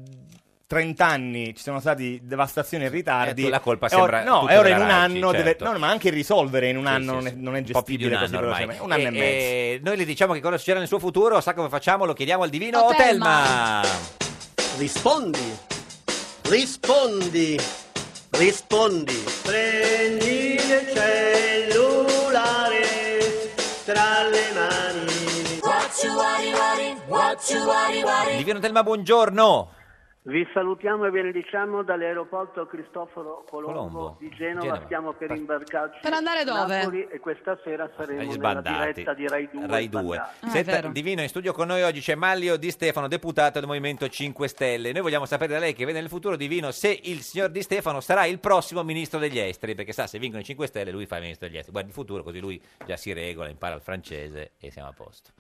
S10: 30 anni ci sono stati devastazioni e ritardi.
S3: Eh, la colpa
S10: e
S3: sembra
S10: ora- No,
S3: tutta
S10: e ora in
S3: della
S10: un
S3: Raggi,
S10: anno deve-
S3: certo.
S10: no, ma anche risolvere in un
S3: Sì,
S10: anno
S3: sì,
S10: non è,
S3: sì.
S10: non è
S3: Un po' più di un
S10: gestibile così
S3: anno ormai. Eh,
S10: velocemente. Un anno e, mezzo.
S3: noi le diciamo che cosa succederà nel suo futuro, sa come facciamo, lo chiediamo al divino
S14: Oh,
S3: Telma.
S14: Telma. Rispondi, rispondi, rispondi. Prendi il cellulare tra le mani.
S12: What you worry, worry, what you worry, worry.
S3: Divino Telma, buongiorno.
S14: Vi salutiamo e benediciamo dall'aeroporto Cristoforo Colombo,
S3: Colombo.
S14: di Genova.
S3: Genova.
S14: Stiamo per imbarcarci
S2: Per andare
S14: a
S2: dove?
S14: Napoli e questa sera saremo
S3: Agli
S14: nella
S3: sbandati.
S14: diretta di Rai 2.
S3: Rai 2.
S14: sbandati.
S3: Senta, Divino, in studio con noi oggi c'è Maglio Di Stefano, deputato del Movimento 5 Stelle. Noi vogliamo sapere da lei che vede nel futuro Divino se il signor Di Stefano sarà il prossimo ministro degli esteri, perché sa, se vincono i 5 Stelle lui fa il ministro degli esteri. Guarda il futuro, così lui già si regola, impara il francese e siamo a posto.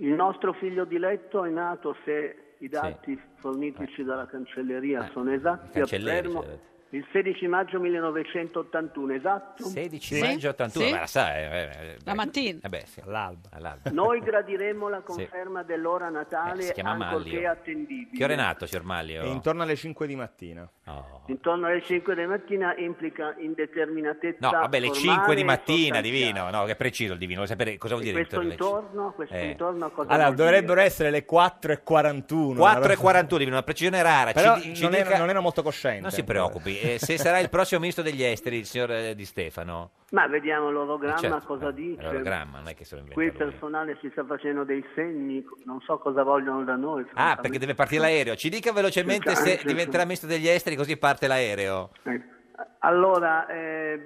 S14: Il nostro figlio diletto è nato se i dati
S3: Eh.
S14: fornitici dalla cancelleria sono esatti.
S3: cancelleri,
S14: affermo,
S3: cioè.
S14: il 16 maggio 1981, esatto.
S3: 16 maggio 81, ma la sa, eh, eh, eh,
S14: La mattina.
S3: eh beh, sì. all'alba.
S14: Noi gradiremo la
S3: Sì.
S14: conferma dell'ora
S3: Eh,
S14: natale
S3: si chiama
S14: ancorché
S3: Maglio.
S14: attendibile.
S3: Che ora è nato, signor Maglio?
S10: E intorno alle 5 di mattina.
S3: Oh.
S14: Intorno alle 5 di mattina implica indeterminatezza.
S3: No, vabbè, le 5 di
S14: formale,
S3: mattina,
S14: sostanziale.
S3: divino. No, che è preciso il divino, vuole sapere cosa vuol dire
S14: Questo
S3: intorno alle
S14: intorno, questo
S3: Eh.
S14: intorno a cosa
S10: Allora,
S14: vuol dire?
S10: dovrebbero essere le 4 e 41.
S3: 4 e 41, divino, una precisione rara. Ci
S10: Però
S3: di- ci
S10: non,
S3: dica-
S10: ero, non ero molto cosciente.
S3: Non si preoccupi, eh, se sarà il prossimo ministro degli esteri, il signor eh, Di Stefano.
S14: Ma vediamo l'orogramma
S3: Certo,
S14: cosa
S3: eh,
S14: dice.
S3: L'orogramma, non è che se lo inventa
S14: Qui il
S3: lui.
S14: personale si sta facendo dei segni, non so cosa vogliono da noi.
S3: Ah, perché deve partire l'aereo. Ci dica velocemente
S14: Sì,
S3: se
S14: sì, sì.
S3: diventerà ministro degli esteri, così parte l'aereo.
S14: Allora, eh,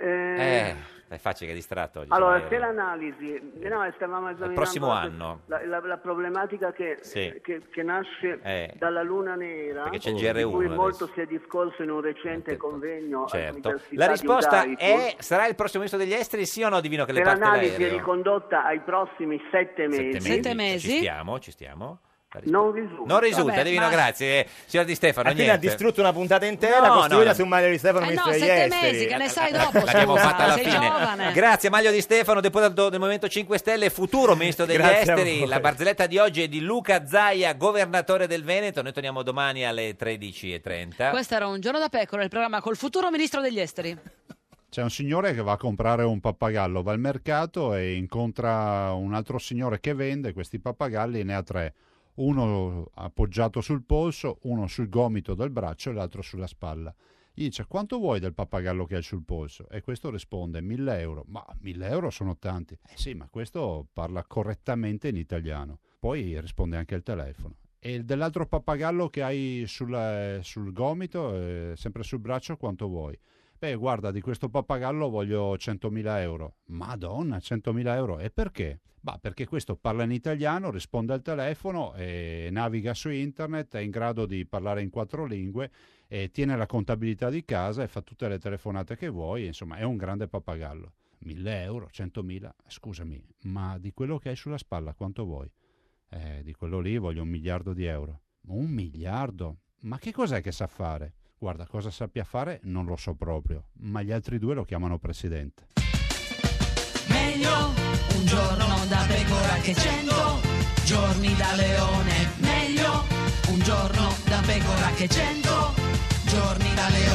S14: eh,
S3: Eh, diciamo è facile che è distratto oggi.
S14: allora
S3: sono
S14: se
S3: l'aereo.
S14: l'analisi, no, stavamo esaminando
S3: prossimo anno.
S14: la, la- la problematica che,
S3: Sì.
S14: che- che nasce
S3: Eh.
S14: dalla luna nera,
S3: Perché c'è il
S14: di
S3: GR1
S14: cui
S3: adesso.
S14: molto si è discorso in un recente convegno
S3: Certo.
S14: all'Università
S3: La risposta
S14: di Udaipur.
S3: è: sarà il prossimo ministro degli esteri, sì o no, divino che le
S14: Per
S3: parte
S14: l'analisi è
S3: l'aereo?
S14: ricondotta ai prossimi sette mesi,
S3: Ci stiamo, ci stiamo.
S14: non risulta.
S3: Non risulta, Divino, grazie. Eh, Signor Di Stefano,
S10: Appena ha
S3: niente.
S10: distrutto una puntata intera,
S3: No,
S10: costruita
S3: no, no.
S10: su un Mario di Stefano, ministro degli esteri.
S3: L'abbiamo
S10: scusa,
S3: fatta alla
S10: sei
S3: fine.
S10: giovane.
S3: Grazie Maglio Di Stefano, deputato del Movimento 5 Stelle, futuro ministro degli
S10: Grazie a
S3: esteri.
S10: voi.
S3: La barzelletta di oggi è di Luca Zaia, governatore del Veneto. Noi torniamo domani alle 13.30.
S2: Questo era un giorno da pecora, il programma col futuro ministro degli esteri.
S15: C'è un signore che va a comprare un pappagallo, va al mercato e incontra un altro signore che vende questi pappagalli e ne ha tre. Uno appoggiato sul polso, uno sul gomito del braccio e l'altro sulla spalla. Gli dice quanto vuoi del pappagallo che hai sul polso? E questo risponde 1000 euro. Ma 1000 euro sono tanti. Eh sì, ma questo parla correttamente in italiano. Poi risponde anche il telefono. E il dell'altro pappagallo che hai sul, sul gomito, eh, sempre sul braccio, quanto vuoi? Beh, guarda, di questo pappagallo voglio 100.000 euro. Madonna, 100.000 euro. E perché? Bah, perché questo parla in italiano, risponde al telefono, eh, naviga su internet, è in grado di parlare in quattro lingue, eh, tiene la contabilità di casa e fa tutte le telefonate che vuoi. Insomma, è un grande pappagallo. 1.000 euro, 100.000, scusami, ma di quello che hai sulla spalla quanto vuoi? Eh, di quello lì voglio un miliardo di euro. Un miliardo? Ma che cos'è che sa fare? Guarda, cosa sappia fare non lo so proprio, ma gli altri due lo chiamano presidente.
S2: Meglio un giorno da pecora che cento giorni da leone. Meglio un giorno da pecora che cento giorni da leone.